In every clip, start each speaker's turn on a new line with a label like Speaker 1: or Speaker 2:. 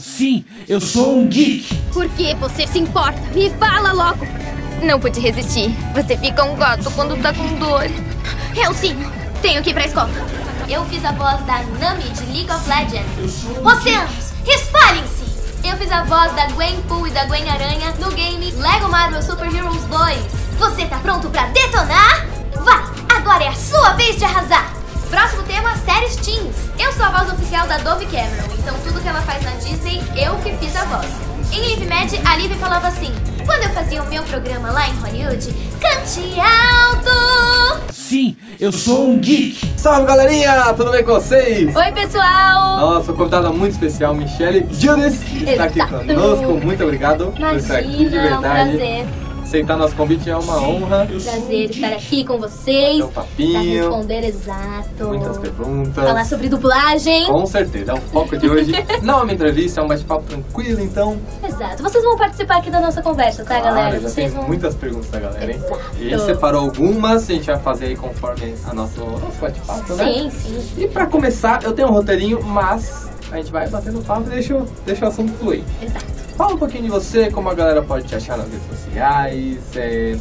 Speaker 1: Sim, eu sou um geek.
Speaker 2: Por que você se importa? Me fala logo!
Speaker 3: Não pude resistir. Você fica um gato quando tá com dor.
Speaker 2: Eu sim, tenho que ir pra escola.
Speaker 4: Eu fiz a voz da Nami de League of Legends. Oceanos, espalhem-se! Eu fiz a voz da Gwenpool e da Gwen Aranha no game Lego Marvel Super Heroes 2.
Speaker 2: Você tá pronto pra detonar?
Speaker 4: Vai! Agora é a sua vez de arrasar! Próximo tema, séries teens. Eu sou a voz oficial da Dove Cameron, então tudo que ela faz na Disney, eu que fiz a voz. Em Live Med, a Liv falava assim: Quando eu fazia o meu programa lá em Hollywood, cante alto!
Speaker 1: Sim, eu sou um geek.
Speaker 5: Salve galerinha, tudo bem com vocês?
Speaker 4: Oi, pessoal!
Speaker 5: Nossa, convidada muito especial, Michelle Gildes, está tá aqui
Speaker 4: Exato.
Speaker 5: conosco. Muito obrigado por estar aqui de
Speaker 4: Imagina, um
Speaker 5: verdade.
Speaker 4: prazer.
Speaker 5: Aceitar nosso convite é uma honra.
Speaker 4: Prazer estar aqui com vocês.
Speaker 5: É um
Speaker 4: Pra
Speaker 5: papinho,
Speaker 4: responder exato.
Speaker 5: muitas
Speaker 4: Falar
Speaker 5: perguntas.
Speaker 4: sobre dublagem.
Speaker 5: Com certeza, é o foco de hoje. Não é uma entrevista, é um bate-papo tranquilo, então.
Speaker 4: Exato. Vocês vão participar aqui da nossa conversa, tá, galera?
Speaker 5: Claro, já tem
Speaker 4: Vocês vão.
Speaker 5: muitas perguntas da galera, hein? E
Speaker 4: Exato.
Speaker 5: separou algumas, a gente vai fazer aí conforme a nosso, nosso bate-papo, né?
Speaker 4: Sim, sim.
Speaker 5: E pra começar, eu tenho um roteirinho, mas a gente vai batendo papo e deixa, o- deixa o assunto fluir.
Speaker 4: Exato.
Speaker 5: Fala um pouquinho de você, como a galera pode te achar nas redes sociais, é,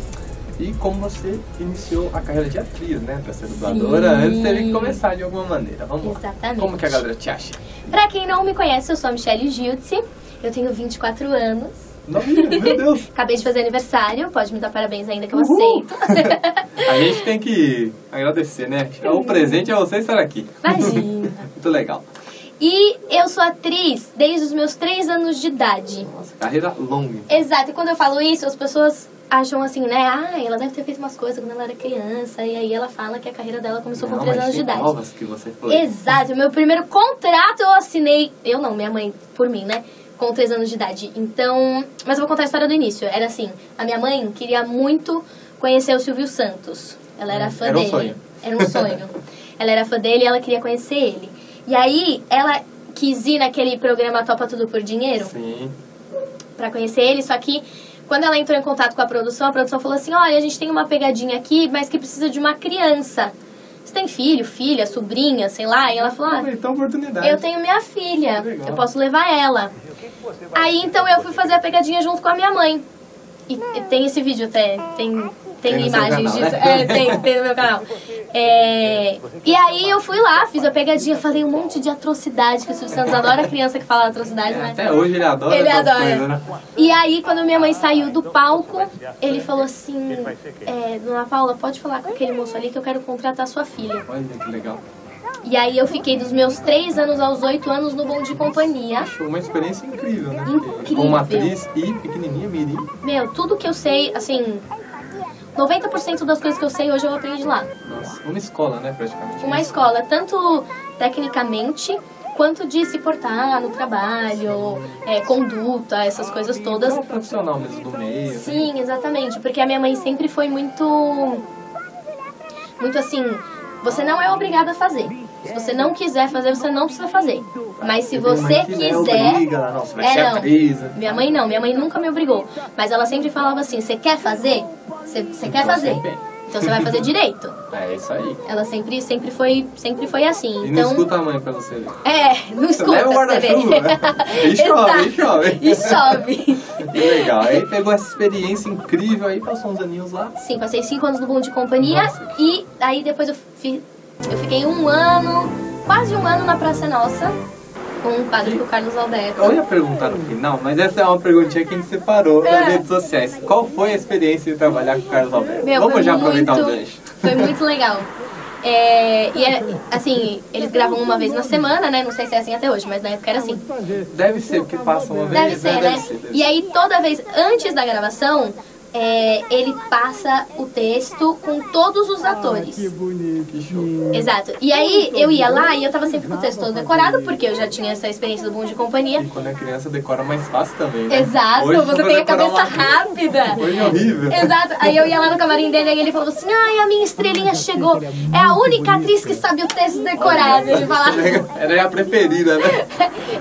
Speaker 5: e como você iniciou a carreira de atriz, né? Pra ser dubladora,
Speaker 4: Sim.
Speaker 5: antes teve que começar de alguma maneira. Vamos lá.
Speaker 4: Exatamente.
Speaker 5: Como que a galera te acha?
Speaker 4: Pra quem não me conhece, eu sou a Michelle Giltzi. Eu tenho 24 anos.
Speaker 5: Novinha, meu Deus!
Speaker 4: Acabei de fazer aniversário. Pode me dar parabéns ainda que eu
Speaker 5: Uhul.
Speaker 4: aceito.
Speaker 5: A gente tem que agradecer, né? O presente é você estar aqui.
Speaker 4: Imagina.
Speaker 5: Muito legal.
Speaker 4: E eu sou atriz desde os meus 3 anos de idade.
Speaker 5: Nossa, carreira longa.
Speaker 4: Exato, e quando eu falo isso, as pessoas acham assim, né? Ah, ela deve ter feito umas coisas quando ela era criança, e aí ela fala que a carreira dela começou com
Speaker 5: Não,
Speaker 4: 3
Speaker 5: mas
Speaker 4: anos de
Speaker 5: tem
Speaker 4: idade.
Speaker 5: provas que você foi.
Speaker 4: Exato, meu primeiro contrato eu assinei, eu não, minha mãe, por mim, né? Com 3 anos de idade. Então, mas eu vou contar a história do início. Era assim, a minha mãe queria muito conhecer o Silvio Santos. Ela era fã
Speaker 5: Era um
Speaker 4: dele.
Speaker 5: sonho.
Speaker 4: Era um sonho. ela era fã dele e ela queria conhecer ele. E aí, ela quis ir naquele programa Topa Tudo por Dinheiro
Speaker 5: Sim.
Speaker 4: pra conhecer ele, só que quando ela entrou em contato com a produção, a produção falou assim: "Olha, a gente tem uma pegadinha aqui, mas que precisa de uma criança. Você tem filho, filha, sobrinha, sei lá?" E ela falou: "Ah,
Speaker 5: Aproveitou a então oportunidade.
Speaker 4: eu tenho minha filha,
Speaker 5: Que legal.
Speaker 4: eu posso levar ela." Aí então eu fui fazer a pegadinha junto com a minha mãe. E e tem esse vídeo até, tem tem,
Speaker 5: Tem no seu
Speaker 4: imagens
Speaker 5: canal,
Speaker 4: disso.
Speaker 5: né?
Speaker 4: É, tem, tem no meu canal. É, e aí eu fui lá, fiz a pegadinha, falei um monte de atrocidade, que o Silvio Santos adora criança que fala atrocidade, né?
Speaker 5: É, Até hoje ele adora
Speaker 4: Ele
Speaker 5: essas
Speaker 4: adora.
Speaker 5: coisas, né?
Speaker 4: E aí, quando minha mãe saiu do palco, ele falou assim: é, Dona Paula, pode falar com aquele moço ali que eu quero contratar sua filha.
Speaker 5: Olha que legal.
Speaker 4: E aí, eu fiquei dos meus 3 anos aos 8 anos no Bom de Companhia.
Speaker 5: Foi uma experiência incrível, né?
Speaker 4: Incrível.
Speaker 5: Com uma atriz e pequenininha, Miri.
Speaker 4: Meu, tudo que eu sei, assim, 90% das coisas que eu sei hoje eu aprendi lá.
Speaker 5: Nossa, uma escola, né, praticamente.
Speaker 4: Uma escola, tanto tecnicamente quanto de se portar no trabalho, é, conduta, essas coisas todas.
Speaker 5: Uma é um profissional mesmo do meio. né?
Speaker 4: Sim, exatamente, porque a minha mãe sempre foi muito muito assim, você não é obrigada a fazer. Se você não quiser fazer, você não precisa fazer. Mas se
Speaker 5: Tem uma
Speaker 4: você
Speaker 5: que né,
Speaker 4: quiser,
Speaker 5: obriga lá, nossa, vai
Speaker 4: É,
Speaker 5: ser
Speaker 4: não.
Speaker 5: atriz. né?
Speaker 4: minha mãe não, minha mãe nunca me obrigou, mas ela sempre falava assim: "Você quer fazer? Você você quer
Speaker 5: Então,
Speaker 4: fazer?
Speaker 5: tudo bem.
Speaker 4: Então você vai fazer direito".
Speaker 5: É isso aí.
Speaker 4: Ela sempre sempre foi sempre foi assim.
Speaker 5: E não
Speaker 4: Então
Speaker 5: escuta a mãe pra você ver.
Speaker 4: é, não escuta,
Speaker 5: leva o
Speaker 4: você vê.
Speaker 5: guarda-chuva, né? E chove, e chove.
Speaker 4: E chove.
Speaker 5: Que legal. Aí pegou essa experiência incrível aí, passou uns aninhos lá.
Speaker 4: Sim, passei cinco anos no Bom de Companhia
Speaker 5: Nossa.
Speaker 4: e aí depois eu, fi, eu fiquei um ano, quase um ano na Praça é Nossa, com o padre do Carlos Alberto.
Speaker 5: Eu ia perguntar no final, mas essa é uma perguntinha que a gente separou
Speaker 4: É.
Speaker 5: nas redes sociais. Qual foi a experiência de trabalhar com o Carlos Alberto?
Speaker 4: Meu,
Speaker 5: Vamos
Speaker 4: foi
Speaker 5: já aproveitar
Speaker 4: muito-
Speaker 5: o gancho.
Speaker 4: Foi muito legal. É, e é, assim, eles gravam uma vez na semana, né? Não sei se é assim até hoje, mas na época era assim.
Speaker 5: Deve ser, porque passa uma
Speaker 4: Deve
Speaker 5: vez.
Speaker 4: ser, né? E aí, toda vez antes da gravação, é, ele passa o texto com todos os atores.
Speaker 5: Que show.
Speaker 4: Exato. E aí eu ia lá e eu tava sempre com o texto todo decorado, porque eu já tinha essa experiência do bom de companhia.
Speaker 5: E quando é criança decora mais fácil também. Né?
Speaker 4: Exato,
Speaker 5: Hoje
Speaker 4: você
Speaker 5: vou
Speaker 4: tem a
Speaker 5: decorar
Speaker 4: cabeça
Speaker 5: uma-
Speaker 4: rápida.
Speaker 5: Hoje é horrível.
Speaker 4: Exato. Aí eu ia lá no camarim dele e ele falou assim: Ai, a minha estrelinha chegou. É a única atriz que sabe o texto decorado. Ele falava,
Speaker 5: Era é a preferida, né?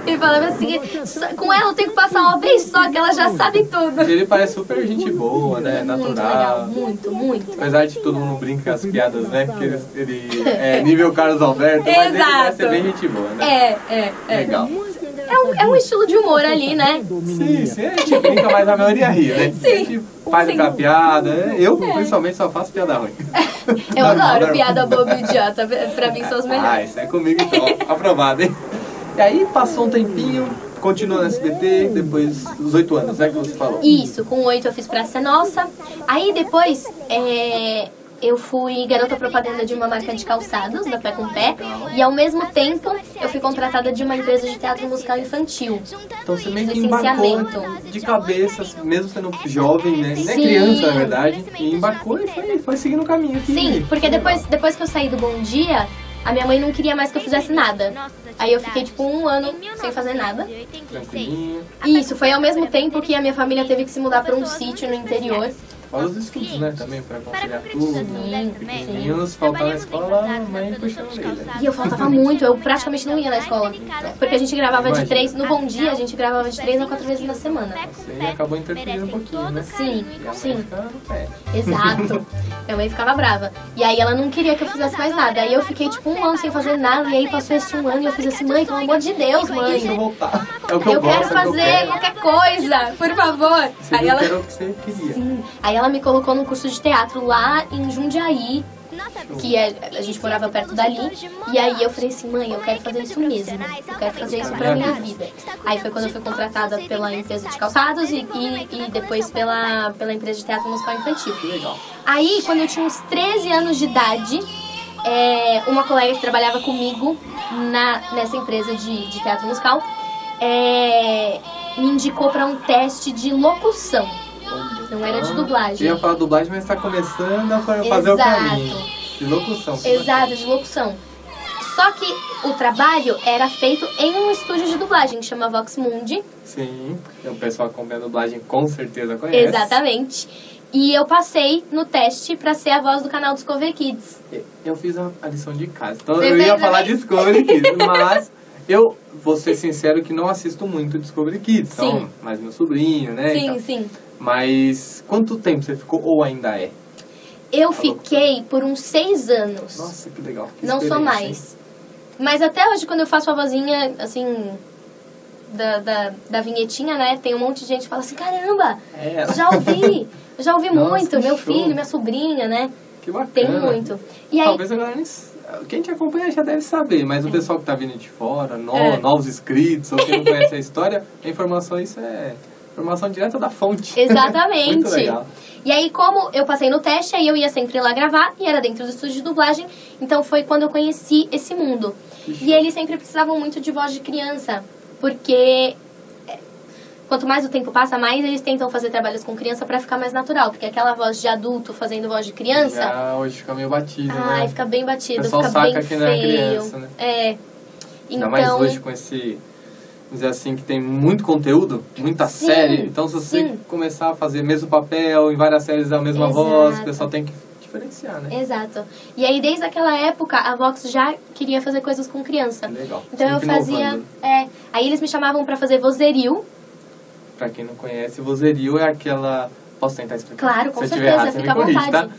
Speaker 4: ele falava assim: "Só- Com ela eu tenho que passar uma vez só, que ela já sabe tudo.
Speaker 5: Ele parece super gente boa, né?
Speaker 4: Muito legal,
Speaker 5: Natural.
Speaker 4: muito, muito.
Speaker 5: Apesar de todo mundo brincar as piadas, né? Porque ele, ele é nível Carlos Alberto, mas ele
Speaker 4: Exato.
Speaker 5: parece ser bem gente boa, né?
Speaker 4: É, é, é.
Speaker 5: Legal.
Speaker 4: É um, é um estilo de humor ali, né?
Speaker 5: Sim, sim, a gente brinca, mas a maioria ri, né? Sim. A gente faz aquela piada. né? Eu,
Speaker 4: É.
Speaker 5: principalmente, só faço piada ruim.
Speaker 4: Eu
Speaker 5: Não, não,
Speaker 4: adoro
Speaker 5: não.
Speaker 4: piada boba e idiota. Pra mim são os
Speaker 5: Ah,
Speaker 4: melhores.
Speaker 5: isso é comigo então. Aprovado, hein? E aí passou um tempinho, continuou no SBT, depois dos oito anos, é que você falou.
Speaker 4: Isso, com oito eu fiz Praça é Nossa. Aí depois é, eu fui garota propaganda de uma marca de calçados, da Pé com Pé. E ao mesmo tempo eu fui contratada de uma empresa de teatro musical infantil.
Speaker 5: Então você meio que embarcou
Speaker 4: Licenciamento.
Speaker 5: de cabeça, mesmo sendo jovem, né? Nem é
Speaker 4: Sim.
Speaker 5: criança, na verdade. E embarcou e foi, foi seguindo o caminho né? que...
Speaker 4: Sim, porque depois, depois que eu saí do Bom Dia, a minha mãe não queria mais que eu fizesse nada. Aí eu fiquei tipo um ano sem fazer nada.
Speaker 5: Tranquilinho.
Speaker 4: E isso foi ao mesmo tempo que a minha família teve que se mudar para um sítio no interior.
Speaker 5: Fora os estudos, né? Também, pra
Speaker 6: Para
Speaker 5: conciliar
Speaker 6: concretizar
Speaker 5: tudo. né?
Speaker 6: sua ideia também,
Speaker 5: Pequenininhos, faltava na escola, a
Speaker 6: trabalhamos
Speaker 5: mãe
Speaker 6: em
Speaker 5: puxou a
Speaker 6: contato dos
Speaker 5: orelha.
Speaker 6: calçados.
Speaker 4: E eu faltava muito, eu praticamente não ia na escola. Porque a gente gravava de três, no Bom Dia a gente gravava de três a quatro vezes na semana.
Speaker 5: Você acabou interferindo um pouquinho, né?
Speaker 4: Sim, sim.
Speaker 5: É.
Speaker 4: Exato. Minha mãe ficava brava. E aí ela não queria que eu fizesse mais nada. Aí eu fiquei tipo um ano sem fazer nada. E aí passou esse um ano e eu fiz assim, mãe, pelo amor de Deus,
Speaker 5: Deixa eu
Speaker 4: mãe.
Speaker 5: voltar. É o que eu,
Speaker 4: Eu quero
Speaker 5: gosto, é o que eu
Speaker 4: fazer
Speaker 5: quero.
Speaker 4: qualquer coisa, por favor.
Speaker 5: Você
Speaker 4: Aí
Speaker 5: não
Speaker 4: ela,
Speaker 5: quer o que um- você queria.
Speaker 4: Sim. Aí ela me colocou num curso de teatro lá em Jundiaí, que é, a gente morava perto dali. E aí eu falei assim, mãe, eu quero fazer isso mesmo. Eu quero fazer isso pra minha vida. Aí foi quando eu fui contratada pela empresa de calçados e, e, e depois pela, pela empresa de teatro musical infantil.
Speaker 5: Legal.
Speaker 4: Aí, quando eu tinha uns 13 anos de idade, é, uma colega que trabalhava comigo na, nessa empresa de, de teatro musical é, me indicou pra um teste de locução. Não era de dublagem.
Speaker 5: Eu ia falar dublagem, mas tá começando a fa- fazer o
Speaker 4: Exato.
Speaker 5: caminho. De locução.
Speaker 4: Exato, de locução. Só que o trabalho era feito em um estúdio de dublagem que chama Vox Mundi.
Speaker 5: Sim. Então, o pessoal que acompanha a dublagem com certeza conhece.
Speaker 4: Exatamente. E eu passei no teste pra ser a voz do canal Discovery Kids.
Speaker 5: Eu fiz a, a lição de casa. Então
Speaker 4: Você
Speaker 5: eu
Speaker 4: fez
Speaker 5: ia
Speaker 4: também?
Speaker 5: falar Discovery Kids, mas eu vou ser sincero que não assisto muito Discovery Kids. Então,
Speaker 4: Sim.
Speaker 5: mas meu sobrinho, né? e
Speaker 4: Sim,
Speaker 5: tal.
Speaker 4: sim.
Speaker 5: Mas quanto tempo você ficou ou ainda é?
Speaker 4: Eu fiquei por uns seis anos.
Speaker 5: Nossa, que legal. que
Speaker 4: não sou
Speaker 5: experiência, hein?
Speaker 4: mais. Mas até hoje, quando eu faço a vozinha, assim, da, da, da vinhetinha, né? Tem um monte de gente que fala assim, caramba,
Speaker 5: É.
Speaker 4: já ouvi, já ouvi
Speaker 5: Nossa,
Speaker 4: muito,
Speaker 5: que
Speaker 4: meu
Speaker 5: show.
Speaker 4: filho, minha sobrinha, né?
Speaker 5: Que bacana.
Speaker 4: Tem muito. E aí,
Speaker 5: Talvez a galera nem... s- Quem te acompanha já deve saber, mas o pessoal que tá vindo de fora, no-
Speaker 4: É.
Speaker 5: novos inscritos, ou quem não conhece a história, a informação isso é informação direta da fonte.
Speaker 4: Exatamente.
Speaker 5: Muito legal.
Speaker 4: E aí, como eu passei no teste, aí eu ia sempre lá gravar, e era dentro do estúdio de dublagem, então foi quando eu conheci esse mundo. E eles sempre precisavam muito de voz de criança, porque é, quanto mais o tempo passa, mais eles tentam fazer trabalhos com criança pra ficar mais natural, porque aquela voz de adulto fazendo voz de criança,
Speaker 5: Já hoje fica meio batido,
Speaker 4: ai,
Speaker 5: né?
Speaker 4: fica bem
Speaker 5: O
Speaker 4: batido,
Speaker 5: pessoal
Speaker 4: fica
Speaker 5: saca
Speaker 4: bem
Speaker 5: que
Speaker 4: feio.
Speaker 5: não é criança, né?
Speaker 4: É.
Speaker 5: Ainda
Speaker 4: Então,
Speaker 5: mais hoje com esse... vamos Dizer assim, que tem muito conteúdo, muita
Speaker 4: Sim,
Speaker 5: série. Então, se você
Speaker 4: sim.
Speaker 5: começar a fazer mesmo papel em várias séries da mesma
Speaker 4: Exato.
Speaker 5: voz, o pessoal tem que diferenciar, né?
Speaker 4: Exato. E aí, desde aquela época, a Vox já queria fazer coisas com criança.
Speaker 5: Legal.
Speaker 4: Então eu
Speaker 5: Sempre
Speaker 4: fazia.
Speaker 5: inovando.
Speaker 4: É, aí eles me chamavam pra fazer vozerio.
Speaker 5: Pra quem não conhece, vozerio é aquela. Posso tentar explicar?
Speaker 4: Claro, com
Speaker 5: Se eu tiver
Speaker 4: certeza,
Speaker 5: errado, você me
Speaker 4: fica à
Speaker 5: corrige, tá?
Speaker 4: vontade.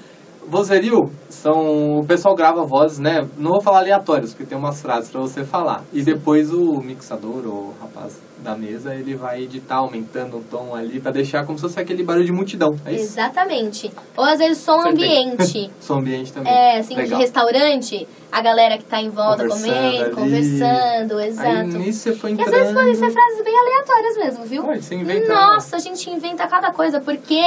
Speaker 5: Vozerio são. O pessoal grava vozes, né? Não vou falar aleatórios, porque tem umas frases pra você falar. E depois o mixador ou o rapaz da mesa, ele vai editar, aumentando o tom ali, pra deixar como se fosse aquele barulho de multidão. É isso?
Speaker 4: Exatamente. Ou às vezes som
Speaker 5: Acertei.
Speaker 4: ambiente.
Speaker 5: Som ambiente também.
Speaker 4: É, assim, de
Speaker 5: Legal.
Speaker 4: restaurante, a galera que tá em volta
Speaker 5: Conversando
Speaker 4: comendo,
Speaker 5: ali.
Speaker 4: conversando,
Speaker 5: Aí
Speaker 4: exato.
Speaker 5: nisso você foi
Speaker 4: E às
Speaker 5: entrando.
Speaker 4: vezes podem ser frases bem aleatórias mesmo, viu?
Speaker 5: Pode, você inventa. um
Speaker 4: Nossa, a gente inventa cada coisa, porque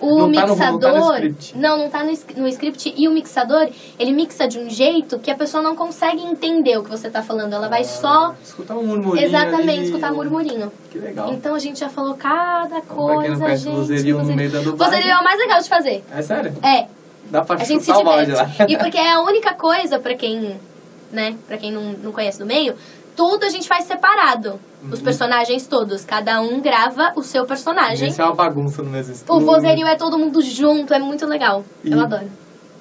Speaker 4: o
Speaker 5: Não tá no- não tá no
Speaker 4: mixador.
Speaker 5: script.
Speaker 4: não, não tá no, sc- no script. E o mixador, ele mixa de um jeito que a pessoa não consegue entender o que você tá falando. Ela vai só.
Speaker 5: Ah, Escutar um murmurinho.
Speaker 4: exatamente,
Speaker 5: ali.
Speaker 4: escutar murmurinho.
Speaker 5: Que legal.
Speaker 4: Então a gente já falou cada coisa,
Speaker 5: pra quem não conhece
Speaker 4: gente.
Speaker 5: vozerio no
Speaker 4: vozerio.
Speaker 5: meio da dublagem.
Speaker 4: Vozerio é o mais legal de fazer.
Speaker 5: É sério?
Speaker 4: É,
Speaker 5: Dá pra
Speaker 4: a gente se
Speaker 5: chutar o balde lá.
Speaker 4: diverte. E porque é a única coisa pra quem, né, para quem não, não conhece do meio, tudo a gente faz separado.
Speaker 5: Uhum.
Speaker 4: Os personagens todos, cada um grava o seu personagem.
Speaker 5: Isso é uma bagunça no mesmo estúdio.
Speaker 4: O vozerio é todo mundo junto, é muito legal. Eu
Speaker 5: E
Speaker 4: adoro.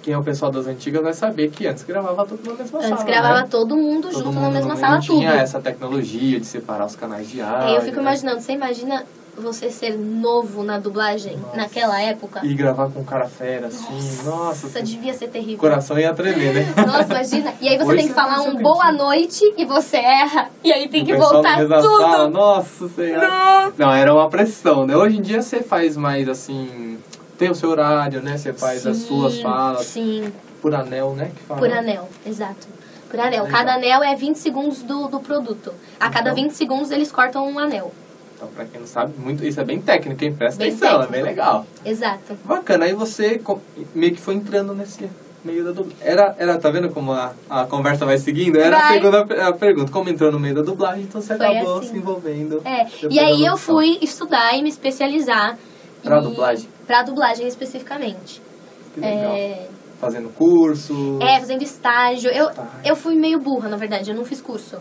Speaker 5: Quem é o pessoal das antigas vai saber que antes gravava tudo na mesma sala.
Speaker 4: Antes gravava
Speaker 5: né?
Speaker 4: todo mundo
Speaker 5: Todo
Speaker 4: junto
Speaker 5: mundo
Speaker 4: na mesma
Speaker 5: não
Speaker 4: sala,
Speaker 5: tinha
Speaker 4: tudo.
Speaker 5: essa tecnologia de separar os canais de áudio.
Speaker 4: Aí eu fico
Speaker 5: né?
Speaker 4: imaginando, você imagina você ser novo na dublagem naquela época?
Speaker 5: E gravar com um cara fera, assim, nossa,
Speaker 4: Nossa, devia ser
Speaker 5: o
Speaker 4: terrível.
Speaker 5: coração ia tremer, né?
Speaker 4: Nossa, imagina. E aí você
Speaker 5: Hoje
Speaker 4: tem que
Speaker 5: você
Speaker 4: falar
Speaker 5: não
Speaker 4: um
Speaker 5: consegue.
Speaker 4: boa noite e você erra. E aí tem
Speaker 5: O
Speaker 4: que
Speaker 5: pessoal no
Speaker 4: voltar
Speaker 5: meio da sala,
Speaker 4: tudo.
Speaker 5: nossa senhora. Não, era uma pressão, né? Hoje em dia você faz mais assim. Tem o seu horário, né? Você faz as suas
Speaker 4: Sim,
Speaker 5: falas
Speaker 4: Sim,
Speaker 5: por anel, né? Que fala.
Speaker 4: por anel, exato. Por anel.
Speaker 5: Legal.
Speaker 4: Cada anel é 20 segundos do, do produto. A cada
Speaker 5: Então.
Speaker 4: 20 segundos eles cortam um anel.
Speaker 5: Então, pra quem não sabe, muito, isso é bem técnico, hein? Presta
Speaker 4: Bem
Speaker 5: atenção,
Speaker 4: técnico.
Speaker 5: é bem legal.
Speaker 4: Exato.
Speaker 5: Bacana, aí você co- meio que foi entrando nesse meio da dublagem. Era, era, tá vendo como a, a conversa vai seguindo? Era a
Speaker 4: Vai.
Speaker 5: segunda per- a pergunta. Como entrou no meio da dublagem, então você
Speaker 4: Foi
Speaker 5: acabou
Speaker 4: assim.
Speaker 5: se envolvendo.
Speaker 4: É.
Speaker 5: depois
Speaker 4: E aí
Speaker 5: da
Speaker 4: eu
Speaker 5: locução.
Speaker 4: fui estudar e me especializar.
Speaker 5: Pra
Speaker 4: e-
Speaker 5: dublagem.
Speaker 4: Pra dublagem especificamente.
Speaker 5: Que legal.
Speaker 4: É,
Speaker 5: Fazendo curso. tá,
Speaker 4: é, fazendo estágio. Eu,
Speaker 5: Estágio.
Speaker 4: eu fui meio burra, na verdade, eu não fiz curso.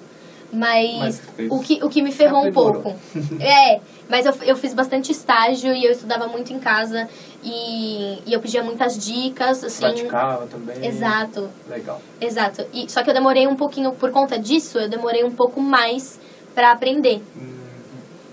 Speaker 5: Mas
Speaker 4: Mas
Speaker 5: fez.
Speaker 4: o que, o que me ferrou um
Speaker 5: Aprimorou.
Speaker 4: pouco. É, mas eu, eu fiz bastante estágio e eu estudava muito em casa. E, e eu pedia muitas dicas, assim.
Speaker 5: Praticava também.
Speaker 4: Exato.
Speaker 5: Legal.
Speaker 4: Exato. E, só que eu demorei um pouquinho, por conta disso, eu demorei um pouco mais pra aprender.
Speaker 5: Hum,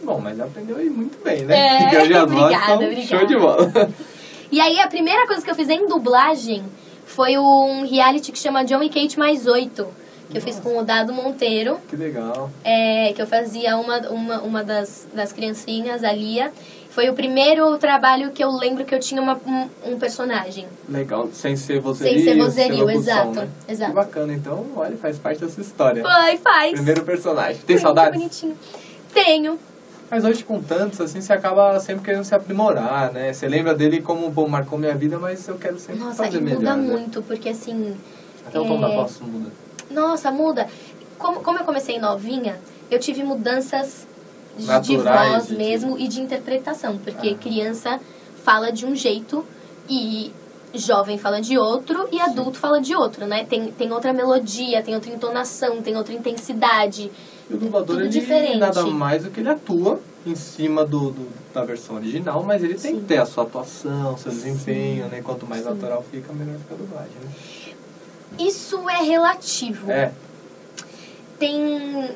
Speaker 5: Bom, mas aprendeu aí muito bem, né?
Speaker 4: É,
Speaker 5: Porque hoje as vozes
Speaker 4: obrigada,
Speaker 5: são
Speaker 4: obrigada.
Speaker 5: show de bola.
Speaker 4: E aí a primeira coisa que eu fiz em dublagem foi um reality que chama John e Kate mais oito. Que eu fiz com o Dado Monteiro,
Speaker 5: Que legal.
Speaker 4: é, que eu fazia uma, uma, uma das, das criancinhas, a Lia. Foi o primeiro trabalho que eu lembro que eu tinha uma- um, um personagem.
Speaker 5: Legal, sem ser vozerio.
Speaker 4: Sem ser vozerio,
Speaker 5: locução,
Speaker 4: exato,
Speaker 5: né?
Speaker 4: exato.
Speaker 5: Que bacana, então, olha, faz parte dessa história.
Speaker 4: Foi, faz.
Speaker 5: É. Primeiro personagem. Tem
Speaker 4: Foi,
Speaker 5: saudades?
Speaker 4: Que bonitinho. Tenho.
Speaker 5: Mas hoje com tantos, assim, você acaba sempre querendo se aprimorar, né? Você lembra dele como, pô, marcou minha vida, mas eu quero sempre
Speaker 4: Nossa,
Speaker 5: fazer
Speaker 4: e
Speaker 5: melhor.
Speaker 4: muda
Speaker 5: né?
Speaker 4: muito, porque assim,
Speaker 5: Até o tom da
Speaker 4: É.
Speaker 5: voz muda.
Speaker 4: Nossa, muda. Como, como eu comecei novinha, eu tive mudanças de, de
Speaker 5: Naturais,
Speaker 4: voz
Speaker 5: de-
Speaker 4: mesmo e de interpretação. Porque
Speaker 5: Ah.
Speaker 4: criança fala de um jeito e jovem fala de outro e adulto fala de outro, né? Tem, tem outra melodia, tem outra entonação, tem outra intensidade.
Speaker 5: E o dublador,
Speaker 4: Tudo
Speaker 5: ele
Speaker 4: diferente.
Speaker 5: nada mais do que ele atua em cima do, do- da versão original, mas ele tem que ter a sua atuação, seu desempenho, né? Quanto mais natural fica, melhor fica a dublagem, né?
Speaker 4: Isso é relativo.
Speaker 5: É,
Speaker 4: tem,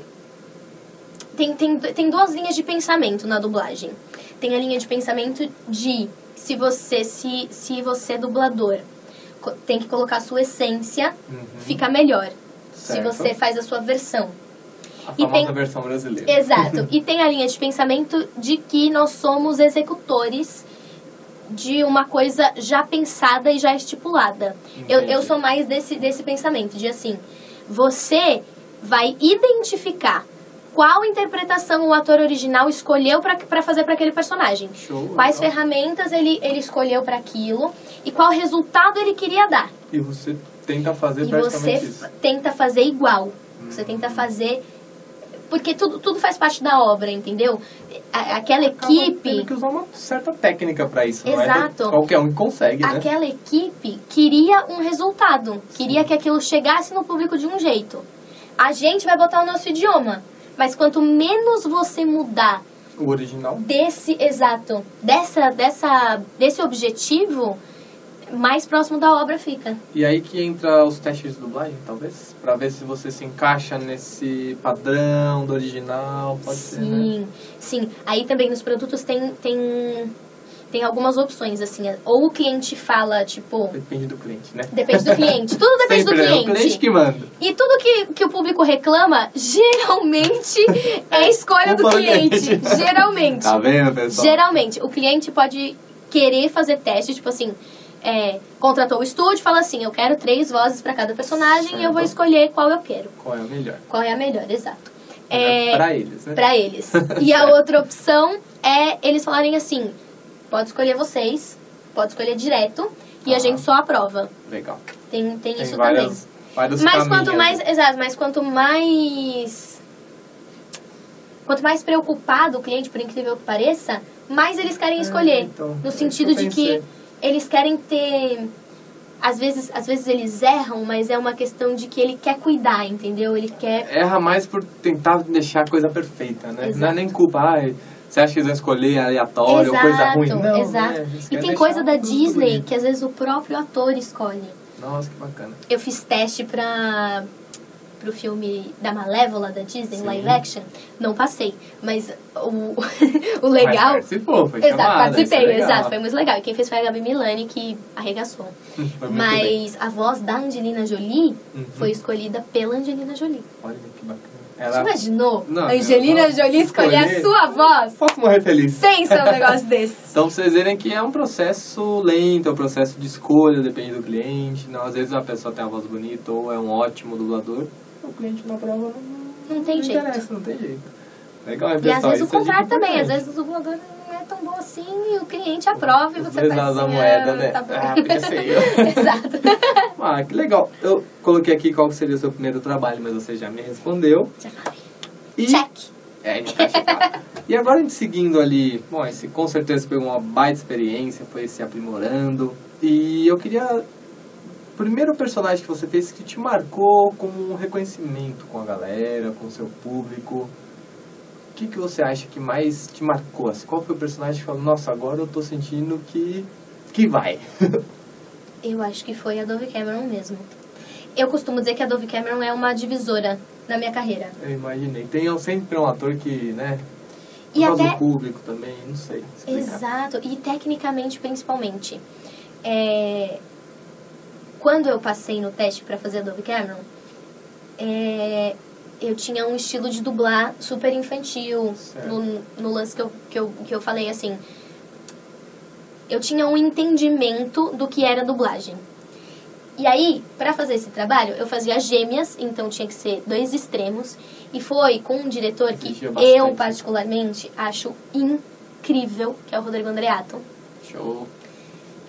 Speaker 4: tem, tem, tem duas linhas de pensamento na dublagem. Tem a linha de pensamento de se você se, se você é dublador, co- tem que colocar a sua essência,
Speaker 5: Uhum.
Speaker 4: fica melhor. Se
Speaker 5: Certo.
Speaker 4: você faz a sua versão.
Speaker 5: a
Speaker 4: E
Speaker 5: famosa
Speaker 4: tem-
Speaker 5: versão brasileira.
Speaker 4: Exato. e tem a linha de pensamento de que nós somos executores de uma coisa já pensada e já estipulada. Eu, eu
Speaker 5: Entendi.
Speaker 4: sou mais desse, desse pensamento, de assim, você vai identificar qual interpretação o ator original escolheu para fazer para aquele personagem.
Speaker 5: Show,
Speaker 4: Quais
Speaker 5: legal.
Speaker 4: ferramentas ele, ele escolheu para aquilo e qual resultado ele queria dar.
Speaker 5: E você tenta fazer
Speaker 4: E você
Speaker 5: praticamente isso.
Speaker 4: tenta fazer igual. Você tenta fazer. Porque tudo, tudo faz parte da obra, entendeu? A- aquela
Speaker 5: Acaba tendo
Speaker 4: equipe.
Speaker 5: que usar uma certa técnica pra isso, não é?
Speaker 4: Exato.
Speaker 5: Qualquer um que consegue, né?
Speaker 4: Aquela equipe queria um resultado. Queria que aquilo chegasse no público de um jeito. A gente vai botar o nosso idioma. Mas quanto menos você mudar
Speaker 5: O original.
Speaker 4: desse exato, dessa, dessa, desse objetivo, mais próximo da obra fica.
Speaker 5: E aí que entra os testes de dublagem, talvez? Pra ver se você se encaixa nesse padrão do original, pode ser, né?
Speaker 4: Sim, sim. Aí também nos produtos tem, tem, tem algumas opções, assim. Ou o cliente fala, tipo,
Speaker 5: Depende do cliente, né?
Speaker 4: depende do cliente. Tudo depende
Speaker 5: Sempre
Speaker 4: do
Speaker 5: é o cliente
Speaker 4: cliente.
Speaker 5: que manda.
Speaker 4: E tudo que, que o público reclama, geralmente é escolha do
Speaker 5: Culpa do
Speaker 4: cliente.
Speaker 5: cliente.
Speaker 4: Geralmente.
Speaker 5: Tá vendo, pessoal?
Speaker 4: Geralmente, o cliente pode querer fazer teste, tipo assim, é, contratou o estúdio, fala assim, eu quero três vozes pra cada personagem e eu vou
Speaker 5: Certo.
Speaker 4: escolher qual eu quero.
Speaker 5: Qual é o melhor?
Speaker 4: Qual é a melhor, exato.
Speaker 5: É... Pra eles, né?
Speaker 4: Pra eles. E a outra opção é eles falarem assim: pode escolher vocês, pode escolher direto e
Speaker 5: Ah.
Speaker 4: a gente só aprova.
Speaker 5: Legal.
Speaker 4: Tem, tem,
Speaker 5: Tem
Speaker 4: isso
Speaker 5: várias,
Speaker 4: também.
Speaker 5: vários
Speaker 4: Mas
Speaker 5: caminhos,
Speaker 4: quanto
Speaker 5: né?
Speaker 4: mais, exato, mas quanto mais quanto mais preocupado o cliente, por incrível que pareça, mais eles querem escolher,
Speaker 5: então, é
Speaker 4: no
Speaker 5: isso
Speaker 4: sentido
Speaker 5: que
Speaker 4: de
Speaker 5: eu
Speaker 4: que
Speaker 5: pensei.
Speaker 4: eles querem ter às vezes, às vezes eles erram, mas é uma questão de que ele quer cuidar, entendeu? Ele quer
Speaker 5: erra mais por tentar deixar a coisa perfeita, né?
Speaker 4: Exato.
Speaker 5: Não é nem culpa, ai, você acha que eles vão escolher aleatório ou coisa ruim? Não,
Speaker 4: exato.
Speaker 5: né? Eles
Speaker 4: E
Speaker 5: querem
Speaker 4: tem
Speaker 5: deixar
Speaker 4: coisa da
Speaker 5: tudo
Speaker 4: Disney
Speaker 5: bonito.
Speaker 4: que às vezes o próprio ator escolhe.
Speaker 5: Nossa, que bacana.
Speaker 4: Eu fiz teste pra pro filme da Malévola da Disney,
Speaker 5: Sim.
Speaker 4: live action, não passei. Mas o, o legal.
Speaker 5: Mas participou, foi
Speaker 4: Exato,
Speaker 5: chamada,
Speaker 4: participei,
Speaker 5: isso é legal.
Speaker 4: exato, foi muito legal. E quem fez foi a Gabi Milani, que arregaçou.
Speaker 5: Foi muito bem.
Speaker 4: Mas a voz da Angelina Jolie
Speaker 5: Uhum.
Speaker 4: foi escolhida pela Angelina Jolie.
Speaker 5: Olha que bacana.
Speaker 4: Você
Speaker 5: Ela...
Speaker 4: imaginou?
Speaker 5: Não,
Speaker 4: Angelina
Speaker 5: eu não-
Speaker 4: Jolie escolher a
Speaker 5: escolher.
Speaker 4: sua voz?
Speaker 5: Posso morrer feliz.
Speaker 4: Pensa um negócio desse.
Speaker 5: Então, pra vocês verem que é um processo lento, é um processo de escolha, depende do cliente. Não, às vezes a pessoa tem uma voz bonita ou é um ótimo dublador. O cliente na prova não,
Speaker 4: Não tem
Speaker 5: não
Speaker 4: jeito.
Speaker 5: interessa, não tem jeito. Legal, hein,
Speaker 4: E às
Speaker 5: pessoal?
Speaker 4: vezes o
Speaker 5: Isso é dica
Speaker 4: contrário também, às
Speaker 5: importante.
Speaker 4: vezes o dublador não é tão bom assim e o cliente aprova e
Speaker 5: Os
Speaker 4: você
Speaker 5: dois
Speaker 4: faz
Speaker 5: lados da
Speaker 4: assim,
Speaker 5: moeda,
Speaker 4: "Ah,
Speaker 5: né?
Speaker 4: Tá bom.
Speaker 5: Ah, pensei.
Speaker 4: Exato.
Speaker 5: Ah, que legal. Eu coloquei aqui qual seria o seu primeiro trabalho, mas você já me respondeu.
Speaker 4: Já falei.
Speaker 5: E...
Speaker 4: Check.
Speaker 5: É, a gente vai checar. E agora a gente seguindo ali, bom, esse com certeza pegou uma baita experiência, foi se aprimorando. E eu queria. o Primeiro personagem que você fez que te marcou com um reconhecimento com a galera, com o seu público. O que, que você acha que mais te marcou? Assim, qual foi o personagem que falou, nossa, agora eu tô sentindo que. que vai.
Speaker 4: Eu acho que foi a Dove Cameron mesmo. Eu costumo dizer que a Dove Cameron é uma divisora na minha carreira.
Speaker 5: Eu imaginei. Tem um- sempre um ator que, né? Por
Speaker 4: E
Speaker 5: causa
Speaker 4: até-
Speaker 5: do público também, não sei. explicar.
Speaker 4: Exato, e tecnicamente principalmente. É, Quando eu passei no teste pra fazer Adobe Cameron, é, eu tinha um estilo de dublar super infantil.
Speaker 5: Certo.
Speaker 4: No, no lance que eu, que, eu, que eu falei assim. Eu tinha um entendimento do que era dublagem. E aí, pra fazer esse trabalho, eu fazia gêmeas, então tinha que ser dois extremos. E foi com um diretor que
Speaker 5: Exigia
Speaker 4: eu,
Speaker 5: bastante.
Speaker 4: particularmente, acho incrível, que é o Rodrigo Andreato.
Speaker 5: Show.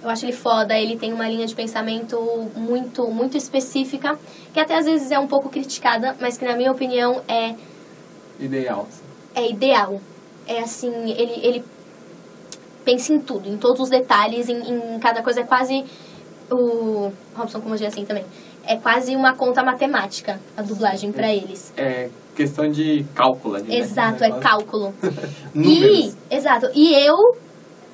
Speaker 4: Eu acho ele foda, ele tem uma linha de pensamento muito, muito específica, que até às vezes é um pouco criticada, mas que na minha opinião é,
Speaker 5: Ideal. assim.
Speaker 4: é ideal. É assim, ele, ele pensa em tudo, em todos os detalhes, em, em cada coisa. É quase o. Robson, como eu assim também. É quase uma conta matemática a dublagem pra eles.
Speaker 5: É questão de cálculo ali, né?
Speaker 4: Exato, é
Speaker 5: Negócio-
Speaker 4: cálculo.
Speaker 5: Números.
Speaker 4: E, exato. E eu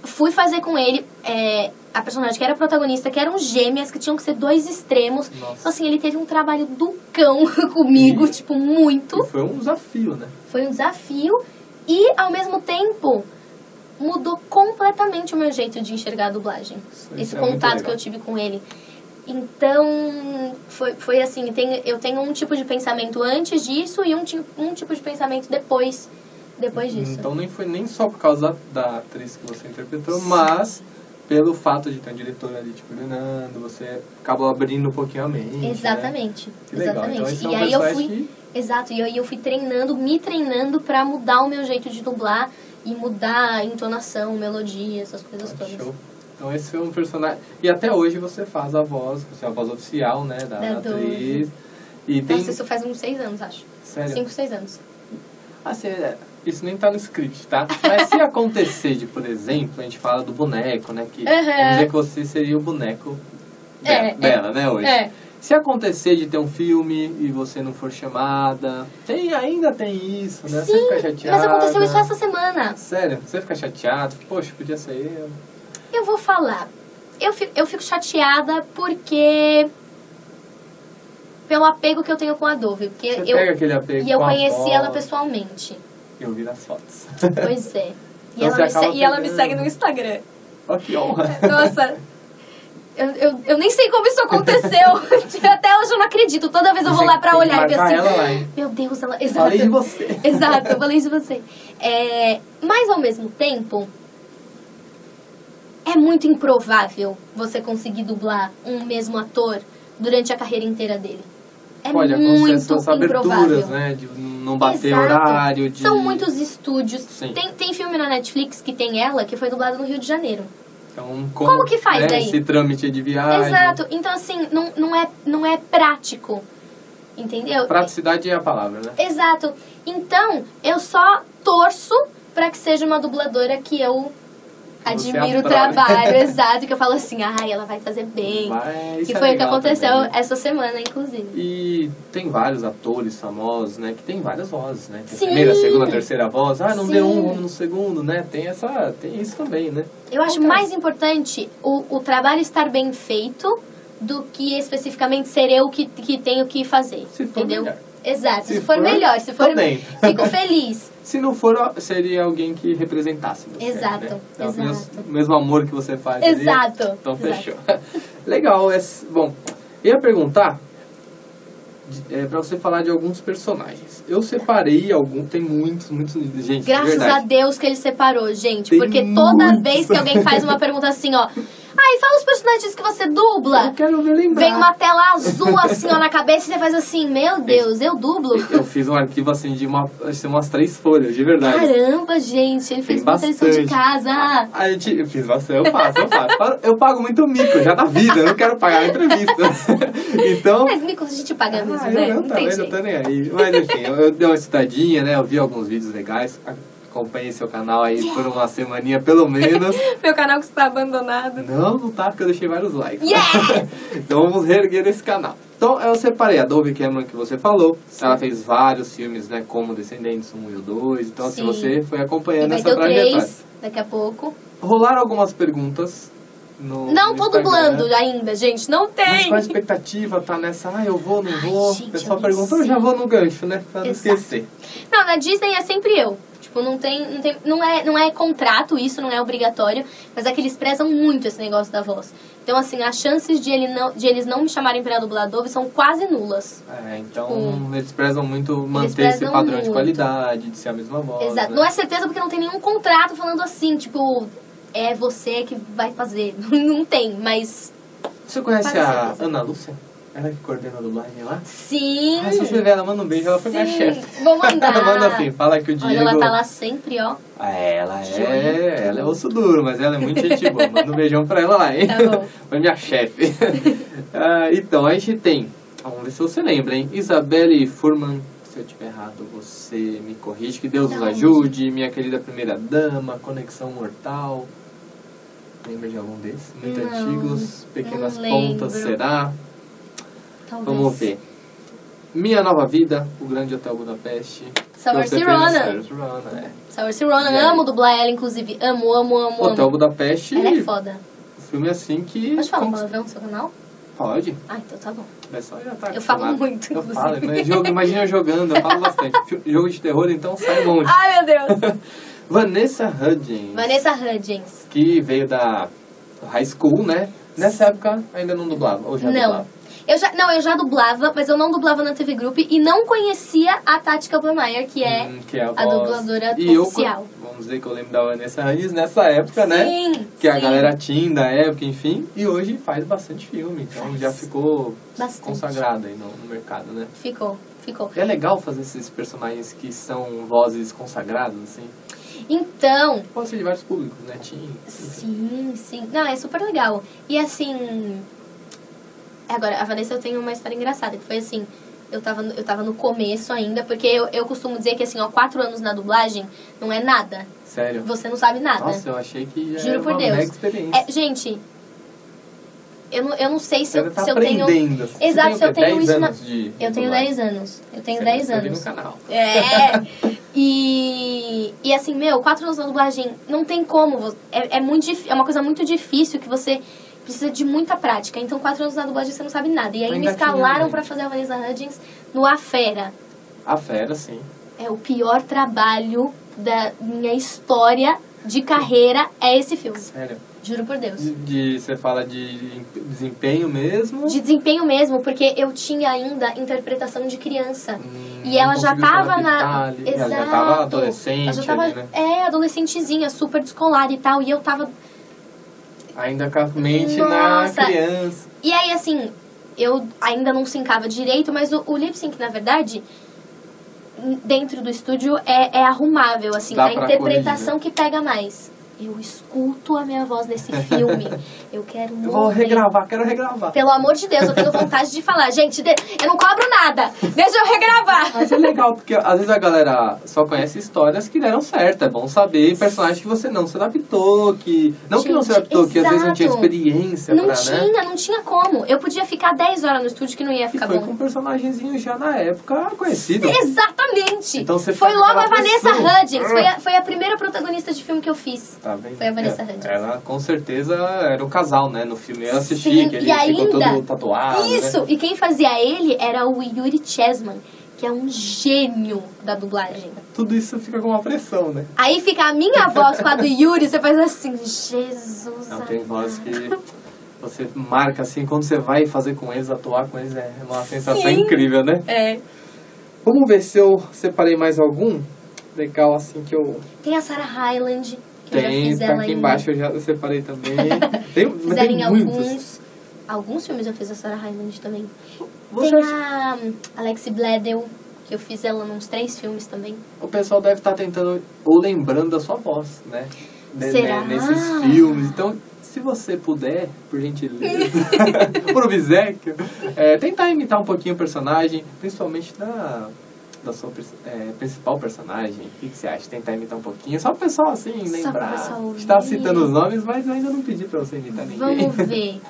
Speaker 4: fui fazer com ele é, a personagem que era a protagonista, que eram gêmeas, que tinham que ser dois extremos.
Speaker 5: Nossa.
Speaker 4: Então, assim, ele teve um trabalho do cão comigo,
Speaker 5: E-
Speaker 4: tipo, muito.
Speaker 5: E Foi um desafio, né?
Speaker 4: Foi um desafio. E, ao mesmo tempo, mudou completamente o meu jeito de enxergar a dublagem.
Speaker 5: Isso- isso
Speaker 4: Esse
Speaker 5: é muito
Speaker 4: contato que
Speaker 5: legal.
Speaker 4: eu tive com ele. Então, foi, foi assim, tem- eu tenho um tipo de pensamento antes disso e um, ti- um tipo de pensamento depois, depois disso.
Speaker 5: Então nem foi nem só por causa da atriz que você interpretou, mas pelo fato de ter um diretor ali te coordenando, você acabou abrindo um pouquinho a mente. né?
Speaker 4: Exatamente.
Speaker 5: Que legal. Então,
Speaker 4: Exatamente.
Speaker 5: esse é um
Speaker 4: e aí eu fui.
Speaker 5: personagem
Speaker 4: Exato, e aí eu fui treinando, me treinando pra mudar o meu jeito de dublar e mudar a entonação, melodia, essas coisas
Speaker 5: Ah,
Speaker 4: todas.
Speaker 5: show. Então esse foi um personagem. E até hoje você faz a voz, você é a voz oficial, né? Da,
Speaker 4: Da
Speaker 5: atriz. E tem.
Speaker 4: Nossa, isso faz uns seis anos, acho.
Speaker 5: Sério.
Speaker 4: Cinco, seis anos.
Speaker 5: Assim, é, isso nem tá no script, tá? Mas se acontecer de, por exemplo, a gente fala do boneco, né? Que
Speaker 4: Aham.
Speaker 5: vamos dizer que você seria o boneco de-
Speaker 4: É, é.
Speaker 5: dela, né, hoje.
Speaker 4: É.
Speaker 5: Se acontecer de ter um filme e você não for chamada, tem, ainda tem isso, né? você
Speaker 4: Sim,
Speaker 5: fica chateada.
Speaker 4: Mas aconteceu isso essa semana.
Speaker 5: Sério, você fica chateado, poxa, podia ser eu.
Speaker 4: Eu vou falar. Eu fico, eu fico chateada porque. pelo apego que eu tenho com a Dove. Porque
Speaker 5: Você
Speaker 4: eu.
Speaker 5: pega aquele apego
Speaker 4: E eu
Speaker 5: com a
Speaker 4: conheci
Speaker 5: avó,
Speaker 4: ela pessoalmente.
Speaker 5: Eu vi nas fotos.
Speaker 4: Pois é. E,
Speaker 5: Então
Speaker 4: ela
Speaker 5: você
Speaker 4: me,
Speaker 5: acaba
Speaker 4: se- e ela me
Speaker 5: pegando.
Speaker 4: segue no Instagram.
Speaker 5: Ó, que honra.
Speaker 4: Nossa. Eu, eu, eu nem sei como isso aconteceu. Até hoje eu não acredito. Toda vez eu vou lá pra
Speaker 5: Tem que
Speaker 4: olhar e ver
Speaker 5: marcar
Speaker 4: assim.
Speaker 5: ela lá, hein?
Speaker 4: Meu Deus, ela. Exato.
Speaker 5: Falei de você.
Speaker 4: Exato, eu falei de você. É, mas ao mesmo tempo, é muito improvável você conseguir dublar um mesmo ator durante a carreira inteira dele. É
Speaker 5: Olha,
Speaker 4: muito
Speaker 5: acontece essas
Speaker 4: improvável.
Speaker 5: aberturas, né? De não bater
Speaker 4: Exato.
Speaker 5: horário, de...
Speaker 4: São muitos estúdios.
Speaker 5: Sim.
Speaker 4: Tem, tem filme na Netflix que tem ela, que foi dublado no Rio de Janeiro.
Speaker 5: Então, como,
Speaker 4: Como que faz
Speaker 5: né,
Speaker 4: daí?
Speaker 5: Esse trâmite de viagem.
Speaker 4: Exato. Então, assim, não, não, é, não é prático. Entendeu?
Speaker 5: Praticidade é a palavra, né?
Speaker 4: Exato. Então, eu só torço pra que seja uma dubladora que eu admiro o
Speaker 5: aprove.
Speaker 4: trabalho, exato, que eu falo assim, ai, ela vai fazer bem.
Speaker 5: Mas
Speaker 4: Que
Speaker 5: isso é
Speaker 4: foi o que
Speaker 5: legal
Speaker 4: aconteceu
Speaker 5: também, né?
Speaker 4: essa semana, inclusive.
Speaker 5: E tem vários atores famosos, né? Que tem várias vozes, né? Tem a
Speaker 4: Sim.
Speaker 5: primeira, segunda, terceira voz. Ah, não
Speaker 4: Sim.
Speaker 5: deu um, vamos no segundo, né? Tem essa... Tem isso também, né?
Speaker 4: Eu acho mais importante o, o trabalho estar bem feito do que especificamente ser eu que, que tenho que fazer.
Speaker 5: Se for
Speaker 4: entendeu?
Speaker 5: melhor.
Speaker 4: Exato.
Speaker 5: Se
Speaker 4: Se, for,
Speaker 5: for,
Speaker 4: melhor, se for
Speaker 5: tô dentro.
Speaker 4: fico feliz.
Speaker 5: Se não for, ó, seria alguém que representasse. Você,
Speaker 4: Exato,
Speaker 5: né? Então,
Speaker 4: exato.
Speaker 5: Mesmo, mesmo amor que você faz. ali.
Speaker 4: Exato,
Speaker 5: Então,
Speaker 4: exato.
Speaker 5: fechou. Legal. essa- bom, ia perguntar de- é, pra você falar de alguns personagens. Eu separei algum, tem muitos, muitos. Gente, de
Speaker 4: Graças a
Speaker 5: verdade.
Speaker 4: Deus que ele separou, gente.
Speaker 5: Tem
Speaker 4: porque toda
Speaker 5: muitos.
Speaker 4: vez que alguém faz uma pergunta assim, ó. Ai, fala os personagens que você dubla.
Speaker 5: Eu quero ver lembrar.
Speaker 4: Vem uma tela azul assim, ó, na cabeça e você faz assim, meu Deus, eu dublo?
Speaker 5: Eu fiz um arquivo assim de uma, assim, umas três folhas, de verdade.
Speaker 4: Caramba, gente, ele fez
Speaker 5: Tem
Speaker 4: muita lição de
Speaker 5: bastante.
Speaker 4: casa.
Speaker 5: A gente, eu fiz bastante, eu faço, eu faço. Eu pago muito mico já na vida, eu não quero pagar a entrevista. Então.
Speaker 4: Mas me conta, a gente paga mesmo,
Speaker 5: Ah, eu,
Speaker 4: né?
Speaker 5: eu
Speaker 4: Não tem
Speaker 5: também não
Speaker 4: jeito.
Speaker 5: tô nem aí. Mas enfim, eu, eu dei uma estudadinha, né? Eu vi alguns vídeos legais. Acompanhei seu canal aí por uma semaninha, pelo menos.
Speaker 3: Meu canal que está abandonado.
Speaker 5: Não, não tá, porque eu deixei vários likes. então vamos reerguer esse canal. Então eu separei a Dove Cameron que você falou. Ela fez vários filmes, né? Como Descendentes 1 e o 2. Então, se
Speaker 4: Sim.
Speaker 5: você foi
Speaker 4: E
Speaker 5: acompanhando
Speaker 4: vai
Speaker 5: essa
Speaker 4: ter o
Speaker 5: trajetória.
Speaker 4: 3 daqui a pouco.
Speaker 5: Rolaram algumas perguntas. No,
Speaker 4: Não
Speaker 5: no
Speaker 4: tô
Speaker 5: Instagram.
Speaker 4: dublando ainda, gente. Não
Speaker 5: Mas
Speaker 4: tem.
Speaker 5: qual a expectativa? Tá nessa, ah, eu vou, não
Speaker 4: Ai,
Speaker 5: vou.
Speaker 4: gente,
Speaker 5: o pessoal
Speaker 4: eu não
Speaker 5: perguntou, eu
Speaker 4: sei.
Speaker 5: já vou no gancho, né? Pra não
Speaker 4: Exato.
Speaker 5: esquecer.
Speaker 4: Não, na Disney é sempre eu. Tipo, não tem. Não, tem não, é, não é contrato isso, não é obrigatório. Mas é que eles prezam muito esse negócio da voz. Então, assim, as chances de, ele não, de eles não me chamarem pra dublar Dove são quase nulas.
Speaker 5: É, então
Speaker 4: Tipo,
Speaker 5: eles prezam muito manter esse
Speaker 4: prezam
Speaker 5: padrão de
Speaker 4: muito.
Speaker 5: qualidade, de ser a mesma voz.
Speaker 4: Exato.
Speaker 5: né?
Speaker 4: Não é certeza porque não tem nenhum contrato falando assim, tipo, é você que vai fazer. não tem, mas é
Speaker 5: Você conhece
Speaker 4: Parece
Speaker 5: a
Speaker 4: mesmo.
Speaker 5: Ana Lúcia? Ela que coordena a dublagem lá?
Speaker 4: assim. sim.
Speaker 5: Ah, se você ver ela, manda um beijo, ela foi minha
Speaker 4: Sim,
Speaker 5: chefe.
Speaker 4: vou mandar.
Speaker 5: manda assim, fala que o Diego...
Speaker 4: Olha, ela tá lá sempre, ó.
Speaker 5: Ah, ela
Speaker 4: Joia.
Speaker 5: é... Ela é osso duro, mas ela é muito gente boa. Manda um beijão pra ela lá, hein?
Speaker 4: Tá bom.
Speaker 5: Foi minha chefe. Ah, então, a gente tem... Vamos ver se você lembra, hein? Isabelle Furman, se eu tiver errado, você me corrige. Que Deus nos
Speaker 4: Não.
Speaker 5: ajude. Minha querida primeira dama, Conexão Mortal. Lembra de algum desses? Muito
Speaker 4: Não,
Speaker 5: antigos. Pequenas
Speaker 4: não
Speaker 5: Pontas,
Speaker 4: lembro.
Speaker 5: será?
Speaker 4: Talvez.
Speaker 5: Vamos ver. Minha Nova Vida, O Grande Hotel Budapeste.
Speaker 4: Saoirse
Speaker 5: Você fez
Speaker 4: Ronan.
Speaker 5: Saoirse Ronan, é.
Speaker 4: Saoirse Ronan,
Speaker 5: E aí?
Speaker 4: amo dublar ela, inclusive. Amo, amo, amo,
Speaker 5: Hotel
Speaker 4: amo.
Speaker 5: Budapeste.
Speaker 4: Hum. Ela é foda.
Speaker 5: Um filme assim que.
Speaker 4: Pode um falar
Speaker 5: como-
Speaker 4: palavrão no seu canal?
Speaker 5: Pode.
Speaker 4: Ah, então tá bom.
Speaker 5: O pessoal já tá
Speaker 4: Eu falo
Speaker 5: acostumado.
Speaker 4: muito,
Speaker 5: Eu
Speaker 4: inclusive.
Speaker 5: falo, mas jogo, imagina eu jogando, eu falo bastante. Fi- jogo de terror, então sai longe.
Speaker 4: Ai, meu Deus.
Speaker 5: Vanessa Hudgens,
Speaker 4: Vanessa Hudgens.
Speaker 5: que veio da high school, né? Nessa época ainda não dublava, ou já
Speaker 4: Não.
Speaker 5: dublava.
Speaker 4: Eu já, não, eu já dublava, mas eu não dublava na TV Group e não conhecia a Tati Kappelmeier, que é...
Speaker 5: Hum, que é a,
Speaker 4: a
Speaker 5: voz.
Speaker 4: dubladora
Speaker 5: e eu,
Speaker 4: oficial.
Speaker 5: Vamos dizer que eu lembro da Vanessa Hudgens nessa época, né?
Speaker 4: Sim,
Speaker 5: Que a
Speaker 4: sim.
Speaker 5: galera tinha da época, enfim. E hoje faz bastante filme, então já ficou
Speaker 4: Bastante.
Speaker 5: consagrada aí no, no mercado, né?
Speaker 4: Ficou, ficou.
Speaker 5: É legal fazer esses personagens que são vozes consagradas, assim.
Speaker 4: Então,
Speaker 5: Pode ser de vários públicos, né? Tim.
Speaker 4: Sim, sim. Não, é super legal. E assim. Agora, a Vanessa eu tenho uma história engraçada, que foi assim. Eu tava, no- eu tava no começo ainda, porque eu, eu costumo dizer que assim, ó, quatro anos na dublagem não é nada.
Speaker 5: Sério.
Speaker 4: Você não sabe nada.
Speaker 5: Nossa, eu achei que já
Speaker 4: né? Juro
Speaker 5: era
Speaker 4: por
Speaker 5: uma
Speaker 4: Deus.
Speaker 5: mega experiência.
Speaker 4: É, gente, eu não, eu não sei se
Speaker 5: Você
Speaker 4: eu,
Speaker 5: tá
Speaker 4: se eu tenho.
Speaker 5: aprendendo. assim. Você
Speaker 4: Exato,
Speaker 5: tem o
Speaker 4: se eu
Speaker 5: quê?
Speaker 4: tenho
Speaker 5: 10
Speaker 4: isso na-
Speaker 5: anos de
Speaker 4: Eu tenho
Speaker 5: dublagem?
Speaker 4: 10 anos. Eu tenho
Speaker 5: Você tá
Speaker 4: 10
Speaker 5: vai subir
Speaker 4: anos.
Speaker 5: no canal.
Speaker 4: É. E, e assim, meu, quatro anos na dublagem não tem como. vo- É, é, muito, dif- é uma coisa muito difícil que você precisa de muita prática. Então, quatro anos na dublagem você não sabe nada. E
Speaker 5: Tô
Speaker 4: aí me
Speaker 5: engatinhando
Speaker 4: escalaram
Speaker 5: ainda.
Speaker 4: pra fazer a Vanessa Hudgens no A Fera.
Speaker 5: A fera, sim.
Speaker 4: É o pior trabalho da minha história de carreira é esse filme.
Speaker 5: Sério.
Speaker 4: Juro por Deus.
Speaker 5: De, de- você fala de em- desempenho mesmo.
Speaker 4: De desempenho mesmo, porque eu tinha ainda interpretação de criança.
Speaker 5: Hum,
Speaker 4: E ela
Speaker 5: não
Speaker 4: já
Speaker 5: conseguiu falar
Speaker 4: tava na.
Speaker 5: detalhe. né? Ela já tava adolescente,
Speaker 4: Ela já tava,
Speaker 5: ali, né?
Speaker 4: É, adolescentezinha, super descolada e tal. E eu tava.
Speaker 5: Ainda com a mente na
Speaker 4: Nossa.
Speaker 5: criança.
Speaker 4: E aí, assim, eu ainda não sincava direito, mas o, o lip sync, na verdade, n- dentro do estúdio é, é arrumável, assim,
Speaker 5: Dá
Speaker 4: a
Speaker 5: pra
Speaker 4: interpretação que pega mais. Eu escuto a minha voz nesse filme. eu quero morrer.
Speaker 5: Eu vou regravar, quero regravar.
Speaker 4: Pelo amor de Deus, eu tenho vontade de falar. Gente, de- eu não cobro nada. Deixa eu regravar.
Speaker 5: Mas é legal, porque às vezes a galera só conhece histórias que deram certo. É bom saber personagens que você não se adaptou, que. Não que não se
Speaker 4: Gente,
Speaker 5: adaptou, que às vezes não
Speaker 4: exato.
Speaker 5: tinha experiência
Speaker 4: Não
Speaker 5: pra, né?
Speaker 4: tinha, não tinha como. Eu podia ficar 10 horas no estúdio que não ia
Speaker 5: E
Speaker 4: ficar
Speaker 5: foi
Speaker 4: bom.
Speaker 5: com um personagemzinho já na época conhecido.
Speaker 4: Exatamente!
Speaker 5: Então você
Speaker 4: foi
Speaker 5: pega
Speaker 4: logo a
Speaker 5: aquela
Speaker 4: Vanessa
Speaker 5: pessoa. Hum.
Speaker 4: Hudgens, foi a, foi a primeira protagonista de filme que eu fiz.
Speaker 5: tá vendo?
Speaker 4: Foi a Vanessa Hudgens.
Speaker 5: Ela com certeza era o casal, né? No filme eu assisti,
Speaker 4: Sim,
Speaker 5: que
Speaker 4: e
Speaker 5: ele ficou
Speaker 4: ainda-
Speaker 5: todo tatuado.
Speaker 4: Isso!
Speaker 5: Né?
Speaker 4: E quem fazia ele era o Yuri Chesman, que é um gênio da dublagem.
Speaker 5: Tudo isso fica com uma pressão, né?
Speaker 4: Aí fica a minha voz com a do Yuri, você faz assim, Jesus.
Speaker 5: Não, tem voz que você marca assim, quando você vai fazer com eles, atuar com eles, é uma sensação
Speaker 4: Sim.
Speaker 5: incrível, né?
Speaker 4: É.
Speaker 5: Vamos ver se eu separei mais algum legal assim que eu
Speaker 4: Tem a Sarah Hyland, que eu já
Speaker 5: tem
Speaker 4: fiz
Speaker 5: tá
Speaker 4: ela
Speaker 5: aqui
Speaker 4: em-
Speaker 5: embaixo, eu já separei também. Tem, mas
Speaker 4: Fizeram
Speaker 5: tem
Speaker 4: em
Speaker 5: muitos.
Speaker 4: alguns. Alguns filmes eu fiz a Sarah Hyland também.
Speaker 5: Você
Speaker 4: Tem
Speaker 5: acha-
Speaker 4: a hum, Alexi Bledel, que eu fiz ela nos três filmes também.
Speaker 5: O pessoal deve estar tentando ou lembrando da sua voz, né? Ne-
Speaker 4: Será?
Speaker 5: ne- Nesses filmes. Então, se você puder, por gentileza, por obséquio, é, tentar imitar um pouquinho o personagem, principalmente da, da sua pers- é, principal personagem. O que, que você acha? Tentar imitar um pouquinho. Só o pessoal, assim,
Speaker 4: pro
Speaker 5: lembrar.
Speaker 4: pessoal
Speaker 5: A gente tava
Speaker 4: ouvir.
Speaker 5: citando os nomes, mas eu ainda não pedi pra você imitar ninguém.
Speaker 4: Vamos ver.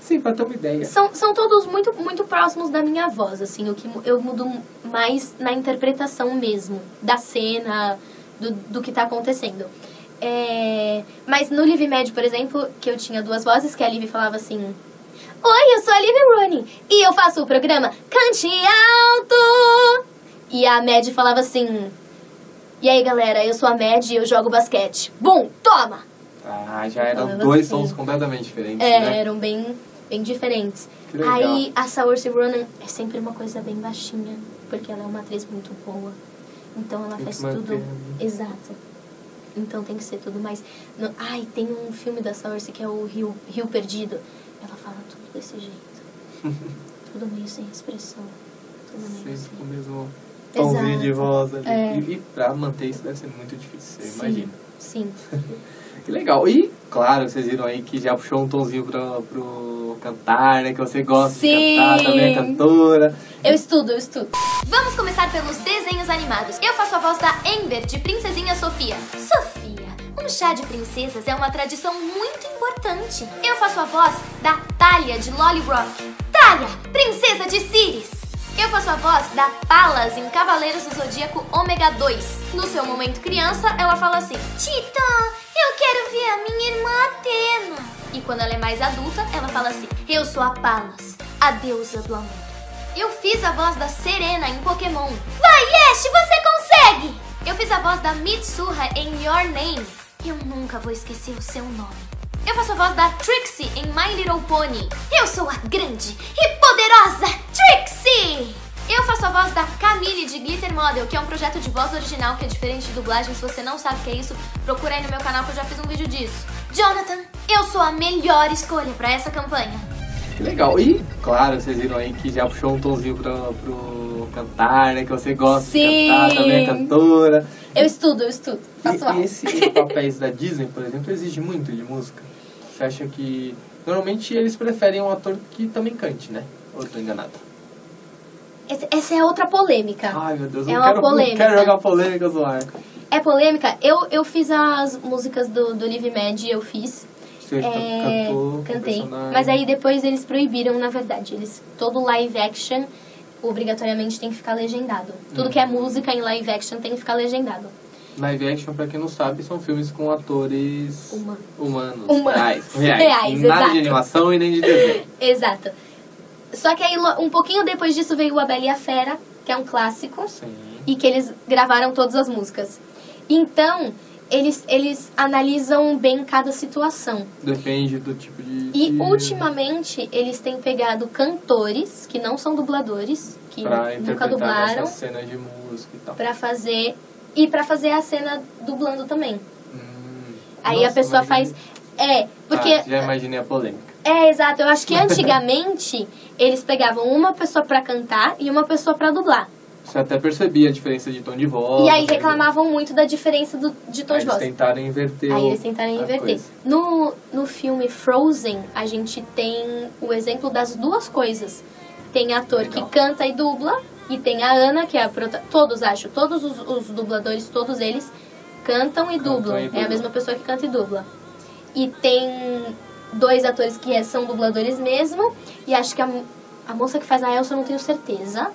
Speaker 5: Sim, pra ter uma ideia.
Speaker 4: São, são todos muito, muito próximos da minha voz, assim. O que mu- eu mudo mais na interpretação mesmo, da cena, do, do que tá acontecendo. É, mas no Live Med, por exemplo, que eu tinha duas vozes, que a Liv falava assim... Oi, eu sou a Liv Rooney e eu faço o programa Cante Alto! E a Med falava assim... E aí, galera, eu sou a Med e eu jogo basquete. Bum, toma!
Speaker 5: Ah, já eram
Speaker 4: Falando
Speaker 5: dois
Speaker 4: assim.
Speaker 5: sons completamente diferentes,
Speaker 4: É,
Speaker 5: né?
Speaker 4: eram bem, bem diferentes.
Speaker 5: Que legal.
Speaker 4: Aí a Saoirse Ronan é sempre uma coisa bem baixinha, porque ela é uma atriz muito boa. Então ela
Speaker 5: Tem que
Speaker 4: faz
Speaker 5: manter,
Speaker 4: tudo.
Speaker 5: né?
Speaker 4: Exato. Então tem que ser tudo mais. não- Ai, tem um filme da Saoirse que é o Rio, Rio Perdido. Ela fala tudo desse jeito. tudo meio sem expressão. Tudo meio
Speaker 5: Sempre com o
Speaker 4: sem...
Speaker 5: mesmo tomzinho
Speaker 4: Exato.
Speaker 5: de voz ali.
Speaker 4: É.
Speaker 5: E, e pra manter isso deve ser muito difícil, eu
Speaker 4: Sim.
Speaker 5: imagino.
Speaker 4: Sim.
Speaker 5: Que legal. E, claro, vocês viram aí que já puxou um tomzinho pra, pro cantar, né? Que você gosta de
Speaker 4: Sim.
Speaker 5: cantar, também é cantora.
Speaker 4: Eu estudo, eu estudo.
Speaker 6: Vamos começar pelos desenhos animados. Eu faço a voz da Amber, de Princesinha Sofia. Sofia, um chá de princesas é uma tradição muito importante. Eu faço a voz da Talia, de Lolly Rock. Talia, princesa de Ciris. Eu faço a voz da Palas em Cavaleiros do Zodíaco Ômega 2. No seu momento criança, ela fala assim: Titã, eu quero ver a minha irmã Atena. E quando ela é mais adulta, ela fala assim: Eu sou a Palas, a deusa do amor. Eu fiz a voz da Serena em Pokémon. Vai, Ash, você consegue! Eu fiz a voz da Mitsuha em Your Name. Eu nunca vou esquecer o seu nome. Eu faço a voz da Trixie em My Little Pony. Eu sou a grande e poderosa Trixie! Eu faço a voz da Camille de Glitter Model, que é um projeto de voz original que é diferente de dublagem. Se você não sabe o que é isso, procura aí no meu canal que eu já fiz um vídeo disso. Jonathan, eu sou a melhor escolha pra essa campanha.
Speaker 5: Que legal. E, claro, vocês viram aí que já puxou um tomzinho pra, pro cantar, né? Que você gosta de
Speaker 4: Sim.
Speaker 5: cantar, também é cantora.
Speaker 4: Eu estudo, eu estudo. Faço
Speaker 5: E, e
Speaker 4: aula.
Speaker 5: esses papéis da Disney, por exemplo, exige muito de música. Você acha que. Normalmente eles preferem um ator que também cante, né? Ou eu tô enganado.
Speaker 4: Esse- Essa é outra polêmica.
Speaker 5: Ai, meu Deus,
Speaker 4: É
Speaker 5: eu
Speaker 4: uma
Speaker 5: quero, não
Speaker 4: polêmica.
Speaker 5: quero jogar polêmicas no ar.
Speaker 4: É polêmica? Eu, eu fiz as músicas do, do Live Mad, eu fiz.
Speaker 5: Você já
Speaker 4: É,
Speaker 5: tá- cantou,
Speaker 4: cantei.
Speaker 5: personagem.
Speaker 4: Mas aí depois eles proibiram, na verdade. Eles, todo live action obrigatoriamente tem que ficar legendado.
Speaker 5: Hum.
Speaker 4: Tudo que é música em live action tem que ficar legendado.
Speaker 5: Live action, pra quem não sabe, são filmes com atores
Speaker 4: Humano.
Speaker 5: humanos.
Speaker 4: Humanos.
Speaker 5: Reais. reais.
Speaker 4: Reais,
Speaker 5: Nada
Speaker 4: exato.
Speaker 5: de animação e nem de desenho.
Speaker 4: Exato. Só que aí lo- um pouquinho depois disso veio A Bela e a Fera, que é um clássico.
Speaker 5: Sim.
Speaker 4: e que eles gravaram todas as músicas. Então, eles, eles analisam bem cada situação.
Speaker 5: Depende do tipo de.
Speaker 4: E
Speaker 5: de-
Speaker 4: ultimamente, eles têm pegado cantores que não são dubladores, que né?
Speaker 5: Pra
Speaker 4: nunca
Speaker 5: interpretar
Speaker 4: dublaram,
Speaker 5: essas cenas de música e tal.
Speaker 4: pra fazer e pra fazer a cena dublando também.
Speaker 5: Hum.
Speaker 4: Aí
Speaker 5: Nossa,
Speaker 4: a pessoa
Speaker 5: imaginei-
Speaker 4: faz é, porque
Speaker 5: Ah, já imaginei a polêmica.
Speaker 4: é exato, eu acho que antigamente eles pegavam uma pessoa pra cantar e uma pessoa pra dublar.
Speaker 5: Você até percebia a diferença de tom de voz.
Speaker 4: E aí
Speaker 5: né?
Speaker 4: reclamavam muito da diferença do, de tom
Speaker 5: Aí
Speaker 4: de
Speaker 5: Eles
Speaker 4: voz.
Speaker 5: tentaram inverter.
Speaker 4: Aí
Speaker 5: o-
Speaker 4: eles tentaram
Speaker 5: a
Speaker 4: inverter.
Speaker 5: coisa.
Speaker 4: No, no filme Frozen, a gente tem o exemplo das duas coisas. Tem ator
Speaker 5: Legal.
Speaker 4: que canta e dubla, e tem a Ana, que é a prota... Todos, acho, todos os, os dubladores, todos eles, cantam e
Speaker 5: Cantam
Speaker 4: dublam.
Speaker 5: e
Speaker 4: É
Speaker 5: dublam.
Speaker 4: a mesma pessoa que canta e dubla. E tem dois atores que é- são dubladores mesmo, e acho que a, mo- a moça que faz a Elsa, eu não tenho certeza.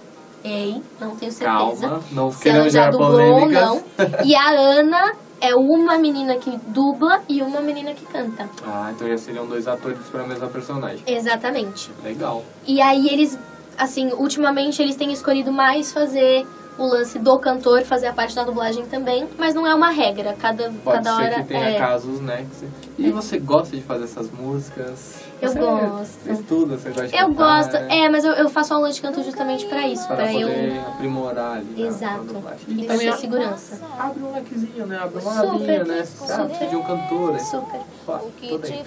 Speaker 4: Ei, não tenho certeza
Speaker 5: Calma, não
Speaker 4: se ela
Speaker 5: queremos
Speaker 4: já
Speaker 5: gerar
Speaker 4: dublou ou
Speaker 5: polêmicas.
Speaker 4: não. E a Ana é uma menina que dubla e uma menina que canta.
Speaker 5: Ah, então já seriam dois atores para a mesma personagem.
Speaker 4: Exatamente.
Speaker 5: Legal.
Speaker 4: E aí eles, assim, ultimamente eles têm escolhido mais fazer o lance do cantor, fazer a parte da dublagem também, mas não é uma regra, cada,
Speaker 5: Pode
Speaker 4: cada
Speaker 5: ser
Speaker 4: hora
Speaker 5: que tenha
Speaker 4: é.
Speaker 5: casos, né? que você- E você gosta de fazer essas músicas?
Speaker 4: Eu
Speaker 5: Você
Speaker 4: gosto.
Speaker 5: Estuda, você gosta de
Speaker 4: Eu
Speaker 5: cantar,
Speaker 4: gosto,
Speaker 5: né?
Speaker 4: é, mas eu, eu faço aula de canto justamente pra isso,
Speaker 5: Para
Speaker 4: pra
Speaker 5: poder
Speaker 4: eu
Speaker 5: aprimorar ali. na- na
Speaker 4: Exato.
Speaker 5: dublagem.
Speaker 4: e
Speaker 5: E
Speaker 4: pra
Speaker 5: também
Speaker 4: ter segurança.
Speaker 5: abre um lequezinho, né? Abre uma
Speaker 4: Super,
Speaker 5: linha, né? Ah,
Speaker 4: super.
Speaker 5: precisa de um cantor. aí,
Speaker 4: Super.
Speaker 5: pá, tudo bem.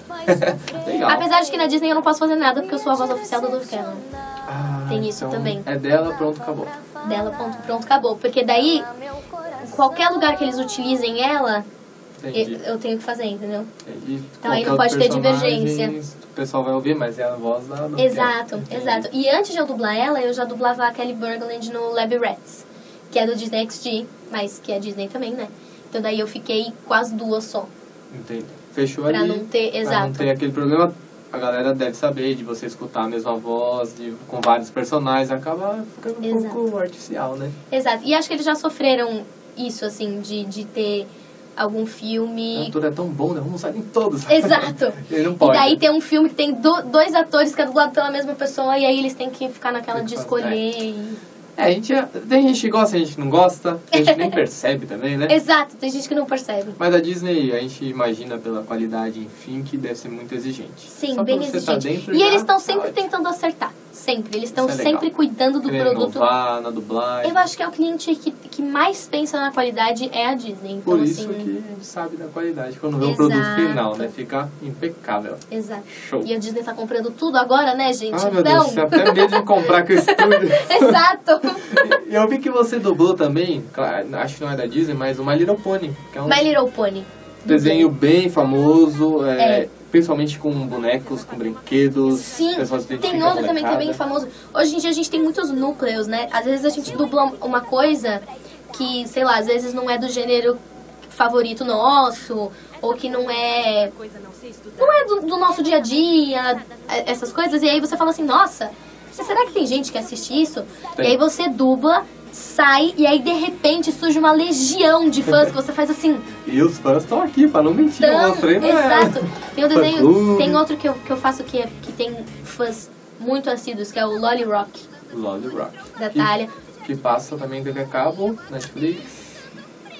Speaker 5: Legal.
Speaker 4: Apesar de que na Disney eu não posso fazer nada porque eu sou a voz oficial do Dove Cameron.
Speaker 5: Ah,
Speaker 4: tem isso também.
Speaker 5: É dela, pronto, acabou.
Speaker 4: Dela, ponto, pronto, acabou. Porque daí, qualquer lugar que eles utilizem ela, eu,
Speaker 5: Entendi.
Speaker 4: eu tenho que fazer, entendeu?
Speaker 5: entendi.
Speaker 4: Então aí não
Speaker 5: Qualquer
Speaker 4: pode ter
Speaker 5: outro personagem,
Speaker 4: divergência.
Speaker 5: O pessoal vai ouvir, mas é a voz da. do
Speaker 4: Exato,
Speaker 5: Entendi.
Speaker 4: exato. E antes de eu dublar ela, eu já dublava a Kelly Burgland no Lab Rats, que é do Disney XD, mas que é Disney também, né? Então daí eu fiquei com as duas só.
Speaker 5: Entendi. Fechou
Speaker 4: Pra
Speaker 5: ali.
Speaker 4: não ter-
Speaker 5: Pra
Speaker 4: exato.
Speaker 5: não ter aquele problema. A galera deve saber de você escutar a mesma voz de, com vários personagens. Acaba ficando um
Speaker 4: Exato.
Speaker 5: pouco artificial, né?
Speaker 4: Exato. E acho que eles já sofreram isso, assim, de, de ter algum
Speaker 5: O
Speaker 4: filme.
Speaker 5: ator é tão bom, né? Vamos sair em todos.
Speaker 4: Exato.
Speaker 5: Ele não
Speaker 4: E
Speaker 5: pode.
Speaker 4: daí tem um filme que tem do- dois atores que é dublado pela mesma pessoa e aí eles têm que ficar naquela
Speaker 5: Tem que
Speaker 4: de
Speaker 5: fazer,
Speaker 4: escolher. e-
Speaker 5: É, a gente, tem gente que gosta, a gente que não gosta. A gente nem percebe também, né?
Speaker 4: Exato, tem gente que não percebe.
Speaker 5: Mas a Disney, a gente imagina pela qualidade, enfim, que deve ser muito exigente.
Speaker 4: Sim,
Speaker 5: Só
Speaker 4: bem
Speaker 5: quando você
Speaker 4: exigente.
Speaker 5: tá dentro,
Speaker 4: e
Speaker 5: já
Speaker 4: eles estão
Speaker 5: tá
Speaker 4: sempre
Speaker 5: ótimo.
Speaker 4: tentando acertar. Sempre. Eles estão
Speaker 5: Isso é legal.
Speaker 4: sempre cuidando do
Speaker 5: Querendo
Speaker 4: produto.
Speaker 5: inovar né? na dublagem.
Speaker 4: Eu acho que é o cliente que, que mais pensa na qualidade é a Disney. Então,
Speaker 5: Por isso
Speaker 4: assim.
Speaker 5: que a gente sabe da qualidade. Quando vê o produto
Speaker 4: Exato.
Speaker 5: final, né? Fica impecável.
Speaker 4: Exato.
Speaker 5: Show.
Speaker 4: E a Disney tá comprando tudo agora, né, gente?
Speaker 5: Ah,
Speaker 4: não.
Speaker 5: meu Deus, você até medo de comprar com o estúdio.
Speaker 4: Exato.
Speaker 5: E Eu vi que você dublou também, claro, acho que não é da Disney, mas o My Little Pony, que é um
Speaker 4: My Little Pony.
Speaker 5: desenho bem famoso, é,
Speaker 4: É.
Speaker 5: principalmente com bonecos, com brinquedos.
Speaker 4: Sim,
Speaker 5: o pessoal se
Speaker 4: tem
Speaker 5: identifica
Speaker 4: outro
Speaker 5: com
Speaker 4: também que é bem
Speaker 5: molecada.
Speaker 4: famoso. Hoje em dia a gente tem muitos núcleos, né? Às vezes a gente dubla uma coisa que, sei lá, às vezes não é do gênero favorito nosso, ou que não é. Não é do, do nosso dia a dia, é- essas coisas, e aí você fala assim, nossa, será que tem gente que assiste isso?
Speaker 5: Tem.
Speaker 4: E aí você dubla, sai, e aí de repente surge uma legião de fãs que você faz assim.
Speaker 5: E os fãs estão aqui, pra não mentir, eu
Speaker 4: Então,
Speaker 5: mostrei né? pra
Speaker 4: exato. Tem um
Speaker 5: Fã-clube.
Speaker 4: desenho, tem outro que eu, que eu faço que, é- que tem fãs muito assíduos, que é o Lolly Rock,
Speaker 5: Lolly Rock.
Speaker 4: da
Speaker 5: Que-
Speaker 4: Thalia.
Speaker 5: Que passa também TV a cabo, Netflix,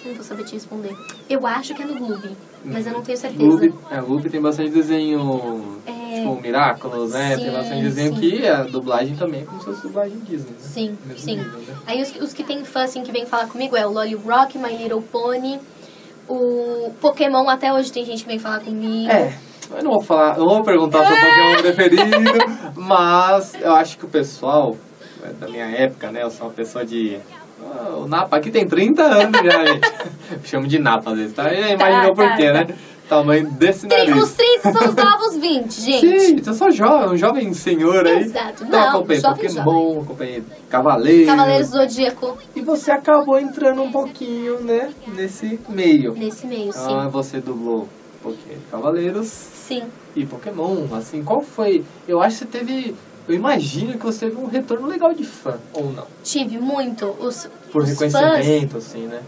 Speaker 4: Não vou saber te responder. Eu acho que é no Gloob, mas eu não tenho certeza.
Speaker 5: Ruby. É, Ruby tem bastante desenho,
Speaker 4: Uhum. É.
Speaker 5: tipo Miraculous, né? tem
Speaker 4: Sim,
Speaker 5: bastante desenho
Speaker 4: sim.
Speaker 5: que a dublagem também é como se fosse dublagem Disney, né?
Speaker 4: Sim,
Speaker 5: Mesmo
Speaker 4: sim.
Speaker 5: nível, né?
Speaker 4: Aí os, os que tem fã assim, que vem falar comigo é o Lolly Rock, My Little Pony, o Pokémon até hoje tem gente que vem falar comigo.
Speaker 5: É, eu não vou falar, não vou perguntar seu Pokémon preferido, mas eu acho que o pessoal é, da minha época, né? Eu sou uma pessoa de. Ah, o Napa aqui tem 30 anos já, gente. Chamo de Napa às vezes, tá? Já
Speaker 4: tá,
Speaker 5: imaginou por quê,
Speaker 4: tá.
Speaker 5: né? Tamanho desse
Speaker 4: Tri-
Speaker 5: nariz.
Speaker 4: Os 30 são os novos 20, gente.
Speaker 5: Sim, eu sou jovem, um jovem senhor aí.
Speaker 4: Exato,
Speaker 5: Então, eu
Speaker 4: não,
Speaker 5: acompanhei
Speaker 4: jovem,
Speaker 5: Pokémon, acompanhei Cavaleiros.
Speaker 4: Cavaleiro Zodíaco
Speaker 5: E você acabou entrando um pouquinho, né? Nesse meio.
Speaker 4: nesse meio, sim.
Speaker 5: Então, você dublou Pokémon Cavaleiros.
Speaker 4: Sim.
Speaker 5: e Pokémon, assim, qual foi? Eu acho que você teve. Eu imagino que você teve um retorno legal de fã, ou não.
Speaker 4: Tive muito. Os,
Speaker 5: Por
Speaker 4: os fãs
Speaker 5: reconhecimento, assim, né?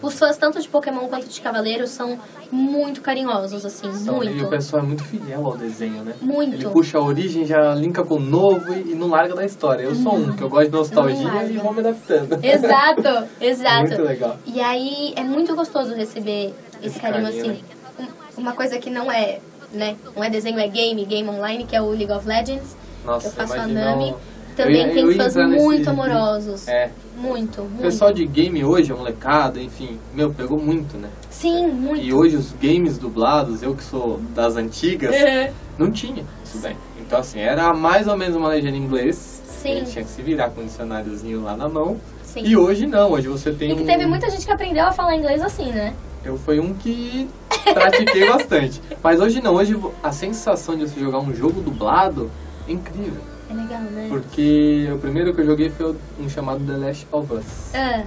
Speaker 4: Os fãs, tanto de Pokémon quanto de Cavaleiros, são muito carinhosos, assim,
Speaker 5: Então, E o
Speaker 4: muito.
Speaker 5: pessoal é muito fiel ao desenho, né? Ele
Speaker 4: Muito.
Speaker 5: puxa a origem, já linka com o novo e e não larga da história. Eu sou um, que eu gosto de
Speaker 4: Não
Speaker 5: nostalgia
Speaker 4: larga.
Speaker 5: e vou me adaptando.
Speaker 4: Exato, exato.
Speaker 5: É Muito legal.
Speaker 4: E aí é muito gostoso receber esse carinho,
Speaker 5: carinho,
Speaker 4: assim. Um- Uma coisa que não é, né? Não é desenho, é game, game online, que é o League of Legends.
Speaker 5: Nossa,
Speaker 4: eu faço a
Speaker 5: imagina
Speaker 4: Nami.
Speaker 5: o- eu
Speaker 4: Também
Speaker 5: ia- eu
Speaker 4: tem
Speaker 5: ia
Speaker 4: fãs
Speaker 5: entrar nesse-
Speaker 4: muito amorosos.
Speaker 5: É.
Speaker 4: Muito,
Speaker 5: O
Speaker 4: muito.
Speaker 5: pessoal de game hoje, a molecada, enfim, meu, pegou muito, né?
Speaker 4: Sim, muito.
Speaker 5: E hoje os games dublados, eu que sou das antigas,
Speaker 4: É.
Speaker 5: não tinha isso daí. Então assim, era mais ou menos uma legenda em inglês.
Speaker 4: Sim.
Speaker 5: Ele tinha que se virar com o dicionáriozinho lá na mão.
Speaker 4: Sim.
Speaker 5: E hoje não, hoje você tem
Speaker 4: E que
Speaker 5: um-
Speaker 4: teve muita gente que aprendeu a falar inglês assim, né?
Speaker 5: Eu fui um que pratiquei bastante. Mas hoje não, hoje a sensação de você jogar um jogo dublado é incrível.
Speaker 4: É legal, né?
Speaker 5: Porque o primeiro que eu joguei foi um chamado The Last of Us.
Speaker 4: Ah,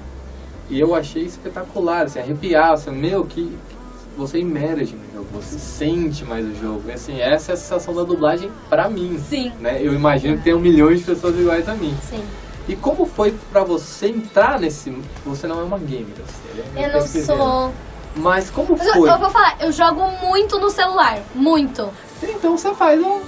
Speaker 5: E eu achei espetacular, assim, arrepiar, assim, meu, que que você emerge no jogo, você sente mais o jogo. E, assim, essa é a sensação da dublagem pra mim.
Speaker 4: Sim.
Speaker 5: Né? Eu imagino que tenham milhões de pessoas iguais a mim.
Speaker 4: sim.
Speaker 5: E como foi pra você entrar nesse... Você não é uma gamer, você é
Speaker 4: Eu não
Speaker 5: pesquiseira.
Speaker 4: sou.
Speaker 5: Mas como
Speaker 6: Mas eu-
Speaker 5: foi?
Speaker 6: eu vou falar, eu jogo muito no celular. Muito.
Speaker 5: Então você faz um.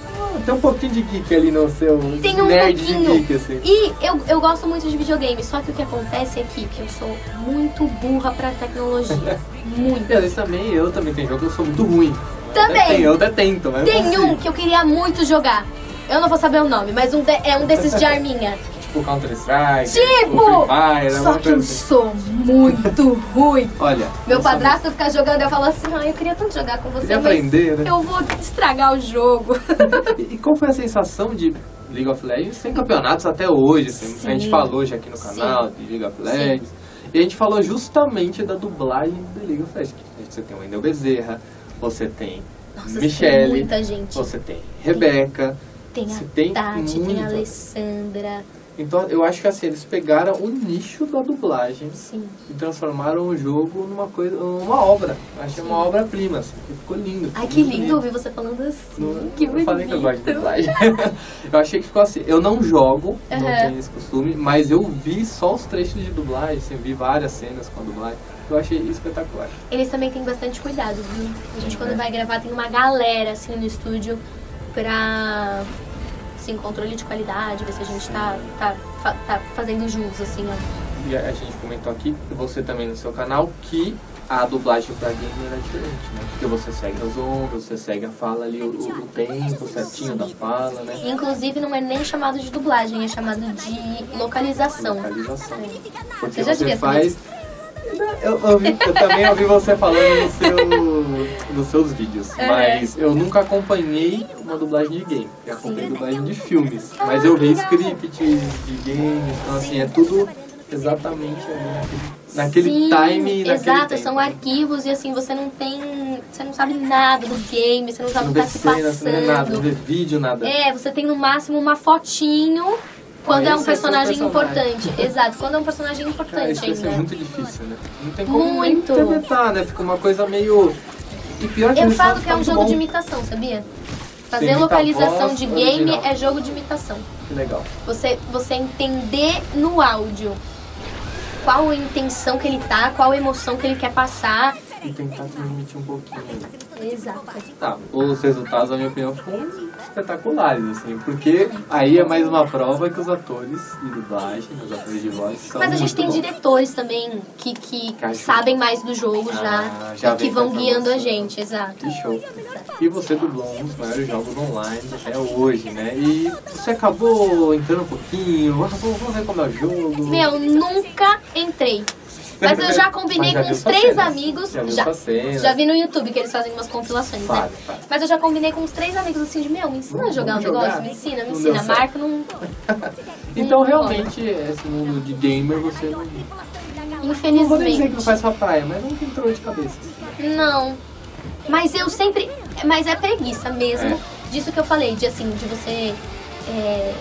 Speaker 5: Tem um pouquinho de geek ali no seu.
Speaker 4: Tem um
Speaker 5: nerd
Speaker 4: pouquinho.
Speaker 5: de geek, assim.
Speaker 4: E eu, eu gosto muito de videogame, só que o que acontece é que eu sou muito burra pra tecnologia. muito.
Speaker 5: Meu, isso também, eu também tenho jogo, que eu sou muito ruim. Eu
Speaker 6: Também.
Speaker 5: até tenho- Eu até tento, mas eu
Speaker 6: Tem
Speaker 5: consigo.
Speaker 6: um que eu queria muito jogar. Eu não vou saber o nome, mas um de- é um desses de arminha.
Speaker 5: Tipo Counter Strike,
Speaker 6: Tipo!
Speaker 5: Free Fire,
Speaker 6: Só
Speaker 5: alguma
Speaker 6: que eu
Speaker 5: coisa assim.
Speaker 6: sou muito ruim.
Speaker 5: Olha.
Speaker 6: Meu
Speaker 5: eu sou
Speaker 6: padrasto fica jogando e eu falo assim, ah, eu queria tanto jogar com você,
Speaker 5: Queria
Speaker 6: mas
Speaker 5: aprender, né?
Speaker 6: eu vou estragar o jogo.
Speaker 5: E e qual foi a sensação de League of Legends tem campeonatos até hoje? assim, a gente falou já aqui no canal de League of Legends. E a gente falou justamente da dublagem do League of Legends. Você tem o Wendel Bezerra, você tem
Speaker 4: Nossa, tem
Speaker 5: Michele,
Speaker 4: muita gente.
Speaker 5: você tem Rebeca.
Speaker 4: Tem
Speaker 5: você
Speaker 4: a
Speaker 5: tem
Speaker 4: Tati, tem
Speaker 5: muita.
Speaker 4: a Alessandra.
Speaker 5: Então eu acho que assim, eles pegaram o nicho da dublagem
Speaker 4: Sim.
Speaker 5: e transformaram o jogo numa coisa, numa obra. Eu achei uma obra-prima, assim, que ficou lindo.
Speaker 4: Ai, que
Speaker 5: ficou muito
Speaker 4: lindo ouvir você falando assim.
Speaker 5: No-
Speaker 4: que
Speaker 5: eu
Speaker 4: bonito.
Speaker 5: falei que eu gosto de dublagem. eu achei que ficou assim. Eu não jogo, não tenho esse costume, mas eu vi só os trechos de dublagem, assim, vi várias cenas com a dublagem. Eu achei espetacular.
Speaker 4: Eles também têm bastante cuidado, viu? A gente quando vai gravar tem uma galera assim no estúdio pra assim, controle de qualidade, ver se a gente tá, tá, fa- tá fazendo jus, assim, ó.
Speaker 5: E a a gente comentou aqui, e você também no seu canal, que a dublagem pra gamer é diferente, né? Porque você segue as ondas, você segue a fala ali, o, o tempo certinho da fala, né?
Speaker 4: E, inclusive não é nem chamado de dublagem, é chamado de localização.
Speaker 5: Localização.
Speaker 4: Você
Speaker 5: Porque
Speaker 4: Então, já
Speaker 5: você
Speaker 4: devia
Speaker 5: faz. Eu, ouvi- eu também ouvi você falando no seu, nos seus vídeos,
Speaker 4: É.
Speaker 5: mas eu nunca acompanhei uma dublagem de game. Eu acompanhei dublagem de filmes, mas eu vi script de games, então assim, é tudo exatamente ali naquele, naquele
Speaker 4: Sim,
Speaker 5: time. naquele
Speaker 4: Exato,
Speaker 5: tempo.
Speaker 4: são arquivos e assim, você não tem. Você não sabe nada do game, você não sabe
Speaker 5: Não
Speaker 4: o que
Speaker 5: vê
Speaker 4: tá se
Speaker 5: cena, não vê nada, não
Speaker 4: passando.
Speaker 5: vê vídeo, nada.
Speaker 4: É, você tem no máximo uma fotinho quando
Speaker 5: Olha,
Speaker 4: é
Speaker 5: esse é
Speaker 4: um
Speaker 5: o
Speaker 4: personagem
Speaker 5: personagem.
Speaker 4: importante. Exato, quando é um personagem
Speaker 5: Cara, isso
Speaker 4: importante
Speaker 5: vai ser
Speaker 4: ainda.
Speaker 5: muito difícil, né? Não tem como nem
Speaker 4: é, Muito.
Speaker 5: interpretar, né? Fica uma coisa meio. E pior que
Speaker 4: Eu
Speaker 5: o resultado
Speaker 4: falo que é um
Speaker 5: tá
Speaker 4: jogo
Speaker 5: muito
Speaker 4: de
Speaker 5: bom.
Speaker 4: imitação, sabia? Fazer
Speaker 5: imita a
Speaker 4: localização
Speaker 5: voz
Speaker 4: de game
Speaker 5: original.
Speaker 4: é jogo de imitação.
Speaker 5: Que legal.
Speaker 4: Você, você entender no áudio qual a intenção que ele tá, qual a emoção que ele quer passar.
Speaker 5: E tentar transmitir um pouquinho.
Speaker 4: Exato.
Speaker 5: Tá, os resultados, na minha opinião, ficam espetaculares, assim, porque aí é mais uma prova que os atores de dublagem, os atores de voz são
Speaker 4: Mas a gente
Speaker 5: muito
Speaker 4: tem
Speaker 5: bons.
Speaker 4: diretores também que, que
Speaker 5: Que ajudam.
Speaker 4: sabem mais do jogo
Speaker 5: Ah,
Speaker 4: já,
Speaker 5: já
Speaker 4: e que
Speaker 5: vem
Speaker 4: vão
Speaker 5: com a
Speaker 4: guiando a
Speaker 5: informação.
Speaker 4: gente, exato.
Speaker 5: Que show. E você dublou um dos maiores jogos online até hoje, né? E você acabou entrando um pouquinho, ah, vou, vou recomendar o jogo.
Speaker 4: Meu, nunca entrei. Mas eu já combinei
Speaker 5: Mas já
Speaker 4: com
Speaker 5: viu
Speaker 4: uns
Speaker 5: suas
Speaker 4: três
Speaker 5: cenas.
Speaker 4: amigos.
Speaker 5: Já viu
Speaker 4: Já.
Speaker 5: suas cenas.
Speaker 4: Já vi no YouTube que eles fazem umas compilações,
Speaker 5: Claro,
Speaker 4: né?
Speaker 5: claro.
Speaker 4: Mas eu já combinei com uns três amigos assim de, meu, me ensina a jogar um
Speaker 5: Vamos jogar.
Speaker 4: negócio, me ensina, me
Speaker 5: Não
Speaker 4: ensina.
Speaker 5: deu certo.
Speaker 4: Marco não.
Speaker 5: Então, realmente, esse mundo de gamer, você não... Não vou nem dizer que
Speaker 4: Infelizmente.
Speaker 5: não faz sua praia, mas nunca entrou de cabeça. assim.
Speaker 4: Não. Mas eu sempre. Mas é preguiça mesmo.
Speaker 5: É.
Speaker 4: Disso que eu falei, de assim, de você. É...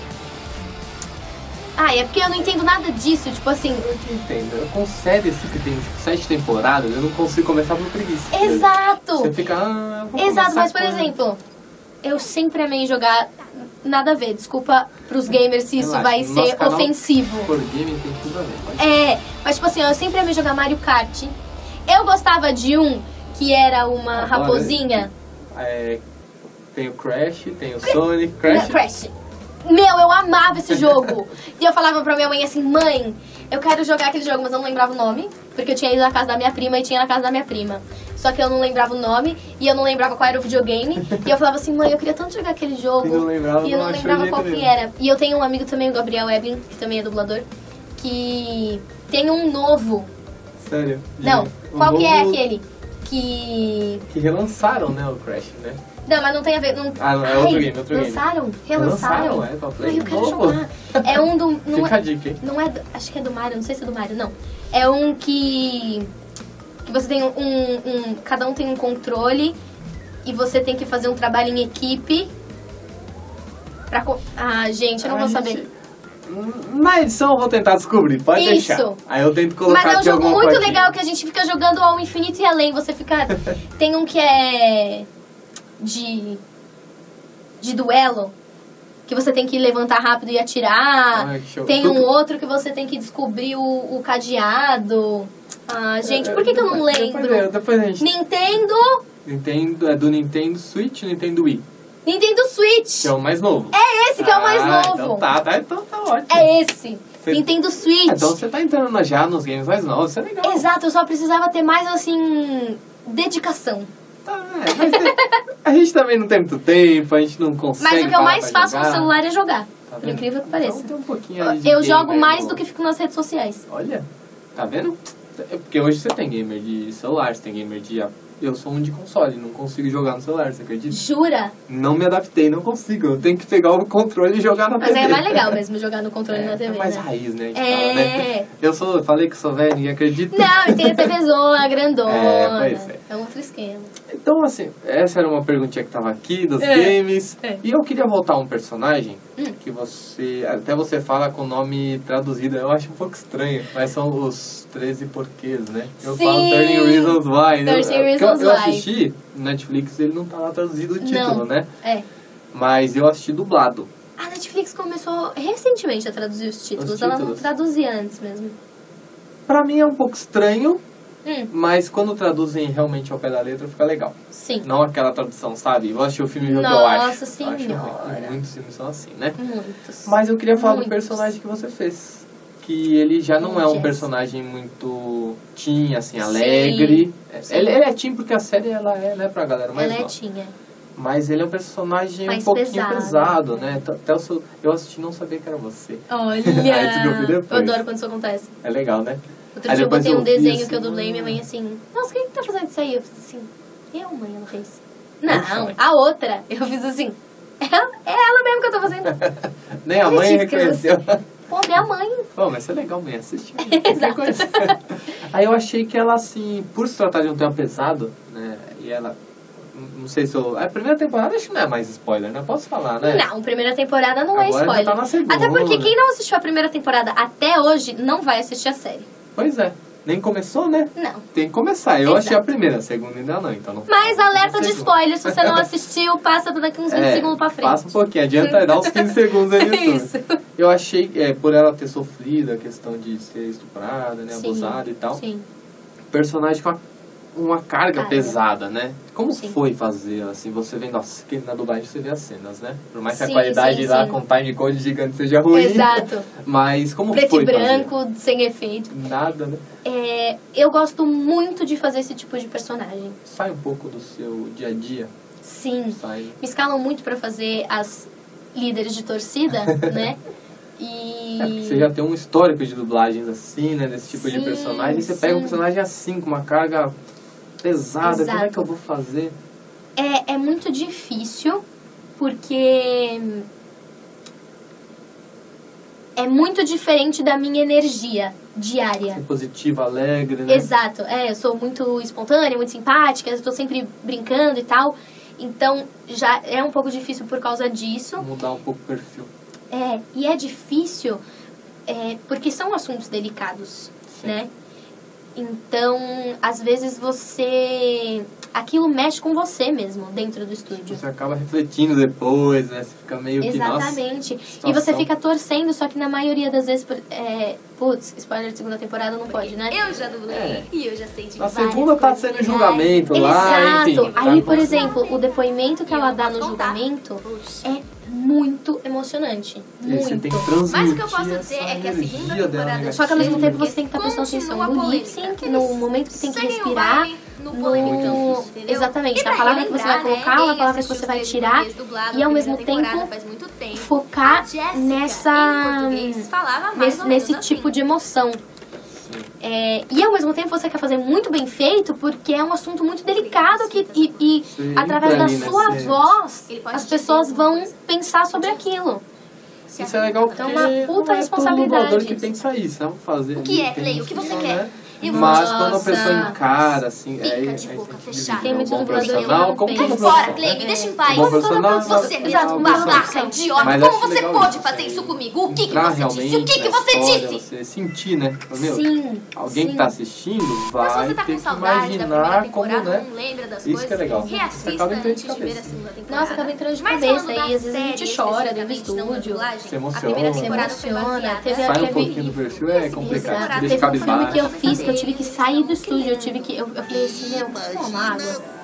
Speaker 4: Ah, é porque eu não entendo nada disso. Tipo assim,
Speaker 5: Eu te entendo. Eu com séries que tem tipo, sete temporadas, eu não consigo começar por preguiça. Você
Speaker 4: Exato!
Speaker 5: fica. Ah, eu vou
Speaker 4: Exato,
Speaker 5: começar
Speaker 4: mas por
Speaker 5: com-
Speaker 4: exemplo, eu sempre amei jogar nada a ver. Desculpa pros gamers se isso
Speaker 5: Relaxa,
Speaker 4: vai
Speaker 5: no nosso
Speaker 4: ser
Speaker 5: canal,
Speaker 4: ofensivo.
Speaker 5: Por game tem tudo a ver. pode-
Speaker 4: É, mas tipo assim, eu sempre amei jogar Mario Kart. Eu gostava de um que era uma
Speaker 5: Adoro
Speaker 4: raposinha.
Speaker 5: É, tem o Crash, tem o Sonic. Crash.
Speaker 4: Não, Crash. Meu, eu amava esse jogo. e eu falava pra minha mãe assim, mãe, eu quero jogar aquele jogo, mas eu não lembrava o nome. Porque eu tinha ido na casa da minha prima e tinha na casa da minha prima. Só que eu não lembrava o nome e eu não lembrava qual era o videogame. e eu falava assim, mãe, eu queria tanto jogar aquele jogo.
Speaker 5: E não lembrava,
Speaker 4: e eu
Speaker 5: não
Speaker 4: não
Speaker 5: achou
Speaker 4: lembrava
Speaker 5: jeito
Speaker 4: qual que
Speaker 5: mesmo.
Speaker 4: era. E eu tenho um amigo também, o Gabriel Eblin, que também é dublador, que tem um novo.
Speaker 5: Sério.
Speaker 4: Não,
Speaker 5: O
Speaker 4: qual que é
Speaker 5: um novo
Speaker 4: aquele? Que.
Speaker 5: Que relançaram, né? O Crash, né?
Speaker 4: Não, mas não tem a ver. Não...
Speaker 5: Ah, não, é
Speaker 4: Ai,
Speaker 5: outro game, é outro game.
Speaker 4: lançaram?
Speaker 5: Relançaram,
Speaker 4: Relançaram?
Speaker 5: é, pra
Speaker 4: Ai,
Speaker 5: Play.
Speaker 4: eu quero
Speaker 5: Novo.
Speaker 4: jogar. É um do. Não
Speaker 5: Fica a
Speaker 4: é,
Speaker 5: dica, hein?
Speaker 4: não é do- acho que é do Mario, não sei se é do Mario, não. É um que. Que você tem um, um- Cada um tem um controle e você tem que fazer um trabalho em equipe. Pra. co- Ah, gente, eu não vou
Speaker 5: Ah, gente,
Speaker 4: saber.
Speaker 5: Hum, Na edição eu vou tentar descobrir, pode
Speaker 4: Isso.
Speaker 5: deixar. Aí eu tento colocar
Speaker 4: Mas é um
Speaker 5: aqui
Speaker 4: jogo
Speaker 5: alguma
Speaker 4: muito
Speaker 5: coisinha.
Speaker 4: legal que a gente fica jogando ao infinito e além. Você fica. Tem um que é. De. De duelo. Que você tem que levantar rápido e atirar.
Speaker 5: Ah, que show.
Speaker 4: tem
Speaker 5: Tu-
Speaker 4: um outro que você tem que descobrir o, o cadeado. Ah, gente, por que, que eu não
Speaker 5: Depois, É, eu-
Speaker 4: lembro?
Speaker 5: depois a gente.
Speaker 4: Nintendo.
Speaker 5: Nintendo, é do Nintendo Switch e Nintendo Wii,
Speaker 4: Nintendo Switch.
Speaker 5: que é o mais novo.
Speaker 4: É esse que é o mais
Speaker 5: Ah,
Speaker 4: novo.
Speaker 5: Então tá, tá, então tá ótimo.
Speaker 4: É esse.
Speaker 5: Você-
Speaker 4: Nintendo Switch.
Speaker 5: Então você tá entrando na- já nos games mais novos, isso é legal.
Speaker 4: Exato, eu só precisava ter mais, assim, dedicação.
Speaker 5: Tá, é, mas é- a gente também não tem muito tempo, a gente não consegue.
Speaker 4: Mas o que eu
Speaker 5: parar
Speaker 4: mais
Speaker 5: pra
Speaker 4: faço
Speaker 5: jogar.
Speaker 4: com o celular é jogar.
Speaker 5: Tá
Speaker 4: por
Speaker 5: vendo?
Speaker 4: incrível que
Speaker 5: Então
Speaker 4: pareça.
Speaker 5: tem um pouquinho aí de
Speaker 4: eu
Speaker 5: game
Speaker 4: jogo
Speaker 5: aí
Speaker 4: mais
Speaker 5: no-
Speaker 4: do que fico nas redes sociais.
Speaker 5: Olha, tá vendo? É Porque hoje você tem gamer de celular, você tem gamer de. Eu sou um de console, não consigo jogar no celular, você acredita?
Speaker 4: Jura?
Speaker 5: Não me adaptei, não consigo. Eu tenho que pegar o controle e jogar na
Speaker 4: Mas
Speaker 5: TV.
Speaker 4: é mais legal mesmo jogar no controle
Speaker 5: É,
Speaker 4: na TV,
Speaker 5: é mais
Speaker 4: né?
Speaker 5: raiz, né? a gente fala, né?
Speaker 4: É.
Speaker 5: Eu sou, falei que sou velho, ninguém acredita.
Speaker 4: Não, e tem a TVzona, grandona.
Speaker 5: É, pois é.
Speaker 4: é um outro esquema.
Speaker 5: Então, assim, essa era uma perguntinha que tava aqui, dos
Speaker 4: É,
Speaker 5: games.
Speaker 4: é. Hum.
Speaker 5: E eu queria voltar a um personagem que você. Até você fala com o nome traduzido, eu acho um pouco estranho. Mas são os 13 porquês, né? Eu
Speaker 4: Sim!
Speaker 5: falo 13 Reasons Why. né?
Speaker 4: 13
Speaker 5: Porque
Speaker 4: Reasons
Speaker 5: eu, eu
Speaker 4: Why.
Speaker 5: assisti no Netflix, ele não tá lá traduzido o título,
Speaker 4: Não.
Speaker 5: né?
Speaker 4: É.
Speaker 5: Mas eu assisti dublado.
Speaker 4: A Netflix começou recentemente a traduzir os títulos.
Speaker 5: Os
Speaker 4: Ela não
Speaker 5: títulos.
Speaker 4: traduzia antes mesmo.
Speaker 5: Pra mim é um pouco estranho,
Speaker 4: Hum,
Speaker 5: mas quando traduzem realmente ao pé da letra, fica legal.
Speaker 4: sim.
Speaker 5: Não aquela tradução, sabe? Eu assisti o filme e eu
Speaker 4: Nossa
Speaker 5: acho. Eu acho
Speaker 4: Senhora.
Speaker 5: ruim. Muitos filmes são assim, né?
Speaker 4: Muitos.
Speaker 5: Mas eu queria falar do
Speaker 4: Muitos.
Speaker 5: personagem que você fez. Que ele já não é um
Speaker 4: Yes.
Speaker 5: personagem muito teen, assim, alegre.
Speaker 4: sim.
Speaker 5: Ele, ele é teen porque a série ela é, né, pra galera mais
Speaker 4: Ela é
Speaker 5: nova.
Speaker 4: tinha.
Speaker 5: Mas ele é um personagem um
Speaker 4: Mais
Speaker 5: pouquinho pesado,
Speaker 4: pesado.
Speaker 5: né? T- Até o seu- eu assisti e não sabia que era você.
Speaker 4: Olha!
Speaker 5: Aí descobri depois.
Speaker 4: eu adoro quando isso acontece.
Speaker 5: É legal, né?
Speaker 4: Outro
Speaker 5: Aí
Speaker 4: dia eu
Speaker 5: depois
Speaker 4: botei
Speaker 5: eu
Speaker 4: um
Speaker 5: vi
Speaker 4: desenho
Speaker 5: assim,
Speaker 4: que eu dublei, minha mãe assim, nossa, quem que tá fazendo isso aí? Eu fiz assim, eu, mãe, ela fez. Não,
Speaker 5: mãe.
Speaker 4: a outra. Eu fiz assim, ela, é ela mesmo que eu tô fazendo.
Speaker 5: Nem Né, a mãe
Speaker 4: Acredito que era
Speaker 5: reconheceu.
Speaker 4: Pô, minha mãe.
Speaker 5: Pô, mas isso é legal, mãe, assiste. Exato. Aí eu achei que ela, assim, por se tratar de um tema pesado, né? E ela. Não sei se eu. A primeira temporada acho que não é mais spoiler, né? Posso falar, né?
Speaker 4: Não, primeira temporada não é
Speaker 5: Agora já
Speaker 4: spoiler.
Speaker 5: tá na segunda.
Speaker 4: Até porque quem não assistiu a primeira temporada até hoje não vai assistir a série.
Speaker 5: Pois é. Nem começou, né?
Speaker 4: Não.
Speaker 5: Tem que começar. Eu
Speaker 4: Exato.
Speaker 5: achei a primeira, a segunda ainda não, então não.
Speaker 4: Mas alerta de
Speaker 5: Segunda.
Speaker 4: spoiler, se você não assistiu, passa daqui uns 20
Speaker 5: É,
Speaker 4: segundos pra frente.
Speaker 5: Passa né? um pouquinho, adianta dar uns 15 segundos aí.
Speaker 4: É
Speaker 5: nisso.
Speaker 4: isso.
Speaker 5: Eu achei, é, por ela ter sofrido a questão de ser estuprada, né,
Speaker 4: Sim.
Speaker 5: abusada e tal,
Speaker 4: Sim.
Speaker 5: personagem com uma, uma carga
Speaker 4: Carga.
Speaker 5: pesada, né? Como
Speaker 4: Sim.
Speaker 5: foi fazer, assim, você vendo as, que na dublagem você vê as cenas, né? Por mais que a
Speaker 4: Sim,
Speaker 5: qualidade
Speaker 4: sim,
Speaker 5: lá
Speaker 4: sim.
Speaker 5: com time code gigante seja ruim.
Speaker 4: Exato.
Speaker 5: Mas como
Speaker 4: Preto
Speaker 5: foi
Speaker 4: e branco,
Speaker 5: fazer?
Speaker 4: sem efeito.
Speaker 5: Nada, né?
Speaker 4: É, eu gosto muito de fazer esse tipo de personagem.
Speaker 5: Sai um pouco do seu dia a dia,
Speaker 4: Sim.
Speaker 5: sai.
Speaker 4: Me escalam muito pra fazer as líderes de torcida, né? E.
Speaker 5: É, porque você já tem um histórico de dublagens assim, né? Desse tipo de
Speaker 4: Sim,
Speaker 5: personagem. E você pega um
Speaker 4: sim.
Speaker 5: personagem assim, com uma carga pesada. Como é
Speaker 4: Exato.
Speaker 5: que eu vou fazer?
Speaker 4: É, é muito difícil, porque é muito diferente da minha energia diária.
Speaker 5: Ser positiva, alegre, né?
Speaker 4: É. Exato, é, eu sou muito espontânea, muito simpática, eu tô sempre brincando e tal. Então já é um pouco difícil por causa disso.
Speaker 5: Mudar um pouco o perfil.
Speaker 4: É, e é difícil é, porque são assuntos delicados,
Speaker 5: Sim.
Speaker 4: né? Então, às vezes você. Aquilo mexe com você mesmo dentro do estúdio.
Speaker 5: Você acaba refletindo depois, né? Você fica meio que, nossa,
Speaker 4: Exatamente.
Speaker 5: situação.
Speaker 4: E você fica torcendo, só que na maioria das vezes. por- É, putz, spoiler de segunda temporada não pode, né?
Speaker 6: Eu já dublei
Speaker 5: É.
Speaker 6: e eu já sei de
Speaker 5: Na
Speaker 6: várias
Speaker 5: segunda tá
Speaker 6: coisas né?
Speaker 5: sendo
Speaker 6: legais.
Speaker 5: julgamento lá,
Speaker 4: Exato.
Speaker 5: enfim.
Speaker 4: Aí,
Speaker 5: tá
Speaker 4: por
Speaker 5: com-
Speaker 4: exemplo, o depoimento que
Speaker 6: um Eu
Speaker 4: ela
Speaker 6: não
Speaker 4: dá
Speaker 6: posso
Speaker 4: no
Speaker 6: contar.
Speaker 4: julgamento
Speaker 6: Puxa.
Speaker 4: é muito emocionante.
Speaker 5: E aí Você tem que
Speaker 4: Muito.
Speaker 5: transmitir
Speaker 6: Mas o que eu posso
Speaker 5: essa
Speaker 6: dizer é que a
Speaker 5: energia
Speaker 6: segunda
Speaker 5: dela
Speaker 6: temporada-
Speaker 5: negativa.
Speaker 4: Só que ao mesmo
Speaker 6: Sim.
Speaker 4: tempo você tem que estar prestando atenção
Speaker 6: Continua
Speaker 4: no lip
Speaker 6: polêmica,
Speaker 4: sync,
Speaker 6: que
Speaker 4: no
Speaker 6: eles
Speaker 4: momento que tem que
Speaker 6: seguem o
Speaker 4: respirar.
Speaker 6: baile no
Speaker 4: no-
Speaker 6: polêmico, entendeu?
Speaker 4: Exatamente,
Speaker 6: E pra
Speaker 4: a palavra que você vai
Speaker 6: relembrar, né,
Speaker 4: colocar, a
Speaker 6: quem
Speaker 4: palavra que
Speaker 6: assistiu
Speaker 4: você
Speaker 6: os
Speaker 4: vai
Speaker 6: três
Speaker 4: tirar
Speaker 6: primeiros dublados
Speaker 4: e
Speaker 6: na
Speaker 4: ao mesmo
Speaker 6: primeira temporada
Speaker 4: tempo
Speaker 6: faz muito tempo. A
Speaker 4: focar
Speaker 6: Jéssica, em
Speaker 4: nessa
Speaker 6: português, falava mais
Speaker 4: nesse,
Speaker 6: ou menos
Speaker 4: nesse
Speaker 6: assim.
Speaker 4: tipo de emoção. É, e ao mesmo tempo você quer fazer muito bem feito porque é um assunto muito delicado que e, e
Speaker 5: Você
Speaker 4: através
Speaker 5: entra
Speaker 4: da
Speaker 5: ali, né?
Speaker 4: sua
Speaker 5: Você-
Speaker 4: voz
Speaker 6: Ele pode
Speaker 4: as
Speaker 6: te
Speaker 4: pessoas
Speaker 6: dizer alguma
Speaker 4: vão pensar sobre aquilo.
Speaker 6: Se
Speaker 5: Isso é legal porque
Speaker 4: É uma puta
Speaker 5: não é todo
Speaker 4: responsabilidade
Speaker 5: dublador que
Speaker 4: isso.
Speaker 5: tem que sair, sabe? Fazer
Speaker 6: O que
Speaker 5: ali,
Speaker 6: é,
Speaker 5: tem
Speaker 6: Clay?
Speaker 5: gente
Speaker 6: O que você
Speaker 5: não,
Speaker 6: quer?
Speaker 5: né?
Speaker 6: Eu vou-
Speaker 5: Mas quando a
Speaker 4: Nossa.
Speaker 5: pessoa encara, assim,
Speaker 6: Fica
Speaker 5: aí,
Speaker 6: de
Speaker 5: aí
Speaker 6: boca
Speaker 5: você tem que
Speaker 6: fechada.
Speaker 4: Tem muito
Speaker 5: dizer, é um bom
Speaker 4: dublador que
Speaker 5: profissional,
Speaker 4: não
Speaker 5: como
Speaker 4: pensa.
Speaker 5: todo
Speaker 6: Vai fora,
Speaker 5: profissional,
Speaker 6: Clay,
Speaker 5: né?
Speaker 6: me deixa em paz.
Speaker 5: Bom profissional,
Speaker 6: Você
Speaker 5: né?
Speaker 6: me
Speaker 5: Exato,
Speaker 6: um
Speaker 5: um
Speaker 6: babaca,
Speaker 4: profissional.
Speaker 6: idiota.
Speaker 5: Mas
Speaker 6: Como
Speaker 5: acho
Speaker 6: você
Speaker 5: legal
Speaker 6: pôde
Speaker 5: isso,
Speaker 6: fazer
Speaker 5: né?
Speaker 6: isso comigo? O que, que
Speaker 5: Entrar
Speaker 6: você disse? O
Speaker 5: realmente
Speaker 6: que, que
Speaker 5: na
Speaker 6: você
Speaker 5: história,
Speaker 6: disse?
Speaker 5: Você sentir, né? Meu,
Speaker 4: Sim.
Speaker 5: alguém
Speaker 4: sim.
Speaker 5: que tá assistindo
Speaker 6: Mas se
Speaker 5: vai
Speaker 6: você tá
Speaker 5: ter
Speaker 6: com
Speaker 5: que
Speaker 6: saudade da primeira
Speaker 5: imaginar como,
Speaker 6: temporada,
Speaker 5: né?
Speaker 6: não lembra das
Speaker 5: Isso que é
Speaker 6: coisas,
Speaker 5: legal. Você
Speaker 6: reassista
Speaker 5: acaba entrando
Speaker 6: antes
Speaker 5: de
Speaker 6: de ver
Speaker 5: cabeça.
Speaker 6: a segunda temporada.
Speaker 4: Nossa, acaba entrando de
Speaker 6: Mas
Speaker 4: cabeça
Speaker 6: falando
Speaker 4: e
Speaker 6: da
Speaker 4: às vezes a gente
Speaker 6: série,
Speaker 4: chora dentro do
Speaker 6: especificamente, não
Speaker 4: estúdio.
Speaker 6: da dublagem,
Speaker 5: Se
Speaker 6: A primeira
Speaker 5: emociona. né?
Speaker 6: temporada foi
Speaker 4: Se emociona,
Speaker 6: baseada
Speaker 4: teve a-
Speaker 5: Sai um
Speaker 4: teve-
Speaker 5: pouquinho do perfil, é complicado.
Speaker 4: Exato.
Speaker 5: Deixa
Speaker 4: Teve um filme
Speaker 5: cabisbaixo.
Speaker 4: que eu fiz que eu tive que sair do estúdio, eu tive que. Eu, eu falei assim, meu, posso tomar uma água?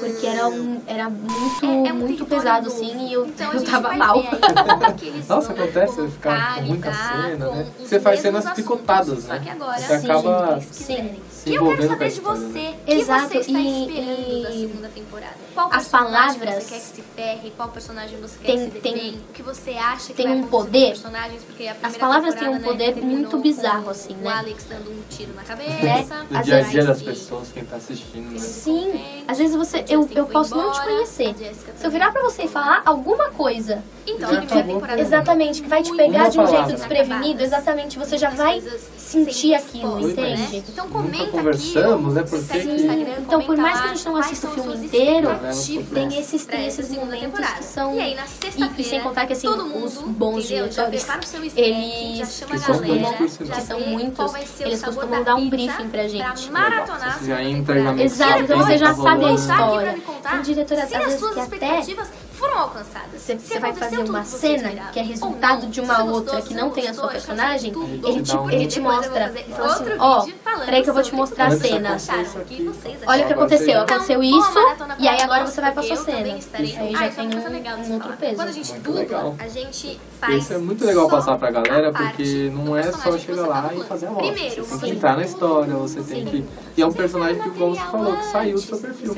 Speaker 4: Porque era, um, era muito,
Speaker 6: É- é um
Speaker 4: muito
Speaker 6: território
Speaker 4: pesado,
Speaker 6: novo.
Speaker 4: assim, e eu,
Speaker 6: Então, a
Speaker 4: eu
Speaker 6: gente
Speaker 4: tava
Speaker 6: vai
Speaker 4: mal.
Speaker 6: ver aí como que eles
Speaker 5: Nossa,
Speaker 6: vão
Speaker 5: acontece você
Speaker 6: colocar,
Speaker 5: ficar com muita
Speaker 6: lidar
Speaker 5: cena,
Speaker 6: com
Speaker 5: né?
Speaker 6: os
Speaker 5: Você faz
Speaker 6: mesmos
Speaker 5: cenas
Speaker 6: assuntos,
Speaker 5: picotadas,
Speaker 6: Só
Speaker 5: né?
Speaker 6: que agora...
Speaker 5: Você acaba
Speaker 6: Sim.
Speaker 5: se
Speaker 6: E eu quero
Speaker 5: envolvendo com a
Speaker 6: saber de
Speaker 5: história. né?
Speaker 6: você. O que
Speaker 4: Exato,
Speaker 6: você está
Speaker 4: e-
Speaker 6: esperando da
Speaker 4: e-
Speaker 6: segunda temporada? Qual
Speaker 4: as
Speaker 6: personagem
Speaker 4: palavras-
Speaker 6: você quer que se ferre? Qual personagem você quer
Speaker 4: Tem-
Speaker 6: que se dê
Speaker 4: tem-
Speaker 6: bem? O que você acha que
Speaker 4: tem
Speaker 6: vai
Speaker 4: um
Speaker 6: acontecer com os
Speaker 4: poder.
Speaker 6: personagens? Porque a
Speaker 4: As
Speaker 6: primeira
Speaker 4: palavras têm um
Speaker 6: temporada, né,
Speaker 4: poder
Speaker 6: terminou
Speaker 4: muito
Speaker 6: com
Speaker 4: bizarro, assim, né?
Speaker 6: O Alex dando um tiro na cabeça.
Speaker 5: Do
Speaker 4: Às
Speaker 5: dia a
Speaker 4: vezes-
Speaker 5: dia das pessoas, quem tá assistindo, né?
Speaker 4: Sim, às vezes você. Eu, eu posso não te conhecer. Se eu virar pra você e falar alguma coisa,
Speaker 6: Então,
Speaker 5: Já
Speaker 6: a primeira
Speaker 5: acabou.
Speaker 6: temporada
Speaker 4: exatamente, que vai te
Speaker 6: muito né?
Speaker 4: pegar de um
Speaker 5: Uma
Speaker 4: jeito
Speaker 5: palavra.
Speaker 4: desprevenido, exatamente, você já
Speaker 6: as
Speaker 4: vai
Speaker 6: coisas
Speaker 4: sentir
Speaker 6: sem
Speaker 4: aquilo,
Speaker 6: resposta, né?
Speaker 4: entende?
Speaker 6: Então
Speaker 5: Nunca
Speaker 6: comenta aqui,
Speaker 5: conversamos, né?
Speaker 6: ou
Speaker 5: Por
Speaker 6: se
Speaker 5: que
Speaker 6: segue no
Speaker 5: que- É,
Speaker 6: Instagram,
Speaker 4: Então, por
Speaker 6: comenta
Speaker 4: mais
Speaker 6: lá
Speaker 4: que a gente não
Speaker 6: quais
Speaker 4: assista o
Speaker 6: são
Speaker 4: filme
Speaker 6: suas
Speaker 4: inteiro,
Speaker 6: expectativas
Speaker 4: tem esses,
Speaker 6: pra
Speaker 4: tem
Speaker 6: essa
Speaker 4: esses
Speaker 6: segunda
Speaker 4: momentos
Speaker 6: temporada.
Speaker 4: que são.
Speaker 6: E aí, na
Speaker 4: e sem
Speaker 6: sexta-feira,
Speaker 4: contar que, assim,
Speaker 6: todo mundo,
Speaker 4: os bons
Speaker 6: entendeu? Já
Speaker 4: diretores,
Speaker 6: prepara o seu snack,
Speaker 4: eles
Speaker 6: já chama a
Speaker 5: que costumam-
Speaker 6: galera,
Speaker 5: que
Speaker 6: já
Speaker 4: são
Speaker 6: vê
Speaker 4: muitos,
Speaker 6: qual vai ser o
Speaker 4: eles
Speaker 6: sabor
Speaker 4: costumam
Speaker 6: da
Speaker 4: dar um
Speaker 6: pizza
Speaker 4: briefing pra gente.
Speaker 6: maratonar a
Speaker 5: Você já
Speaker 6: segunda
Speaker 5: entra já meio
Speaker 6: temporada.
Speaker 5: que
Speaker 4: Exato, então
Speaker 5: sabendo
Speaker 4: você já
Speaker 5: que tá
Speaker 4: sabe a
Speaker 5: rolando.
Speaker 6: Tá aqui pra
Speaker 4: história.
Speaker 6: me contar
Speaker 4: Tem diretor, às
Speaker 6: se as
Speaker 4: vezes,
Speaker 6: suas
Speaker 4: que até
Speaker 6: expectativas foram alcançadas.
Speaker 4: Você,
Speaker 6: Se
Speaker 4: você vai
Speaker 6: aconteceu
Speaker 4: fazer
Speaker 6: tudo
Speaker 4: uma
Speaker 6: que você
Speaker 4: cena
Speaker 6: esperava,
Speaker 4: que é
Speaker 6: ou
Speaker 4: resultado
Speaker 6: não.
Speaker 4: de
Speaker 6: Se
Speaker 4: uma
Speaker 6: você gostou,
Speaker 4: outra
Speaker 6: se
Speaker 4: que
Speaker 6: não
Speaker 4: não tem a
Speaker 6: gostou,
Speaker 4: sua
Speaker 6: eu quero saber
Speaker 4: personagem,
Speaker 6: tudo. tipo
Speaker 4: ele te,
Speaker 5: Porque
Speaker 4: ele te
Speaker 6: depois eu vou
Speaker 4: mostra.
Speaker 6: fazer
Speaker 4: Fala assim,
Speaker 6: outro
Speaker 4: ó,
Speaker 6: vídeo falando
Speaker 4: peraí que eu vou te
Speaker 6: sobre
Speaker 4: mostrar a
Speaker 5: tudo isso.
Speaker 4: cena.
Speaker 5: Isso
Speaker 6: Acharam
Speaker 5: aqui.
Speaker 6: que vocês
Speaker 4: Olha o que
Speaker 5: Agora
Speaker 4: aconteceu,
Speaker 5: tem-
Speaker 4: aconteceu
Speaker 6: Então, boa
Speaker 4: isso,
Speaker 6: maratona com
Speaker 4: e aí
Speaker 6: a
Speaker 4: agora
Speaker 6: Bosta,
Speaker 4: você vai pra
Speaker 6: porque
Speaker 4: sua
Speaker 6: eu também
Speaker 4: cena.
Speaker 6: estarei-
Speaker 4: Aí
Speaker 6: Ah,
Speaker 4: já
Speaker 6: isso é
Speaker 4: tem
Speaker 6: uma coisa
Speaker 4: um-
Speaker 6: legal de
Speaker 4: um outro
Speaker 6: falar.
Speaker 4: peso.
Speaker 6: Quando a gente
Speaker 5: Muito
Speaker 6: dubla,
Speaker 5: legal.
Speaker 6: a gente faz.
Speaker 5: Isso é muito legal
Speaker 6: só
Speaker 5: passar pra galera,
Speaker 6: a parte
Speaker 5: porque
Speaker 6: do
Speaker 5: não é só
Speaker 6: personagem que
Speaker 5: chegar
Speaker 6: você tá
Speaker 5: lá e
Speaker 6: dublando.
Speaker 5: fazer a voz.
Speaker 6: Primeiro,
Speaker 5: Você
Speaker 6: você
Speaker 5: tem que
Speaker 6: tem
Speaker 5: entrar na
Speaker 6: tudo.
Speaker 5: história, você tem que. E é um personagem que, como você falou, que saiu do seu perfil.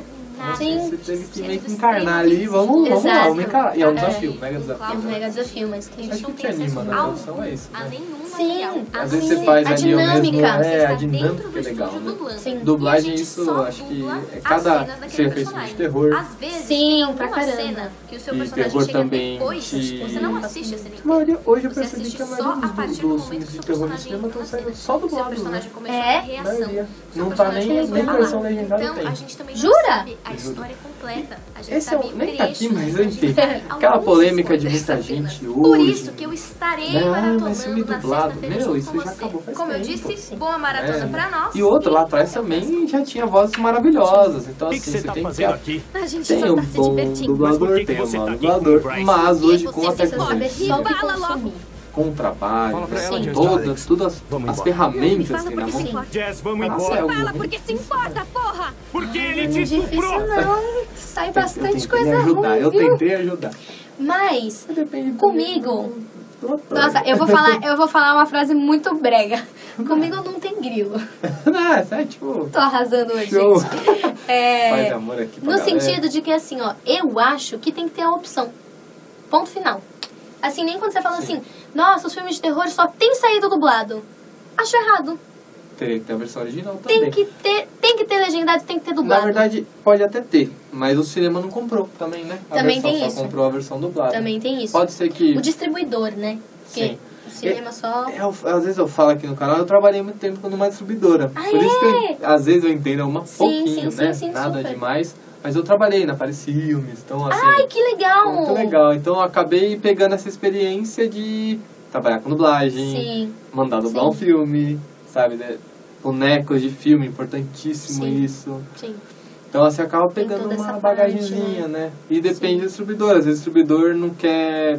Speaker 4: Sim.
Speaker 5: Você teve que meio que encarnar ali, vamos, vamos lá,
Speaker 4: Exato.
Speaker 5: vamos encarar. E é um
Speaker 4: É.
Speaker 5: desafio, mega desafio.
Speaker 4: É um
Speaker 5: né?
Speaker 4: mega desafio, mas que a gente
Speaker 5: Acho que te anima, né? Então é isso.
Speaker 6: A
Speaker 5: Né?
Speaker 6: nenhum
Speaker 4: Sim.
Speaker 6: material.
Speaker 5: Às
Speaker 4: Assim,
Speaker 5: vezes você faz
Speaker 4: a
Speaker 5: ali o mesmo.
Speaker 4: dinâmica.
Speaker 5: É, a
Speaker 6: Você está dentro
Speaker 5: dinâmica
Speaker 6: do
Speaker 5: é legal,
Speaker 6: estúdio
Speaker 5: né?
Speaker 6: dublando.
Speaker 4: Sim.
Speaker 5: Dublagem,
Speaker 6: E a gente
Speaker 5: isso,
Speaker 6: só
Speaker 5: acho que
Speaker 6: dubla
Speaker 5: é
Speaker 6: as
Speaker 5: cada-
Speaker 6: cenas daquele
Speaker 5: você já fez
Speaker 6: personagem.
Speaker 5: filme de terror.
Speaker 6: Às vezes,
Speaker 4: Sim,
Speaker 6: tem
Speaker 4: pra
Speaker 6: uma
Speaker 4: caramba.
Speaker 6: cena que o seu
Speaker 5: E
Speaker 6: personagem
Speaker 5: terror
Speaker 6: chega
Speaker 5: também
Speaker 6: depois,
Speaker 5: te-
Speaker 6: você não assiste a cena inteira.
Speaker 5: Maria, hoje eu
Speaker 6: Você
Speaker 5: percebi
Speaker 6: assiste
Speaker 5: que a
Speaker 6: só a
Speaker 5: maioria dos,
Speaker 6: partir do
Speaker 5: dos
Speaker 6: momento
Speaker 5: filmes
Speaker 6: que
Speaker 5: de
Speaker 6: o seu
Speaker 5: terror no
Speaker 6: personagem
Speaker 5: cinema
Speaker 6: entra
Speaker 5: estão
Speaker 6: na
Speaker 5: saindo
Speaker 6: cena.
Speaker 5: só
Speaker 6: O seu
Speaker 5: dublado.
Speaker 6: personagem
Speaker 5: né?
Speaker 6: começou
Speaker 4: É?
Speaker 6: a reação.
Speaker 5: Maioria.
Speaker 6: Seu
Speaker 5: Não tá
Speaker 6: personagem
Speaker 5: nem-
Speaker 6: começou a
Speaker 5: nem
Speaker 6: falar.
Speaker 5: versão legendada
Speaker 6: Então,
Speaker 5: tem.
Speaker 6: a gente também
Speaker 4: Jura?
Speaker 6: não sabe a
Speaker 5: Juro.
Speaker 6: história completa. A gente
Speaker 5: Esse é
Speaker 6: sabe
Speaker 5: o, nem tá aqui,
Speaker 6: trechos,
Speaker 5: mas
Speaker 6: a gente
Speaker 5: enfim.
Speaker 6: sabe
Speaker 5: Aquela
Speaker 6: alguns
Speaker 5: polêmica de
Speaker 6: spoilers
Speaker 5: muita
Speaker 6: apenas.
Speaker 5: gente
Speaker 6: Por
Speaker 5: hoje.
Speaker 6: isso que eu estarei
Speaker 5: Não, mas filme
Speaker 6: maratonando na
Speaker 5: dublado.
Speaker 6: sexta-feira
Speaker 5: Meu,
Speaker 6: junto
Speaker 5: isso
Speaker 6: com
Speaker 5: já
Speaker 6: você.
Speaker 5: acabou faz
Speaker 6: Como eu
Speaker 5: tempo.
Speaker 6: disse, boa maratona
Speaker 5: É.
Speaker 6: pra nós.
Speaker 5: E outro lá
Speaker 6: e
Speaker 5: atrás também já tinha vozes maravilhosas. Então,
Speaker 7: O
Speaker 5: assim,
Speaker 7: que, que você
Speaker 5: você
Speaker 7: tá
Speaker 5: tem que
Speaker 7: fazendo aqui?
Speaker 3: A gente
Speaker 5: Tem
Speaker 3: só
Speaker 5: um
Speaker 3: tá se
Speaker 5: bom
Speaker 3: divertindo.
Speaker 7: Mas por
Speaker 5: dublador,
Speaker 7: que que
Speaker 5: tem um
Speaker 7: você
Speaker 5: mau
Speaker 7: tá aqui
Speaker 5: dublador,
Speaker 7: com o Bryce?
Speaker 5: mas hoje com a
Speaker 3: você precisa
Speaker 4: saber
Speaker 5: tecnologia,
Speaker 4: só o que
Speaker 3: Fala logo.
Speaker 4: consumir.
Speaker 5: com o trabalho,
Speaker 7: Fala pra
Speaker 5: né,
Speaker 7: ela,
Speaker 5: com
Speaker 7: Jess
Speaker 5: todas,
Speaker 7: Alex.
Speaker 5: todas
Speaker 7: Vamos
Speaker 5: as
Speaker 7: embora.
Speaker 5: ferramentas
Speaker 3: Fala
Speaker 5: assim na
Speaker 3: porque se
Speaker 5: mão.
Speaker 3: importa.
Speaker 7: Jess, vamos
Speaker 5: Nossa, é
Speaker 7: embora.
Speaker 5: o
Speaker 3: Fala porque se importa, porra!
Speaker 7: Porque ele te
Speaker 4: Não é difícil
Speaker 7: estuprou.
Speaker 4: não, que sai
Speaker 5: eu
Speaker 4: bastante
Speaker 5: tentei
Speaker 4: coisa
Speaker 5: ajudar,
Speaker 4: ruim,
Speaker 5: eu
Speaker 4: viu?
Speaker 5: tentei ajudar.
Speaker 4: Mas,
Speaker 5: Depende
Speaker 4: comigo,
Speaker 5: do ator.
Speaker 4: nossa, eu vou falar, eu vou falar uma frase muito brega. Comigo não tem grilo.
Speaker 5: Não, essa é tipo...
Speaker 4: Tô arrasando hoje,
Speaker 5: Show.
Speaker 4: gente. É,
Speaker 5: Faz amor aqui pra
Speaker 4: no
Speaker 5: galera.
Speaker 4: sentido de que assim, ó, eu acho que tem que ter a opção. Ponto final. Assim, nem quando você fala assim, nossa, os filmes de terror só tem saído dublado. Acho errado.
Speaker 5: Teria que ter a versão original também.
Speaker 4: Tem que né? ter, tem que ter legendado, tem que ter
Speaker 5: Na
Speaker 4: dublado.
Speaker 5: verdade, pode até ter, mas o cinema não comprou também, né? A
Speaker 4: Também
Speaker 5: versão
Speaker 4: tem
Speaker 5: só
Speaker 4: isso.
Speaker 5: comprou a versão dublada.
Speaker 4: Também tem isso.
Speaker 5: Pode ser que...
Speaker 4: O distribuidor, né? Porque
Speaker 5: Sim.
Speaker 4: o cinema só.
Speaker 5: É, eu- às vezes eu falo aqui no canal, eu trabalhei muito tempo numa distribuidora. Por isso que eu- às vezes eu entendo uma
Speaker 4: Ah, é? Sim,
Speaker 5: pouquinho,
Speaker 4: sim,
Speaker 5: né?
Speaker 4: sim, sim,
Speaker 5: Nada
Speaker 4: super.
Speaker 5: demais. Mas eu trabalhei na Paris Filmes, então assim.
Speaker 4: Ai, que legal!
Speaker 5: muito legal. Então eu acabei pegando essa experiência de trabalhar com dublagem,
Speaker 4: Sim,
Speaker 5: mandar dublar um
Speaker 4: Sim.
Speaker 5: filme, sabe? Né? Bonecos de filme, importantíssimo
Speaker 4: Sim.
Speaker 5: isso.
Speaker 4: sim.
Speaker 5: Então você acaba
Speaker 4: Tem
Speaker 5: pegando
Speaker 4: toda
Speaker 5: uma
Speaker 4: essa
Speaker 5: bagagenzinha,
Speaker 4: parte,
Speaker 5: né? E depende do distribuidor. Às vezes o distribuidor não quer.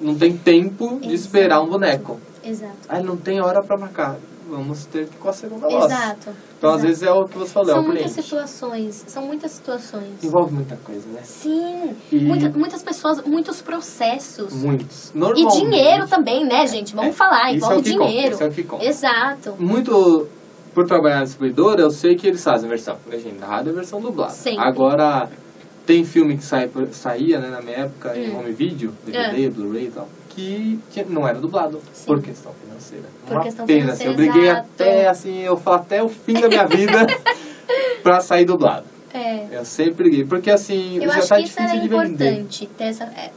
Speaker 5: não tem tempo de esperar um
Speaker 4: Exato.
Speaker 5: boneco.
Speaker 4: Exato.
Speaker 5: Ah, não tem hora pra marcar. Vamos ter que ir com a segunda voz.
Speaker 4: Exato.
Speaker 5: Então,
Speaker 4: exato.
Speaker 5: às vezes, é o que você falou, é
Speaker 4: São
Speaker 5: o
Speaker 4: muitas
Speaker 5: cliente.
Speaker 4: situações. São muitas situações.
Speaker 5: Envolve muita coisa, né?
Speaker 4: Sim.
Speaker 5: E-
Speaker 4: Muita- muitas pessoas, muitos processos.
Speaker 5: Muitos.
Speaker 4: E
Speaker 5: Normalmente.
Speaker 4: dinheiro também, né, gente? Vamos
Speaker 5: É,
Speaker 4: falar,
Speaker 5: isso
Speaker 4: envolve
Speaker 5: é o que Conta,
Speaker 4: dinheiro.
Speaker 5: isso é o que conta.
Speaker 4: Exato.
Speaker 5: Muito por trabalhar na distribuidora, eu sei que eles fazem versão legendada e versão dublada.
Speaker 4: Sempre.
Speaker 5: Agora, tem filme que sai, por- saía, né, na minha época, em
Speaker 4: Hum.
Speaker 5: home video, DVD, Blu-ray e tal, que tinha- não era dublado
Speaker 4: Sim.
Speaker 5: por questão financeira.
Speaker 4: Por
Speaker 5: Uma
Speaker 4: questão
Speaker 5: pena, assim,
Speaker 4: financeira,
Speaker 5: eu briguei
Speaker 4: exato.
Speaker 5: até, assim, eu falo até o fim da minha vida pra sair dublado.
Speaker 4: É.
Speaker 5: Eu sempre briguei, porque assim,
Speaker 4: Eu
Speaker 5: já
Speaker 4: acho
Speaker 5: tá
Speaker 4: que isso
Speaker 5: difícil
Speaker 4: era
Speaker 5: de vender.
Speaker 4: importante, ter essa, é,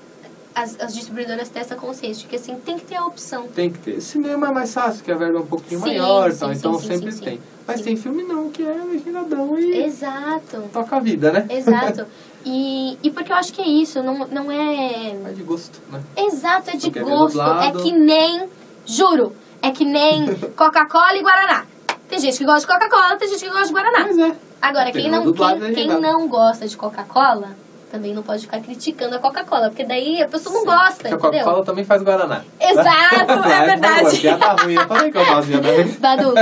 Speaker 4: as, as distribuidoras ter essa consciência de que assim tem que ter a opção.
Speaker 5: Tem que ter. Cinema é mais fácil, que a verba é um pouquinho
Speaker 4: Sim,
Speaker 5: maior,
Speaker 4: sim,
Speaker 5: tal,
Speaker 4: sim,
Speaker 5: então
Speaker 4: sim,
Speaker 5: sempre
Speaker 4: sim, sim.
Speaker 5: tem. Mas
Speaker 4: Sim. É,
Speaker 5: tem filme não, que é legendadão e
Speaker 4: Exato.
Speaker 5: toca a vida, né?
Speaker 4: Exato. E, e porque eu acho que é isso, não, não é.
Speaker 5: É de gosto, né?
Speaker 4: Exato, é
Speaker 5: Não
Speaker 4: de
Speaker 5: quer ver
Speaker 4: gosto. É
Speaker 5: dublado.
Speaker 4: que nem. Juro, é que nem Coca-Cola e Guaraná. Tem gente que gosta de Tá. Coca-Cola, tem gente que gosta de Guaraná.
Speaker 5: Mas é.
Speaker 4: Agora, quem
Speaker 5: Pegou
Speaker 4: não,
Speaker 5: dublado,
Speaker 4: quem, quem
Speaker 5: legendado.
Speaker 4: não gosta de Coca-Cola, também não pode ficar criticando a Coca-Cola, porque daí a pessoa não gosta,
Speaker 5: Porque a
Speaker 4: entendeu?
Speaker 5: Coca-Cola também faz Guaraná.
Speaker 4: Exato, é
Speaker 5: Ah,
Speaker 4: verdade.
Speaker 5: Boa, piada ruim. Eu falei que eu faço piada ruim.
Speaker 4: Badu,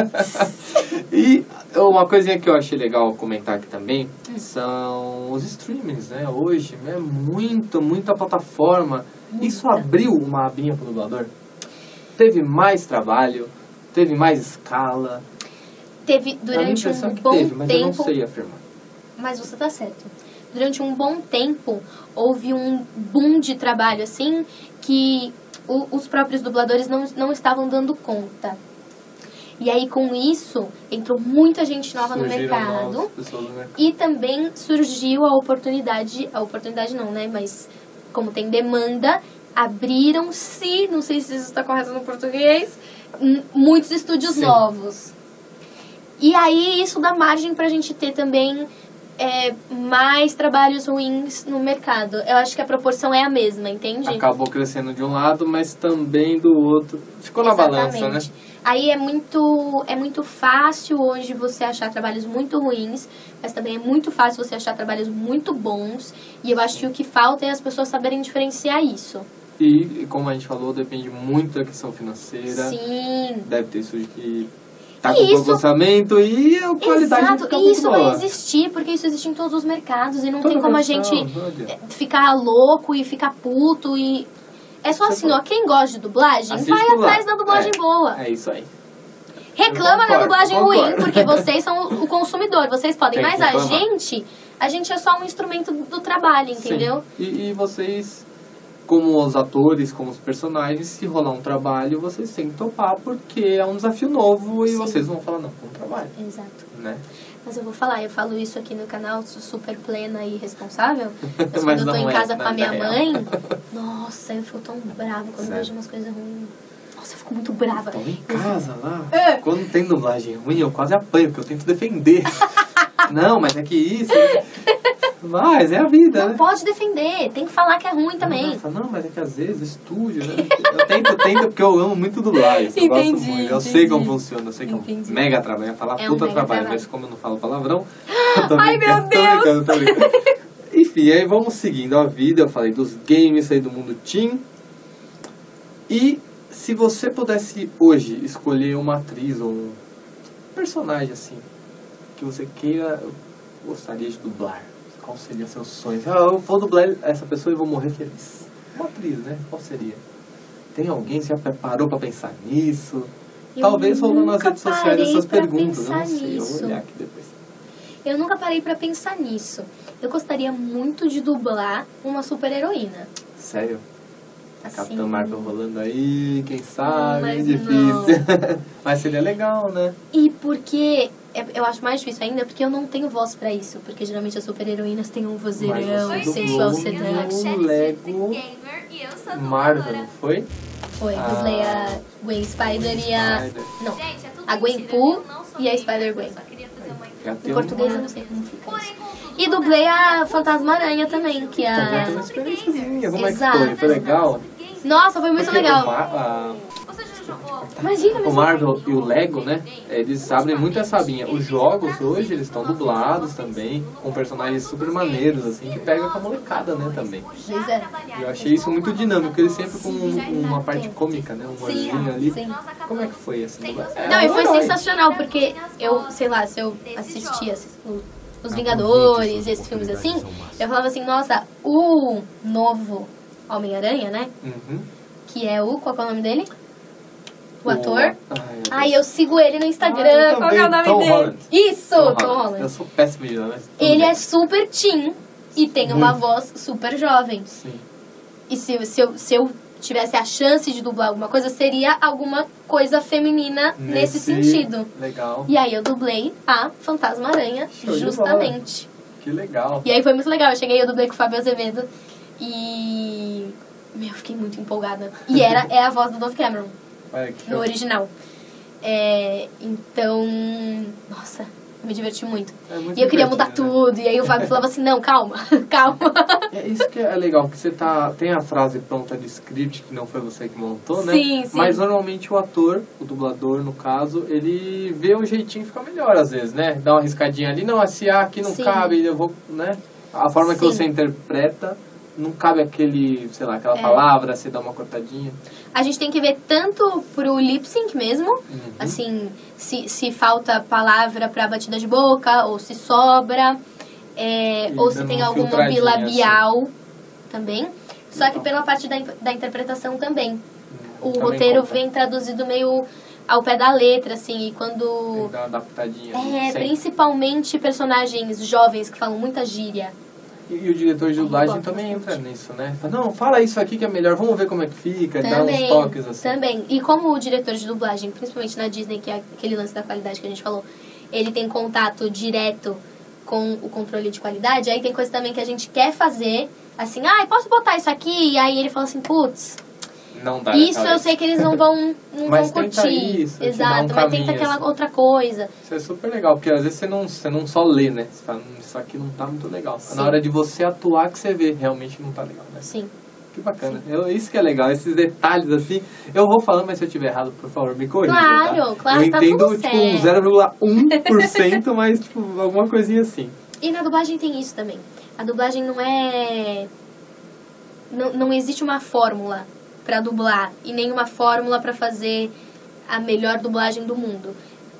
Speaker 5: E uma coisinha que eu achei legal comentar aqui também são os streamings, né? Hoje é muita, muita plataforma. Isso abriu uma abinha pro dublador. Teve mais trabalho, teve mais escala.
Speaker 4: teve
Speaker 5: Dá a
Speaker 4: durante
Speaker 5: impressão
Speaker 4: um
Speaker 5: é que
Speaker 4: bom
Speaker 5: teve, mas eu não
Speaker 4: tempo.
Speaker 5: sei afirmar.
Speaker 4: Mas você tá certo. Durante um bom tempo, houve um boom de trabalho, assim, que o- os próprios dubladores não, não estavam dando conta. E aí, com isso, entrou muita gente nova no
Speaker 5: Surgiram
Speaker 4: mercado.
Speaker 5: novas pessoas né? no mercado.
Speaker 4: E também surgiu a oportunidade, a oportunidade não, né? Mas como tem demanda, abriram-se, não sei se isso está correto no português, m- muitos estúdios
Speaker 5: Sim.
Speaker 4: novos. E aí isso dá margem pra gente ter também é, mais trabalhos ruins no mercado. Eu acho que a proporção é a mesma, entende?
Speaker 5: Acabou crescendo de um lado, mas também do outro. Ficou na balança, né?
Speaker 4: Exatamente. Aí é muito, é muito fácil hoje você achar trabalhos muito ruins, mas também é muito fácil você achar trabalhos muito bons. E eu acho que o que falta é as pessoas saberem diferenciar isso.
Speaker 5: E, como a gente falou, depende muito da questão financeira.
Speaker 4: Sim.
Speaker 5: Deve ter estúdio que tá
Speaker 4: E
Speaker 5: com
Speaker 4: isso-
Speaker 5: pouco orçamento e a qualidade
Speaker 4: Exato,
Speaker 5: fica
Speaker 4: e
Speaker 5: muito
Speaker 4: isso
Speaker 5: boa.
Speaker 4: vai existir, porque isso existe em todos os mercados e não
Speaker 5: Toda
Speaker 4: tem como a
Speaker 5: versão,
Speaker 4: gente
Speaker 5: não adianta.
Speaker 4: ficar louco e ficar puto e. É só
Speaker 5: Você
Speaker 4: assim,
Speaker 5: pode-
Speaker 4: ó, quem gosta de dublagem,
Speaker 5: Assiste
Speaker 4: vai
Speaker 5: lá.
Speaker 4: atrás da dublagem
Speaker 5: É.
Speaker 4: boa.
Speaker 5: É isso aí.
Speaker 4: Reclama da
Speaker 5: concordo,
Speaker 4: dublagem
Speaker 5: concordo.
Speaker 4: ruim, porque vocês são o consumidor, vocês podem.
Speaker 5: Tem que
Speaker 4: Mas a
Speaker 5: reclamar.
Speaker 4: gente, a gente é só um instrumento do trabalho, entendeu?
Speaker 5: Sim. E, e vocês, como os atores, como os personagens, se rolar um trabalho, vocês têm que topar porque é um desafio novo e vocês vão falar, não, foi um trabalho,
Speaker 4: Exato.
Speaker 5: né?
Speaker 4: Mas eu vou falar, eu falo isso aqui no canal, sou super plena e responsável. Mas
Speaker 5: Mas
Speaker 4: quando eu tô
Speaker 5: não
Speaker 4: em
Speaker 5: é,
Speaker 4: casa
Speaker 5: na
Speaker 4: com a minha
Speaker 5: vida
Speaker 4: mãe, nossa, eu fico tão brava quando eu
Speaker 5: Sério.
Speaker 4: vejo umas coisas ruins. Nossa, eu fico muito brava.
Speaker 5: Então em casa lá,
Speaker 4: É.
Speaker 5: quando tem dublagem ruim, eu quase apanho, porque eu tento defender. não, mas é que isso. Mas é a vida, né?
Speaker 4: Não pode defender, tem que falar que é ruim também.
Speaker 5: Nossa, não, mas é que às vezes o estúdio, né? Eu tento, tento, porque eu amo muito dublagem. Eu gosto
Speaker 4: Entendi,
Speaker 5: muito. Eu
Speaker 4: entendi.
Speaker 5: sei como funciona, eu sei que é
Speaker 4: Entendi.
Speaker 5: um mega trabalho. Eu ia falar
Speaker 4: É um
Speaker 5: puta
Speaker 4: mega
Speaker 5: trabalho,
Speaker 4: trabalho.
Speaker 5: mas como eu não falo palavrão. eu tô
Speaker 4: Ai, meu
Speaker 5: brincando, tô brincando, tô brincando. Enfim, aí vamos seguindo a vida. Eu falei dos games, saí do mundo teen. E se você pudesse hoje escolher uma atriz ou um personagem assim, que você queira, gostaria de dublar? Qual seria seus sonhos? Ah, eu vou dublar essa pessoa e vou morrer feliz. Uma atriz, né? Qual seria? Tem alguém que já preparou pra pensar nisso?
Speaker 4: Eu
Speaker 5: Talvez rolando nas
Speaker 4: nunca
Speaker 5: redes sociais essas
Speaker 4: parei pra
Speaker 5: perguntas. Eu não
Speaker 4: pensar
Speaker 5: sei, eu
Speaker 4: nisso.
Speaker 5: vou olhar aqui depois.
Speaker 4: Eu nunca parei pra pensar nisso. Eu gostaria muito de dublar uma super heroína.
Speaker 5: Sério? A
Speaker 4: Assim,
Speaker 5: Capitã Marvel rolando aí, quem sabe?
Speaker 4: Mas não.
Speaker 5: difícil. Mas seria legal, né?
Speaker 4: E porque é- eu acho mais difícil ainda porque eu não tenho voz pra isso, porque geralmente as super-heroínas têm um
Speaker 5: Mas
Speaker 4: vozeirão,
Speaker 5: você
Speaker 4: um
Speaker 5: dublou,
Speaker 4: sensual
Speaker 5: né?
Speaker 4: sedão.
Speaker 5: Lego.
Speaker 6: Gamer e eu
Speaker 4: Tá
Speaker 6: sou
Speaker 5: Marvel,
Speaker 6: dubladora.
Speaker 5: não foi?
Speaker 4: Foi,
Speaker 5: Ah.
Speaker 4: dublei a Gwen Spider e a
Speaker 5: Spider.
Speaker 4: não,
Speaker 6: Gente, é tudo
Speaker 4: A Gwen
Speaker 6: mentira,
Speaker 4: Pooh
Speaker 6: eu não sou
Speaker 4: e a
Speaker 6: gamer,
Speaker 4: Spider-Gwen.
Speaker 6: eu só queria fazer uma
Speaker 5: Já
Speaker 4: em
Speaker 5: tem
Speaker 4: português eu não sei como fica.
Speaker 6: Porém, contudo,
Speaker 4: E
Speaker 6: não
Speaker 4: dublei a
Speaker 6: nada.
Speaker 4: Fantasma Aranha também, que é
Speaker 5: Então, já
Speaker 4: a
Speaker 5: tem uma experiênciazinha. Como
Speaker 4: Exato.
Speaker 5: é que foi? Foi legal?
Speaker 4: Nossa, foi muito
Speaker 5: Porque é O,
Speaker 4: legal.
Speaker 5: Mar- a-
Speaker 6: Você já jogou?
Speaker 4: Imagina,
Speaker 5: o
Speaker 4: mas
Speaker 5: Marvel e o Lego, né? Eles abrem muito essa linha. Os jogos hoje, eles estão dublados também, com personagens super maneiros, assim, que pega com a molecada, né, também.
Speaker 4: Pois é.
Speaker 5: E eu achei isso muito dinâmico, eles sempre com um, uma parte cômica, né? Um humorzinho ali.
Speaker 4: sim.
Speaker 5: Como é que foi essa dublagem?
Speaker 4: Não,
Speaker 5: É
Speaker 4: e
Speaker 5: um
Speaker 4: foi
Speaker 5: herói.
Speaker 4: sensacional, porque eu, sei lá, se eu assistia assim, o- Os Vingadores, esses filmes assim, eu falava assim, nossa, o novo Homem-Aranha, né?
Speaker 5: Uhum.
Speaker 4: Que é o, qual que é o nome dele? O ator.
Speaker 5: Ai, meu
Speaker 4: Ai,
Speaker 5: Deus.
Speaker 4: eu sigo ele no
Speaker 5: Ah,
Speaker 4: Instagram,
Speaker 5: eu
Speaker 4: qual que é o
Speaker 5: também,
Speaker 4: nome
Speaker 5: Tom
Speaker 4: dele?
Speaker 5: Holland.
Speaker 4: Isso,
Speaker 5: Tom
Speaker 4: Tom
Speaker 5: Holland.
Speaker 4: Holland.
Speaker 5: Eu sou péssimo de nome, mas tudo
Speaker 4: Ele
Speaker 5: bem.
Speaker 4: é super teen e tem uma voz super jovem.
Speaker 5: Sim.
Speaker 4: E se, se, eu, se eu tivesse a chance de dublar alguma coisa, seria alguma coisa feminina nesse, sentido.
Speaker 5: Legal.
Speaker 4: E aí eu dublei a Fantasma Aranha,
Speaker 5: Show de
Speaker 4: justamente.
Speaker 5: Que legal.
Speaker 4: E aí foi muito legal. Eu cheguei, eu dublei com o Fábio Azevedo e. Meu, eu fiquei muito empolgada. E era, é a voz do Dove Cameron,
Speaker 5: Olha que
Speaker 4: no original. É, então. Nossa, eu me diverti muito.
Speaker 5: É muito
Speaker 4: E eu queria mudar
Speaker 5: divertido, né?
Speaker 4: tudo. E aí o Fábio falava assim: não, calma, calma.
Speaker 5: É isso que é legal, que você tá, tem a frase pronta do script, que não foi você que montou, né?
Speaker 4: Sim, sim.
Speaker 5: Mas normalmente o ator, o dublador no caso, ele um vê o jeitinho e fica melhor às vezes, né? Dá uma riscadinha ali, não, esse A aqui não
Speaker 4: Sim.
Speaker 5: cabe, eu vou, né? A forma que
Speaker 4: Sim.
Speaker 5: você interpreta, não cabe aquele, sei lá,
Speaker 4: É.
Speaker 5: aquela palavra, você dá uma cortadinha.
Speaker 4: A gente tem que ver tanto pro lip sync mesmo, assim, se, se falta palavra pra batida de boca, ou se sobra, é,
Speaker 5: E
Speaker 4: ou se
Speaker 5: dando
Speaker 4: tem
Speaker 5: uma
Speaker 4: alguma
Speaker 5: filtradinha, assim.
Speaker 4: bilabial também. Só que
Speaker 5: Legal.
Speaker 4: pela parte da, in- da interpretação também. O
Speaker 5: Também
Speaker 4: roteiro
Speaker 5: conta.
Speaker 4: vem traduzido meio ao pé da letra, assim, e
Speaker 5: Tem
Speaker 4: quando.
Speaker 5: que dar uma adaptadinha.
Speaker 4: É,
Speaker 5: sempre.
Speaker 4: principalmente personagens jovens que falam muita gíria.
Speaker 5: E, e o diretor de dublagem
Speaker 4: gosto
Speaker 5: também entra nisso, né? Fala, não, fala isso aqui que é melhor, vamos ver como é que fica, dá uns
Speaker 4: Também,
Speaker 5: toques assim.
Speaker 4: Também. E como o diretor de dublagem, principalmente na Disney, que é aquele lance da qualidade que a gente falou, ele tem contato direto com o controle de qualidade, aí tem coisa também que a gente quer fazer, assim, ah, posso botar isso aqui? E aí ele fala assim, putz,
Speaker 5: Não dá. né,
Speaker 4: isso
Speaker 5: cara,
Speaker 4: eu sei que eles não vão, não
Speaker 5: Mas
Speaker 4: vão
Speaker 5: tenta
Speaker 4: curtir.
Speaker 5: isso, te dá um
Speaker 4: Exato, mas
Speaker 5: caminho,
Speaker 4: tenta aquela
Speaker 5: assim.
Speaker 4: outra coisa.
Speaker 5: Isso é super legal, porque às vezes você não, você não só lê, né? Você fala, "Hum, isso aqui não tá muito legal. Na hora de você atuar que você vê, realmente não tá legal, né?
Speaker 4: Sim.
Speaker 5: Que bacana. Eu- isso que é legal, esses detalhes assim. Eu vou falando, mas se eu tiver errado, por favor, me corrija.
Speaker 4: Claro,
Speaker 5: tá?
Speaker 4: claro,
Speaker 5: Eu
Speaker 4: tá
Speaker 5: entendo,
Speaker 4: tudo
Speaker 5: tipo, um
Speaker 4: certo.
Speaker 5: 0,1%, mas, tipo, alguma coisinha assim.
Speaker 4: E na dublagem tem isso também. A dublagem não é. Não, não existe uma fórmula pra dublar e nenhuma fórmula pra fazer a melhor dublagem do mundo.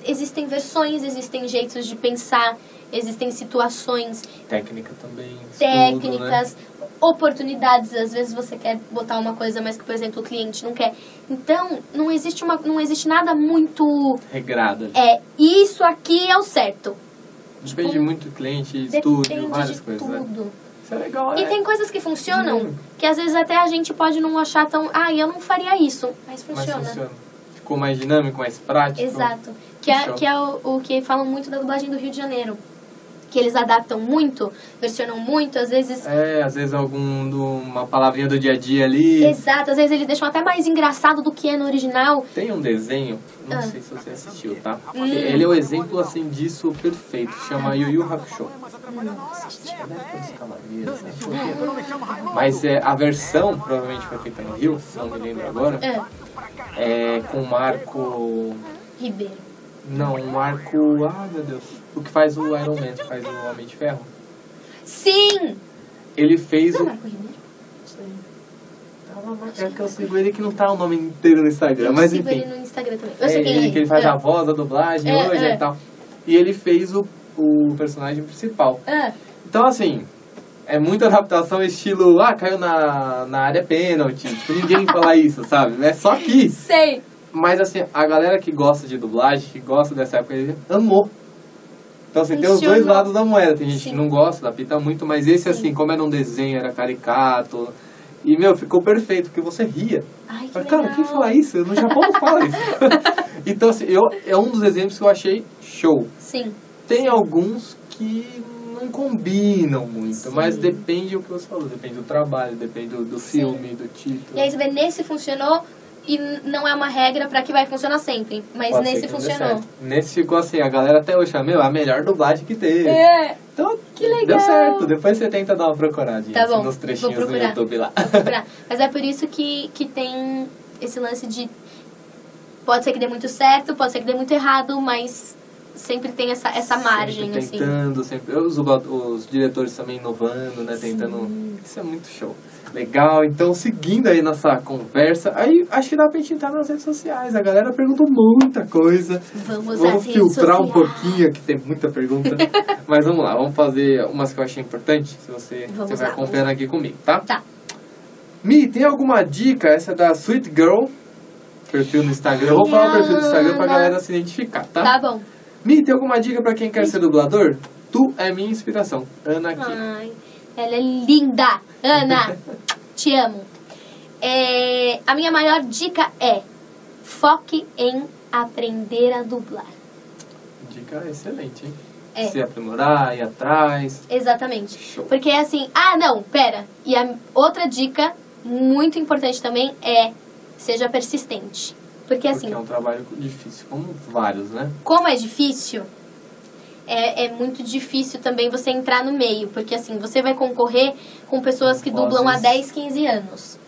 Speaker 4: Existem versões, existem jeitos de pensar, existem situações,
Speaker 5: Técnica também. estudo, né?
Speaker 4: técnicas, oportunidades. Às vezes você quer botar uma coisa, mas que, por exemplo, o cliente não quer. Então, não existe, uma, não existe nada muito.
Speaker 5: né? Regrada.
Speaker 4: É, isso aqui é o certo.
Speaker 5: Depende
Speaker 4: tipo,
Speaker 5: muito do cliente,
Speaker 4: Depende
Speaker 5: estúdio, várias
Speaker 4: de
Speaker 5: coisas, né?
Speaker 4: tudo.
Speaker 5: Isso é legal,
Speaker 4: E
Speaker 5: né?
Speaker 4: tem coisas que funcionam
Speaker 5: Sim.
Speaker 4: que às vezes até a gente pode não achar tão. Ah, eu não faria isso. Mas
Speaker 5: Mas
Speaker 4: funciona.
Speaker 5: funciona. Ficou mais dinâmico, mais prático.
Speaker 4: Exato. Que é,
Speaker 5: Show.
Speaker 4: que é o, o que falam muito da dublagem do Rio de Janeiro. Que eles adaptam muito, versionam muito, às vezes.
Speaker 5: É, às vezes algum do, uma palavrinha do dia a dia ali.
Speaker 4: Exato, às vezes eles deixam até mais engraçado do que é no original.
Speaker 5: Tem um desenho, não
Speaker 4: Ah. Hum.
Speaker 5: sei se você assistiu, tá? Ele é o exemplo assim disso perfeito, chama Yu Yu Hakusho. Mas é, a versão, provavelmente foi feita no Rio, não me lembro agora,
Speaker 4: Ah,
Speaker 5: é com um arco.
Speaker 4: Ribeiro.
Speaker 5: Não, um arco. Ah, meu Deus. O que faz o Iron Man, que faz o Homem de Ferro.
Speaker 4: Sim!
Speaker 5: Ele fez
Speaker 4: Não,
Speaker 5: o.
Speaker 4: Marco Ribeiro.
Speaker 5: É que eu sigo ele que não tá o nome inteiro no Instagram,
Speaker 4: Eu
Speaker 5: É, mas
Speaker 4: sigo
Speaker 5: enfim.
Speaker 4: ele no Instagram também. Eu
Speaker 5: É,
Speaker 4: sei quem
Speaker 5: ele
Speaker 4: é.
Speaker 5: que ele faz
Speaker 4: Ah,
Speaker 5: a voz, a dublagem
Speaker 4: É,
Speaker 5: hoje
Speaker 4: é.
Speaker 5: e tal. E ele fez o, o personagem principal.
Speaker 4: ah,
Speaker 5: Então, assim, é muita adaptação estilo, ah, caiu na, na área pênalti. Tipo, ninguém fala isso, sabe? É só aqui.
Speaker 4: sei!
Speaker 5: Mas, assim, a galera que gosta de dublagem, que gosta dessa época, ele amou. Então, assim, tem os dois
Speaker 4: Funcionou.
Speaker 5: lados da moeda. Tem gente
Speaker 4: Sim.
Speaker 5: que não gosta, adapta muito, mas esse, assim, como era um desenho, era caricato. E, meu, ficou perfeito, porque você ria.
Speaker 4: Ai, que
Speaker 5: Mas, cara,
Speaker 4: legal.
Speaker 5: quem fala isso? No Japão não fala isso. então, assim, eu, é um dos exemplos que eu achei show.
Speaker 4: Sim,
Speaker 5: Tem alguns que não combinam muito, mas depende do que você falou. Depende do trabalho, depende do, do filme, do título.
Speaker 4: E aí você vê, nesse funcionou e n- não é uma regra pra que vai funcionar sempre. Mas
Speaker 5: Pode ser
Speaker 4: nesse
Speaker 5: que não dê
Speaker 4: funcionou.
Speaker 5: certo. Nesse ficou assim, a galera até hoje chama, meu, é a melhor dublagem que teve.
Speaker 4: É,
Speaker 5: Então,
Speaker 4: Que legal.
Speaker 5: Deu certo. Depois você tenta dar uma procuradinha
Speaker 4: Tá
Speaker 5: assim,
Speaker 4: bom,
Speaker 5: nos
Speaker 4: vou
Speaker 5: trechinhos do
Speaker 4: procurar.
Speaker 5: YouTube lá.
Speaker 4: vou procurar. Mas é por isso que, que tem esse lance de. Pode ser que dê muito certo, pode ser que dê muito errado, mas sempre tem essa, essa margem,
Speaker 5: sempre
Speaker 4: assim.
Speaker 5: tentando, sempre. Os, dubla- os diretores também inovando, né? Tentando. Isso é muito show. Legal, então seguindo aí nossa conversa, aí acho que dá pra gente entrar nas redes sociais. A galera perguntou muita coisa.
Speaker 4: Vamos, às
Speaker 5: vamos
Speaker 4: redes
Speaker 5: filtrar um
Speaker 4: sociais.
Speaker 5: pouquinho, que tem muita pergunta. Mas vamos lá, vamos fazer umas que eu achei importante. Se você,
Speaker 4: Vamos
Speaker 5: você vai
Speaker 4: lá,
Speaker 5: acompanhando aqui comigo, tá?
Speaker 4: Tá.
Speaker 5: Mi, tem alguma dica? Essa é da Sweet Girl, perfil no Instagram. Eu vou falar o perfil do Instagram pra
Speaker 4: Ana.
Speaker 5: galera se identificar, tá?
Speaker 4: Tá bom.
Speaker 5: Mi, tem alguma dica pra quem quer ser dublador? Tu é minha inspiração. Ana aqui.
Speaker 4: Ai, ela é linda. Ana, te amo. É, a minha maior dica é foque em aprender a dublar.
Speaker 5: Dica excelente, hein?
Speaker 4: É.
Speaker 5: Se aprimorar, ir atrás.
Speaker 4: Exatamente.
Speaker 5: Show.
Speaker 4: Porque é assim, ah, não, pera. E a outra dica muito importante também é seja persistente. Porque assim,
Speaker 5: Porque é um trabalho difícil, como vários, né?
Speaker 4: como é difícil, é, é muito difícil também você entrar no meio. Porque assim, você vai concorrer com pessoas que dublam há
Speaker 5: Vozes.
Speaker 4: 10, 15 anos.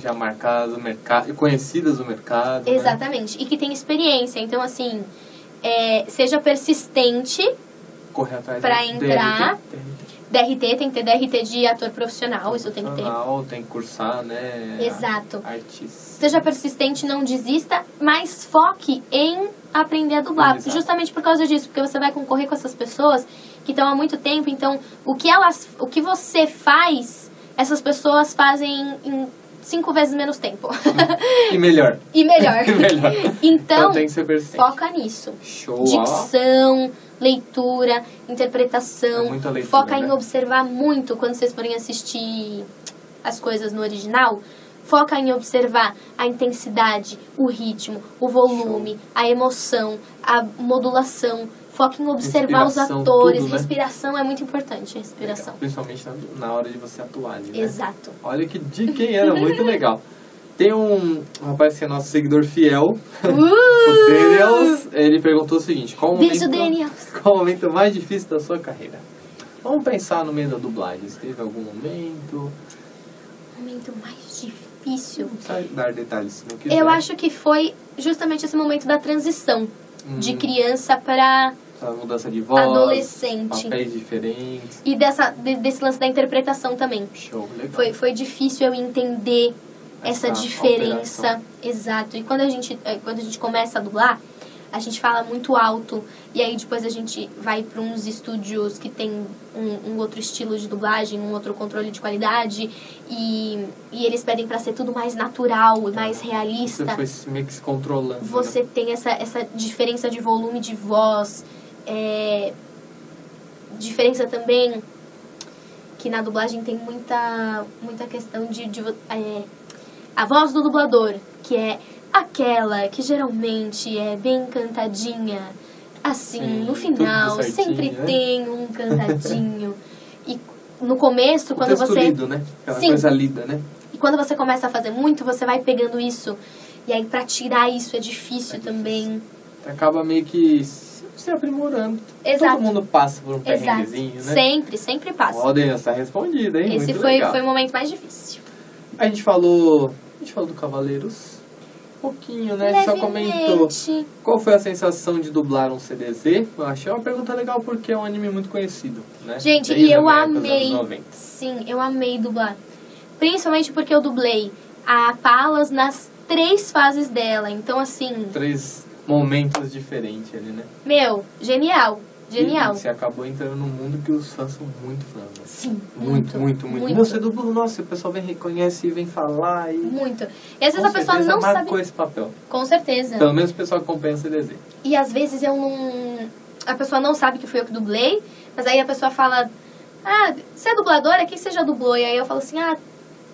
Speaker 5: Já marcadas, mercado, conhecidas do mercado. né?
Speaker 4: Exatamente. E que tem experiência. Então, assim, é, seja persistente
Speaker 5: Correr atrás
Speaker 4: Pra
Speaker 5: do
Speaker 4: entrar.
Speaker 5: DRT.
Speaker 4: DRT, tem que ter DRT de ator profissional, isso tem que ter.
Speaker 5: Profissional, tem que cursar, né?
Speaker 4: Exato.
Speaker 5: Artista.
Speaker 4: Seja persistente, não desista, mas foque em aprender a dublar.
Speaker 5: Exato.
Speaker 4: Justamente por causa disso, porque você vai concorrer com essas pessoas que estão há muito tempo, então o que elas, o que você faz, essas pessoas fazem em cinco vezes menos tempo.
Speaker 5: E melhor.
Speaker 4: e melhor.
Speaker 5: Uhum. Melhor.
Speaker 4: Então,
Speaker 5: tem que ser persistente.
Speaker 4: foca nisso.
Speaker 5: Show, ó.
Speaker 4: Dicção, leitura, interpretação.
Speaker 5: É muita leitura,
Speaker 4: foca em
Speaker 5: né?
Speaker 4: observar muito quando vocês forem assistir as coisas no original. Foca em observar a intensidade, o ritmo, o volume, a emoção, a modulação. Foca em observar os
Speaker 5: Respiração,
Speaker 4: atores.
Speaker 5: tudo, né?
Speaker 4: Respiração é muito importante, respiração.
Speaker 5: Principalmente na, na hora de você atuar ali, né?
Speaker 4: Exato.
Speaker 5: Olha que dica, hein? Era muito legal. Tem um rapaz que é nosso seguidor fiel, o Daniels, ele perguntou o seguinte, qual o
Speaker 4: Beijo,
Speaker 5: momento-
Speaker 4: Uh! Daniels.
Speaker 5: Qual o momento mais difícil da sua carreira? Vamos pensar no meio da dublagem. Se teve algum momento.
Speaker 4: O momento mais difícil.
Speaker 5: Não precisa dar detalhes se não quiser.
Speaker 4: Eu acho que foi justamente esse momento da transição
Speaker 5: Hum,
Speaker 4: de criança para
Speaker 5: essa mudança de voz.
Speaker 4: adolescente.
Speaker 5: Papéis diferentes.
Speaker 4: E dessa, de- desse lance da interpretação também.
Speaker 5: Show, legal.
Speaker 4: Foi, foi difícil eu entender essa,
Speaker 5: Essa
Speaker 4: diferença.
Speaker 5: alteração.
Speaker 4: Exato. E quando a, gente, eh, quando a gente começa a dublar, a gente fala muito alto. E aí depois a gente vai para uns estúdios que tem um, um outro estilo de dublagem, um outro controle de qualidade. E, e eles pedem para ser tudo mais natural, mais
Speaker 5: Você
Speaker 4: realista.
Speaker 5: foi se- meio que se controlando. né?
Speaker 4: Você tem essa, essa diferença de volume de voz, é, diferença também que na dublagem tem muita, muita questão de, de vo- é, a voz do dublador, que é aquela que geralmente é bem cantadinha, assim,
Speaker 5: Sim,
Speaker 4: no
Speaker 5: tudo
Speaker 4: final
Speaker 5: certinho,
Speaker 4: sempre
Speaker 5: né?
Speaker 4: tem um cantadinho. e no começo,
Speaker 5: O
Speaker 4: quando
Speaker 5: texto
Speaker 4: você
Speaker 5: lido, né? Aquela
Speaker 4: Sim.
Speaker 5: coisa lida, né?
Speaker 4: e quando você começa a fazer muito, você vai pegando isso. E aí, pra tirar isso é difícil também.
Speaker 5: Acaba meio que se se aprimorando.
Speaker 4: Exato.
Speaker 5: Todo mundo passa por um
Speaker 4: Exato.
Speaker 5: perrenguezinho, né?
Speaker 4: Sempre, sempre passa.
Speaker 5: Ó, Daniels, tá respondido, hein?
Speaker 4: Esse
Speaker 5: Muito
Speaker 4: foi,
Speaker 5: legal.
Speaker 4: foi o momento mais difícil.
Speaker 5: A gente falou. A gente falou do Cavaleiros. Um pouquinho, né? A gente só comentou.
Speaker 4: Levemente.
Speaker 5: Qual foi a sensação de dublar um CDZ? Eu achei uma pergunta legal porque é um anime muito conhecido, né?
Speaker 4: Gente,
Speaker 5: Desde
Speaker 4: e eu
Speaker 5: a década dos
Speaker 4: amei.
Speaker 5: anos 90.
Speaker 4: Sim, eu amei dublar. Principalmente porque eu dublei a Palas nas três fases dela. Então, assim,
Speaker 5: Três momentos diferentes ali, né?
Speaker 4: meu, genial. Genial.
Speaker 5: E você acabou entrando num mundo que os fãs são muito fãs. né?
Speaker 4: Sim,
Speaker 5: Muito, muito, muito.
Speaker 4: Muito.
Speaker 5: Meu, você dublou, nossa, o pessoal vem, reconhece e vem falar. E
Speaker 4: Muito. E às vezes
Speaker 5: com
Speaker 4: a pessoa
Speaker 5: certeza Então-
Speaker 4: não sabe.
Speaker 5: marcou esse papel.
Speaker 4: Com certeza.
Speaker 5: Pelo menos o pessoal acompanha o CDZ.
Speaker 4: E às vezes eu não. A pessoa não sabe que fui eu que dublei, mas aí a pessoa fala: Ah, você é dubladora? O que você já dublou? E aí eu falo assim: Ah,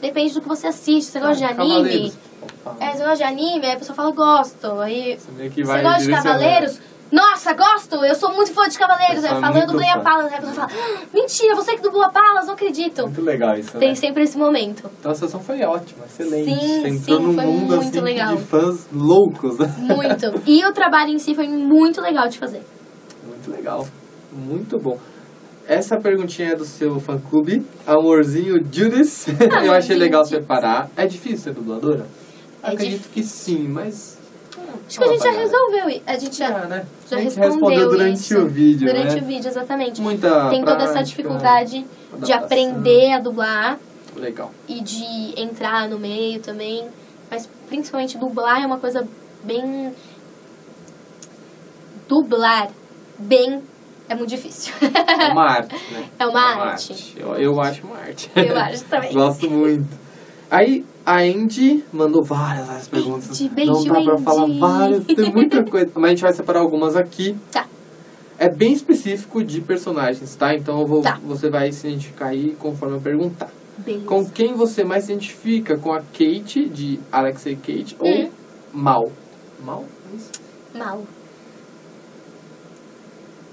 Speaker 4: depende do que você assiste. Você
Speaker 5: Ah,
Speaker 4: gosta de anime?
Speaker 5: Cavaleiros. Opa,
Speaker 4: É, você gosta de anime? Aí a pessoa fala: Gosto. Aí
Speaker 5: Você meio que vai é
Speaker 4: você gosta de
Speaker 5: direcionando.
Speaker 4: Cavaleiros? Nossa, gosto! Eu sou muito fã de Cavaleiros. né? Aí eu
Speaker 5: Pessoal,
Speaker 4: falo: Eu
Speaker 5: muito
Speaker 4: dublei a
Speaker 5: fã.
Speaker 4: Palas. Aí a pessoa fala: "Ah, Mentira, você que dublou a Palas, não acredito.
Speaker 5: Muito legal isso, né?
Speaker 4: Tem sempre esse momento.
Speaker 5: Então a sessão foi ótima, excelente.
Speaker 4: Sim,
Speaker 5: Você entrou
Speaker 4: sim,
Speaker 5: num
Speaker 4: foi
Speaker 5: mundo
Speaker 4: muito
Speaker 5: assim,
Speaker 4: legal.
Speaker 5: de fãs loucos. né?
Speaker 4: Muito. e o trabalho em si foi muito legal de fazer.
Speaker 5: Muito legal. Muito bom. Essa perguntinha é do seu fã clube, Amorzinho Judas. Eu achei legal separar. É difícil ser dubladora?
Speaker 4: É
Speaker 5: Acredito que sim, mas.
Speaker 4: Acho que a gente já
Speaker 5: Trabalhar.
Speaker 4: resolveu. i- A gente já.
Speaker 5: Já, né?
Speaker 4: já
Speaker 5: a gente
Speaker 4: respondeu
Speaker 5: respondeu durante
Speaker 4: isso.
Speaker 5: o vídeo,
Speaker 4: Durante
Speaker 5: né?
Speaker 4: o vídeo, exatamente.
Speaker 5: Muita
Speaker 4: Tem toda essa
Speaker 5: prática,
Speaker 4: dificuldade de
Speaker 5: adaptação.
Speaker 4: aprender a dublar
Speaker 5: Legal.
Speaker 4: e de entrar no meio também. Mas principalmente dublar é uma coisa bem. Dublar bem é muito difícil.
Speaker 5: É uma arte, né?
Speaker 4: É uma arte.
Speaker 5: Eu, eu acho uma arte.
Speaker 4: Eu acho também.
Speaker 5: Gosto muito. Aí a Andy mandou várias, várias perguntas.
Speaker 4: Andy, beijo,
Speaker 5: Não dá pra
Speaker 4: Andy.
Speaker 5: falar várias, tem muita coisa. Mas a gente vai separar algumas aqui.
Speaker 4: Tá.
Speaker 5: É bem específico de personagens, tá? Então eu vou,
Speaker 4: Tá.
Speaker 5: você vai se identificar aí conforme eu perguntar.
Speaker 4: Beleza.
Speaker 5: Com quem você mais se identifica? Com a Kate, de Alexei Kate,
Speaker 4: Hum.
Speaker 5: ou Mal? Mal? É isso?
Speaker 4: Mal.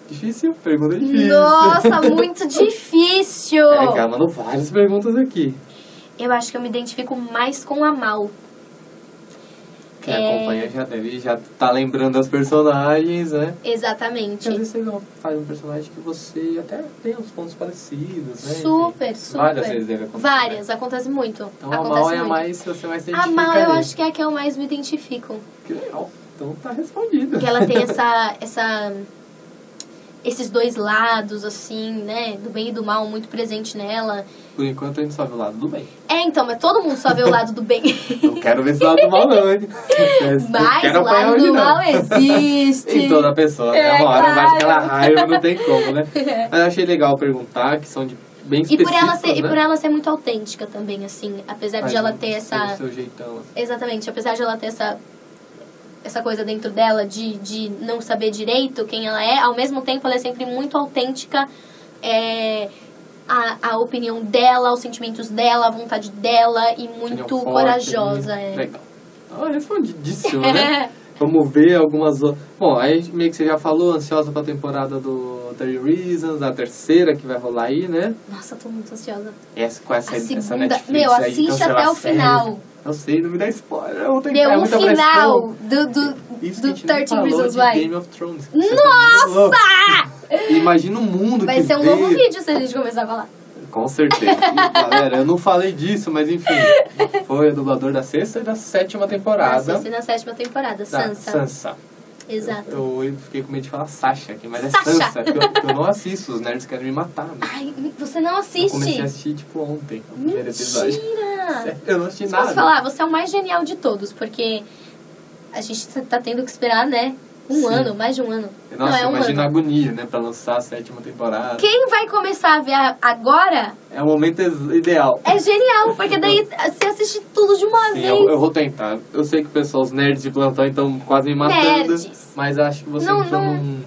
Speaker 5: Difícil? Pergunta difícil.
Speaker 4: Nossa, muito difícil!
Speaker 5: É que ela mandou várias perguntas aqui.
Speaker 4: Eu acho que eu me identifico mais com a Mal.
Speaker 5: Quem
Speaker 4: É.
Speaker 5: acompanha já deve já tá lembrando das personagens, né?
Speaker 4: Exatamente.
Speaker 5: Porque às vezes você não faz um personagem que você até tem uns pontos parecidos, né?
Speaker 4: Super,
Speaker 5: Enfim, Várias
Speaker 4: super.
Speaker 5: vezes deve acontecer.
Speaker 4: Várias, acontece muito.
Speaker 5: Então a
Speaker 4: acontece
Speaker 5: Mal é a
Speaker 4: muito.
Speaker 5: mais, você mais se
Speaker 4: A
Speaker 5: identifica
Speaker 4: Mal eu
Speaker 5: ali.
Speaker 4: acho que é a que eu mais me identifico.
Speaker 5: Que legal. Então tá respondido.
Speaker 4: Porque ela tem essa, essa esses dois lados, assim, né? Do bem e do mal muito presente nela.
Speaker 5: Por enquanto a gente só vê o lado do bem.
Speaker 4: É, então, mas todo mundo só vê o lado do bem.
Speaker 5: Não quero ver esse lado do mal, não, hein? Eu
Speaker 4: mas
Speaker 5: quero
Speaker 4: o
Speaker 5: apanhar
Speaker 4: lado
Speaker 5: hoje,
Speaker 4: do
Speaker 5: não.
Speaker 4: mal existe.
Speaker 5: Em toda pessoa, né?
Speaker 4: É,
Speaker 5: Uma hora vai
Speaker 4: claro. É.
Speaker 5: aquela raiva, não tem como, né? Mas eu achei legal perguntar, que são de bem
Speaker 4: E por,
Speaker 5: específicos,
Speaker 4: ela ser,
Speaker 5: né?
Speaker 4: e por ela ser muito autêntica também, assim, apesar de
Speaker 5: Ah,
Speaker 4: ela
Speaker 5: gente,
Speaker 4: ter
Speaker 5: pelo
Speaker 4: essa.
Speaker 5: seu jeitão, assim.
Speaker 4: Exatamente, apesar de ela ter essa, essa coisa dentro dela de, de não saber direito quem ela é, ao mesmo tempo ela é sempre muito autêntica é, a, a opinião dela, os sentimentos dela, a vontade dela e muito
Speaker 5: Opinião é um forte,
Speaker 4: corajosa.
Speaker 5: né?
Speaker 4: é.
Speaker 5: Legal. Ah, respondidíssimo, né? Vamos ver algumas outras. Bom, aí meio que você já falou, ansiosa pra temporada do 30 Reasons, a terceira que vai rolar aí, né?
Speaker 4: Nossa, tô muito ansiosa.
Speaker 5: Essa, com essa,
Speaker 4: A
Speaker 5: essa
Speaker 4: segunda-
Speaker 5: Netflix
Speaker 4: meu,
Speaker 5: aí, então
Speaker 4: assiste
Speaker 5: cancela
Speaker 4: até o
Speaker 5: a série.
Speaker 4: final.
Speaker 5: Eu sei, não me dá spoiler. Eu vou ter que
Speaker 4: Meu,
Speaker 5: dar
Speaker 4: o
Speaker 5: muita pressão.
Speaker 4: final do, do,
Speaker 5: Isso
Speaker 4: do
Speaker 5: que a
Speaker 4: 13
Speaker 5: gente não falou
Speaker 4: Reasons
Speaker 5: de
Speaker 4: Why.
Speaker 5: Game of Thrones. Nossa! Imagina o mundo
Speaker 4: Vai
Speaker 5: que
Speaker 4: ser um
Speaker 5: veio.
Speaker 4: novo vídeo se a gente começar a falar.
Speaker 5: Com certeza. Ih, Galera, eu não falei disso, mas enfim. Foi o dublador da sexta e da sétima temporada.
Speaker 4: Assiste na sétima temporada,
Speaker 5: da
Speaker 4: Sansa.
Speaker 5: Tá, Sansa.
Speaker 4: Exato.
Speaker 5: Eu, eu fiquei com medo de falar Sasha aqui, mas
Speaker 4: Sasha.
Speaker 5: é Sansa, que eu, que eu não assisto, os nerds querem me matar. Né?
Speaker 4: Ai, você não
Speaker 5: Eu comecei
Speaker 4: assiste.
Speaker 5: a assistir, tipo, ontem, o primeiro episódio.
Speaker 4: Mentira!
Speaker 5: Sério, Eu não assisti
Speaker 4: Posso
Speaker 5: nada.
Speaker 4: falar, você é o mais genial de todos, porque a gente tá- tá tendo que esperar, né? Um
Speaker 5: Sim.
Speaker 4: ano, mais de um ano.
Speaker 5: Nossa,
Speaker 4: não, é um
Speaker 5: imagina a
Speaker 4: ano.
Speaker 5: agonia, né, pra lançar a sétima temporada.
Speaker 4: Quem vai começar a ver a- agora
Speaker 5: É o momento ex- ideal.
Speaker 4: é genial, porque daí você assiste tudo de uma
Speaker 5: Sim,
Speaker 4: vez.
Speaker 5: eu, eu vou tentar. Eu sei que o pessoal, os nerds de plantão estão quase me matando.
Speaker 4: Nerds.
Speaker 5: Mas acho que você
Speaker 4: Não,
Speaker 5: entrou
Speaker 4: não.
Speaker 5: Num,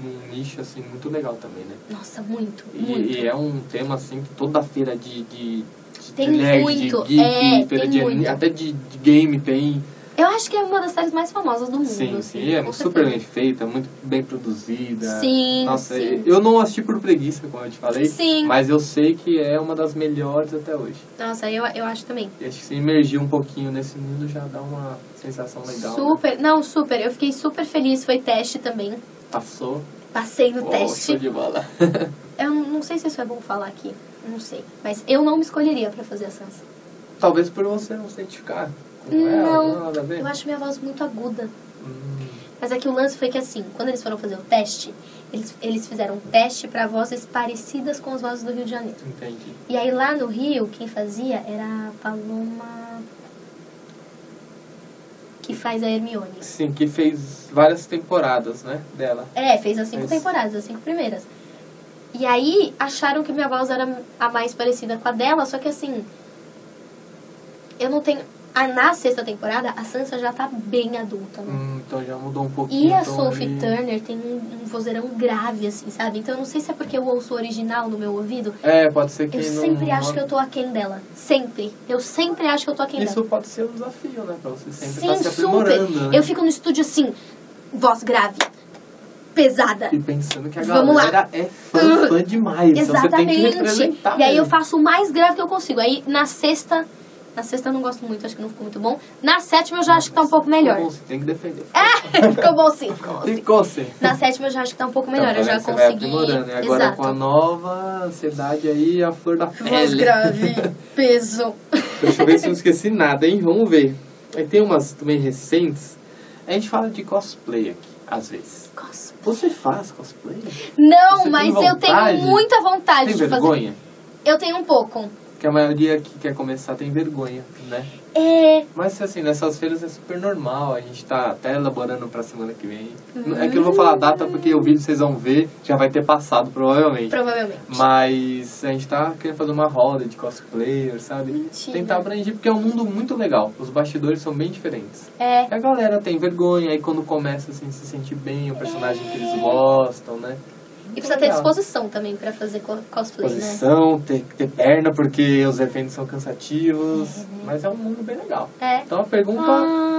Speaker 5: num nicho, assim, muito legal também, né?
Speaker 4: Nossa, muito, muito.
Speaker 5: E, e é um tema, assim, que toda feira de... de de
Speaker 4: Tem
Speaker 5: nerd,
Speaker 4: muito,
Speaker 5: de geek,
Speaker 4: é,
Speaker 5: feira
Speaker 4: tem
Speaker 5: de,
Speaker 4: muito.
Speaker 5: Até de, de game tem.
Speaker 4: Eu acho que é uma das séries mais famosas do mundo.
Speaker 5: Sim,
Speaker 4: assim,
Speaker 5: sim. É
Speaker 4: com
Speaker 5: super bem
Speaker 4: certeza.
Speaker 5: feita, muito bem produzida.
Speaker 4: Sim,
Speaker 5: Nossa,
Speaker 4: sim.
Speaker 5: eu não assisti por preguiça, como eu te falei.
Speaker 4: Sim.
Speaker 5: Mas eu sei que é uma das melhores até hoje.
Speaker 4: Nossa, eu, eu acho também.
Speaker 5: E acho que se imergir um pouquinho nesse mundo já dá uma sensação legal. né?
Speaker 4: Super, não, super. Eu fiquei super feliz. Foi teste também.
Speaker 5: Passou.
Speaker 4: Passei no
Speaker 5: Ó,
Speaker 4: teste.
Speaker 5: show de bola.
Speaker 4: Eu não não sei se isso é bom falar aqui. Não sei. Mas eu não me escolheria pra fazer a Sansa.
Speaker 5: Talvez por você não se identificar com ela,
Speaker 4: Não. é.
Speaker 5: não nada a ver.
Speaker 4: Eu acho minha voz muito aguda.
Speaker 5: Hum,
Speaker 4: Mas é que o lance foi que assim, quando eles foram fazer o teste, eles, eles fizeram um teste pra vozes parecidas com as vozes do Rio de Janeiro.
Speaker 5: entendi.
Speaker 4: E aí lá no Rio, quem fazia era a Paloma. Que faz a Hermione.
Speaker 5: Sim, que fez várias temporadas, né, dela.
Speaker 4: É, fez as cinco
Speaker 5: Mas-
Speaker 4: temporadas, as cinco primeiras. E aí acharam que minha voz era a mais parecida com a dela, só que assim. Eu não tenho. Ah, na sexta temporada, a Sansa já tá bem adulta, né?
Speaker 5: Hum, então já mudou um pouquinho.
Speaker 4: E a
Speaker 5: então
Speaker 4: Sophie
Speaker 5: ali-
Speaker 4: Turner tem um, um vozeirão grave, assim, sabe? Então eu não sei se é porque eu ouço o original no meu ouvido.
Speaker 5: É, pode ser que
Speaker 4: Eu
Speaker 5: não...
Speaker 4: sempre acho que eu tô aquém dela. Sempre. Eu sempre acho que eu tô aquém dela.
Speaker 5: Isso pode ser um desafio, né, pra você sempre
Speaker 4: Sim,
Speaker 5: estar se aprimorando,
Speaker 4: super.
Speaker 5: né?
Speaker 4: Eu fico no estúdio assim, voz grave, pesada.
Speaker 5: E pensando que a
Speaker 4: Vamos lá.
Speaker 5: galera é fã, fã demais. então você tem que
Speaker 4: Exatamente.
Speaker 5: representar
Speaker 4: E aí eu
Speaker 5: mesmo.
Speaker 4: faço o mais grave que eu consigo. Aí na sexta. Na sexta eu não gosto muito, acho que não ficou muito bom. Na sétima eu já acho que tá um pouco melhor.
Speaker 5: Ficou bom, Você tem que defender.
Speaker 4: ficou bom sim, ficou bom sim.
Speaker 5: Ficou sim.
Speaker 4: Na sétima eu já acho que tá um pouco
Speaker 5: Então,
Speaker 4: melhor. eu
Speaker 5: tá
Speaker 4: já
Speaker 5: vendo? Você vai
Speaker 4: consegui.
Speaker 5: aprimorando. E agora
Speaker 4: Exato.
Speaker 5: com a nova ansiedade aí, a flor da
Speaker 4: Voz
Speaker 5: pele.
Speaker 4: grave, peso.
Speaker 5: Deixa eu ver se eu não esqueci nada, hein? Vamos ver. Aí tem umas também recentes. A gente fala de cosplay aqui, às vezes.
Speaker 4: Cos-
Speaker 5: Você faz cosplay? Você
Speaker 4: Não,
Speaker 5: tem
Speaker 4: mas eu
Speaker 5: vontade?
Speaker 4: tenho muita vontade
Speaker 5: tem
Speaker 4: de fazer.
Speaker 5: vergonha?
Speaker 4: Eu tenho um pouco.
Speaker 5: Porque a maioria que quer começar tem vergonha, né?
Speaker 4: É.
Speaker 5: Mas assim, nessas feiras é super normal. A gente tá até elaborando pra semana que vem.
Speaker 4: Uhum.
Speaker 5: É que eu não vou falar a data porque o vídeo vocês vão ver já vai ter passado, provavelmente.
Speaker 4: Provavelmente.
Speaker 5: Mas a gente tá querendo fazer uma roda de cosplayer, sabe?
Speaker 4: Mentira.
Speaker 5: Tentar abranger, porque é um mundo muito legal. Os bastidores são bem diferentes.
Speaker 4: É.
Speaker 5: E a galera tem vergonha, aí quando começa assim, se sentir bem, o personagem que eles gostam, né?
Speaker 4: É. E precisa ter
Speaker 5: Legal.
Speaker 4: disposição também pra fazer co- cosplay, né?
Speaker 5: Posição, ter, ter perna, porque os eventos são cansativos. Mas é um mundo bem legal.
Speaker 4: É.
Speaker 5: Então a pergunta
Speaker 4: Uhum.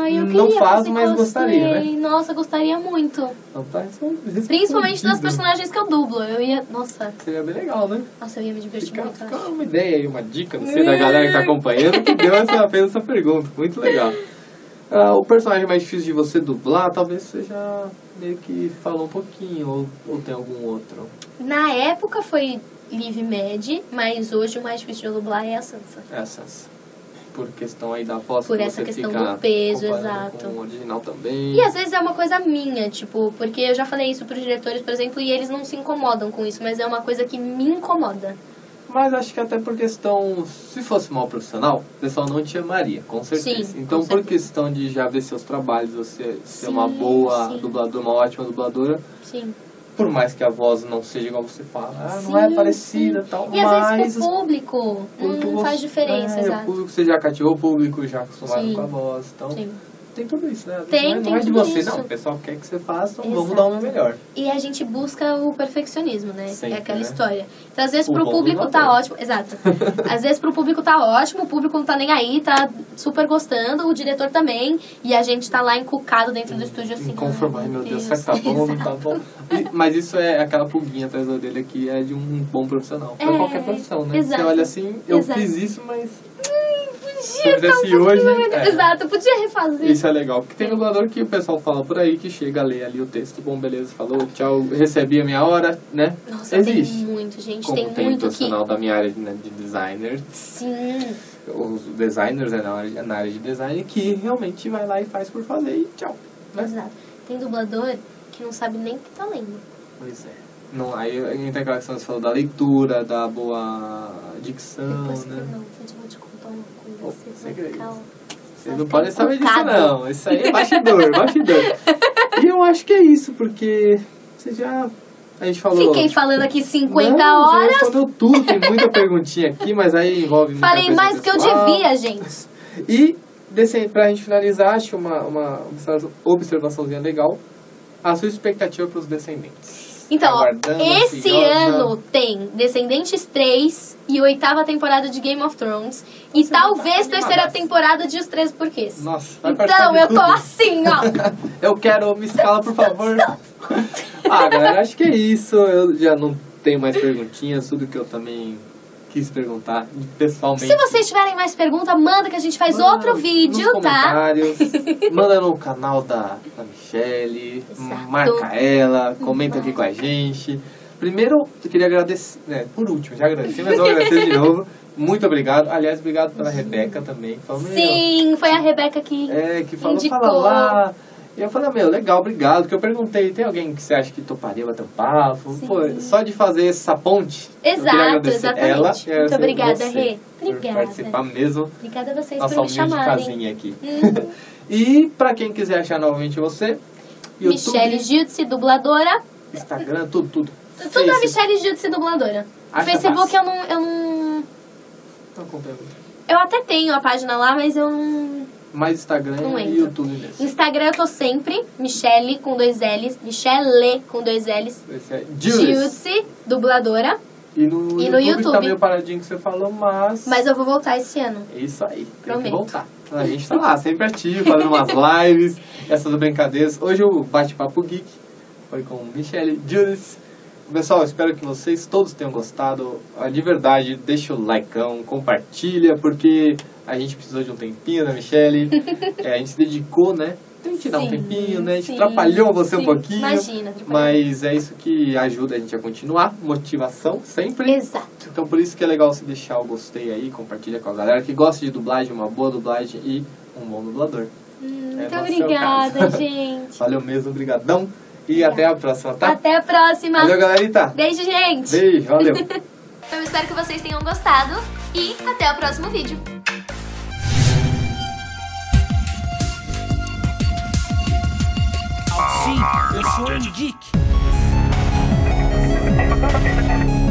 Speaker 4: Ah, eu
Speaker 5: não
Speaker 4: queria
Speaker 5: faz,
Speaker 4: fazer
Speaker 5: mas
Speaker 4: cosplay.
Speaker 5: gostaria, né?
Speaker 4: Nossa, gostaria muito.
Speaker 5: Então tá respondido.
Speaker 4: Principalmente
Speaker 5: Uhum.
Speaker 4: das personagens que eu dublo. Eu ia. Nossa,
Speaker 5: Seria bem legal, né?
Speaker 4: nossa, eu É. ia me divertir
Speaker 5: Fica,
Speaker 4: muito. eu
Speaker 5: fica
Speaker 4: acho.
Speaker 5: uma ideia aí, uma dica, não sei, da galera que tá acompanhando, que deu essa, fez essa pergunta. Muito legal. Ah, o personagem mais difícil de você dublar, talvez você já meio que falou um pouquinho, ou, ou tem algum outro.
Speaker 4: Na época foi Live Med, mas hoje o mais difícil de eu dublar é a Sansa.
Speaker 5: Essas. por questão aí da voz
Speaker 4: Por
Speaker 5: que
Speaker 4: essa
Speaker 5: você
Speaker 4: questão
Speaker 5: fica
Speaker 4: do peso,
Speaker 5: comparando
Speaker 4: exato.
Speaker 5: Com o original também.
Speaker 4: E às vezes é uma coisa minha, tipo, porque eu já falei isso pros diretores, por exemplo, e eles não se incomodam com isso, mas é uma coisa que me incomoda.
Speaker 5: Mas acho que até por questão, se fosse mal profissional, o pessoal não te amaria, com certeza.
Speaker 4: Sim,
Speaker 5: então,
Speaker 4: com
Speaker 5: por
Speaker 4: certeza.
Speaker 5: questão de já ver seus trabalhos, você ser
Speaker 4: Sim,
Speaker 5: uma boa
Speaker 4: sim.
Speaker 5: dubladora, uma ótima dubladora,
Speaker 4: Sim.
Speaker 5: por mais que a voz não seja igual você fala, ah,
Speaker 4: Sim,
Speaker 5: não é parecida
Speaker 4: sim.
Speaker 5: tal,
Speaker 4: E às
Speaker 5: mas
Speaker 4: vezes pro público
Speaker 5: o público
Speaker 4: não faz
Speaker 5: gosta,
Speaker 4: diferença,
Speaker 5: né? O
Speaker 4: exato.
Speaker 5: público você já cativou, o público já acostumado
Speaker 4: Sim.
Speaker 5: com a voz, então
Speaker 4: Sim.
Speaker 5: tem tudo isso, né? Às vezes
Speaker 4: Tem,
Speaker 5: não é,
Speaker 4: tem
Speaker 5: não é de
Speaker 4: tudo
Speaker 5: você,
Speaker 4: isso.
Speaker 5: não, o pessoal quer que você faça, então
Speaker 4: Exato.
Speaker 5: vamos dar uma melhor.
Speaker 4: E a gente busca o perfeccionismo, né?
Speaker 5: Sempre,
Speaker 4: é aquela
Speaker 5: né?
Speaker 4: história. Então, às vezes,
Speaker 5: O
Speaker 4: pro
Speaker 5: bom
Speaker 4: público
Speaker 5: do
Speaker 4: tá
Speaker 5: ator.
Speaker 4: ótimo. Exato. às vezes, pro público tá ótimo, o público não tá nem aí, tá super gostando, o diretor também. E a gente tá lá encucado dentro do estúdio assim.
Speaker 5: Inconformado,
Speaker 4: "Ah,
Speaker 5: Hum, meu Deus, será que tá bom ou não tá bom? E- Mas isso é aquela pulguinha atrás da orelha que é de um bom profissional. Pra
Speaker 4: É,
Speaker 5: qualquer profissão, né?
Speaker 4: exato.
Speaker 5: Você olha assim, eu
Speaker 4: Exato.
Speaker 5: fiz isso, mas se eu
Speaker 4: Podia tá um
Speaker 5: fizesse
Speaker 4: pouquinho
Speaker 5: hoje.
Speaker 4: melhor."
Speaker 5: é,
Speaker 4: Exato, podia refazer.
Speaker 5: Isso é legal, porque tem dublador que o pessoal fala por aí que chega a ler ali o texto, bom, beleza, falou, tchau, recebi a minha hora, né?
Speaker 4: Nossa, tem
Speaker 5: Existe.
Speaker 4: muito, gente.
Speaker 5: Como
Speaker 4: tem,
Speaker 5: tem o
Speaker 4: muito que.
Speaker 5: profissional da minha área né, de designer,
Speaker 4: Sim.
Speaker 5: os designers né, na área, na área de design, que realmente vai lá e faz por fazer e tchau. Né?
Speaker 4: Exato. Tem dublador que não sabe nem o que tá lendo.
Speaker 5: Pois é. Não, aí entra aquela questão que você falou da leitura, da boa dicção,
Speaker 4: Depois que
Speaker 5: né?
Speaker 4: não, então eu vou te contar uma coisa.
Speaker 5: Oh,
Speaker 4: Vocês vão
Speaker 5: segredo.
Speaker 4: ficar. um- ó,
Speaker 5: Vocês
Speaker 4: vai
Speaker 5: não
Speaker 4: ficar
Speaker 5: podem saber um disso,
Speaker 4: encucado.
Speaker 5: não. Isso aí é bastidor, bastidor. E eu acho que é isso, porque você já. A gente falou.
Speaker 4: Fiquei falando aqui 50
Speaker 5: Não, já
Speaker 4: horas.
Speaker 5: respondeu tudo, tem muita perguntinha aqui, mas aí envolve muita
Speaker 4: Falei
Speaker 5: coisa
Speaker 4: mais do que eu
Speaker 5: pessoal.
Speaker 4: devia, gente.
Speaker 5: E, desse, pra gente finalizar, acho uma, uma observa- observaçãozinha legal. A sua expectativa pros descendentes.
Speaker 4: Então, ó,
Speaker 5: Aguardando,
Speaker 4: esse
Speaker 5: ansiosa.
Speaker 4: ano tem Descendentes 3 e oitava temporada de Game of Thrones. E
Speaker 5: Você não tá
Speaker 4: talvez terceira
Speaker 5: animadaça.
Speaker 4: temporada de Os Três Porquês.
Speaker 5: Nossa, vai participar
Speaker 4: Então,
Speaker 5: de
Speaker 4: eu tô
Speaker 5: tudo.
Speaker 4: assim, ó.
Speaker 5: Eu quero me escala, por favor. ah, galera, acho que é isso. Eu já não tenho mais perguntinhas. Tudo que eu também quis perguntar pessoalmente.
Speaker 4: Se vocês tiverem mais pergunta, manda que a gente faz outro
Speaker 5: Manda
Speaker 4: vídeo,
Speaker 5: nos
Speaker 4: tá?
Speaker 5: comentários, Manda no canal da, da Michelle.
Speaker 4: Exato.
Speaker 5: Marca ela. Comenta aqui com a gente. Primeiro, eu queria agradecer. né, por último, já agradeci, mas vou agradecer de novo. Muito obrigado. Aliás, obrigado pela Rebeca também. que falou, "Meu,
Speaker 4: Sim, foi a Rebeca que.
Speaker 5: é, que falou,
Speaker 4: Indicou.
Speaker 5: fala lá. E eu falei, ah, meu, legal, obrigado. Que eu perguntei, tem alguém que você acha que toparia bater um papo?
Speaker 4: Sim.
Speaker 5: Pô, só de fazer essa ponte. eu queria
Speaker 4: Exato,
Speaker 5: agradecer
Speaker 4: exatamente.
Speaker 5: Ela, e
Speaker 4: Muito
Speaker 5: agradecer
Speaker 4: obrigada,
Speaker 5: você
Speaker 4: Rê.
Speaker 5: por
Speaker 4: Obrigada.
Speaker 5: Participar mesmo.
Speaker 4: Obrigada a vocês
Speaker 5: Nossa
Speaker 4: por me
Speaker 5: humilde
Speaker 4: chamarem. Uhum.
Speaker 5: casinha aqui. e pra quem quiser achar novamente você, YouTube,
Speaker 4: Michelle Jutsi, dubladora.
Speaker 5: Instagram, tudo, tudo.
Speaker 4: Tudo a
Speaker 5: Facebook.
Speaker 4: Michelle Jutsi, dubladora.
Speaker 5: Acha
Speaker 4: Facebook
Speaker 5: fácil.
Speaker 4: eu não, eu não.
Speaker 5: Não acompanho.
Speaker 4: Eu até tenho a página lá, mas eu não.
Speaker 5: Mais Instagram
Speaker 4: Não
Speaker 5: e
Speaker 4: entro.
Speaker 5: YouTube mesmo.
Speaker 4: Instagram eu tô sempre. Michelle com dois L's. Michelle com dois L's.
Speaker 5: Esse é Jules.
Speaker 4: Jutsi, dubladora.
Speaker 5: E no,
Speaker 4: E no
Speaker 5: YouTube tá
Speaker 4: YouTube.
Speaker 5: meio paradinho que você falou, mas...
Speaker 4: Mas eu vou voltar esse ano.
Speaker 5: É isso aí, tem que
Speaker 4: Prometo.
Speaker 5: voltar. A gente tá lá, sempre ativo, fazendo umas lives, essas brincadeiras. Hoje o Bate-Papo Geek foi com Michelle Jules. Pessoal, espero que vocês todos tenham gostado. Ah, De verdade, deixa o likeão, compartilha, porque a gente precisou de um tempinho, né, Michelle? É, a gente se dedicou, né? Tem que dar
Speaker 4: Sim,
Speaker 5: um tempinho, né? A gente
Speaker 4: sim,
Speaker 5: atrapalhou você um
Speaker 4: sim.
Speaker 5: pouquinho.
Speaker 4: Imagina, atrapalhou.
Speaker 5: Mas é isso que ajuda a gente a continuar. Motivação, sempre.
Speaker 4: Exato.
Speaker 5: Então por isso que é legal você deixar o gostei aí, compartilha com a galera que gosta de dublagem, uma boa dublagem e um bom dublador.
Speaker 4: Hum, Muito
Speaker 5: É, no seu
Speaker 4: obrigada,
Speaker 5: caso.
Speaker 4: gente.
Speaker 5: Valeu mesmo, brigadão. E até a próxima, tá?
Speaker 4: Até a próxima.
Speaker 5: Valeu, galerita.
Speaker 4: Beijo, gente.
Speaker 5: Beijo, valeu.
Speaker 6: Eu espero que vocês tenham gostado e até o próximo vídeo.
Speaker 1: Sim, eu sou um geek.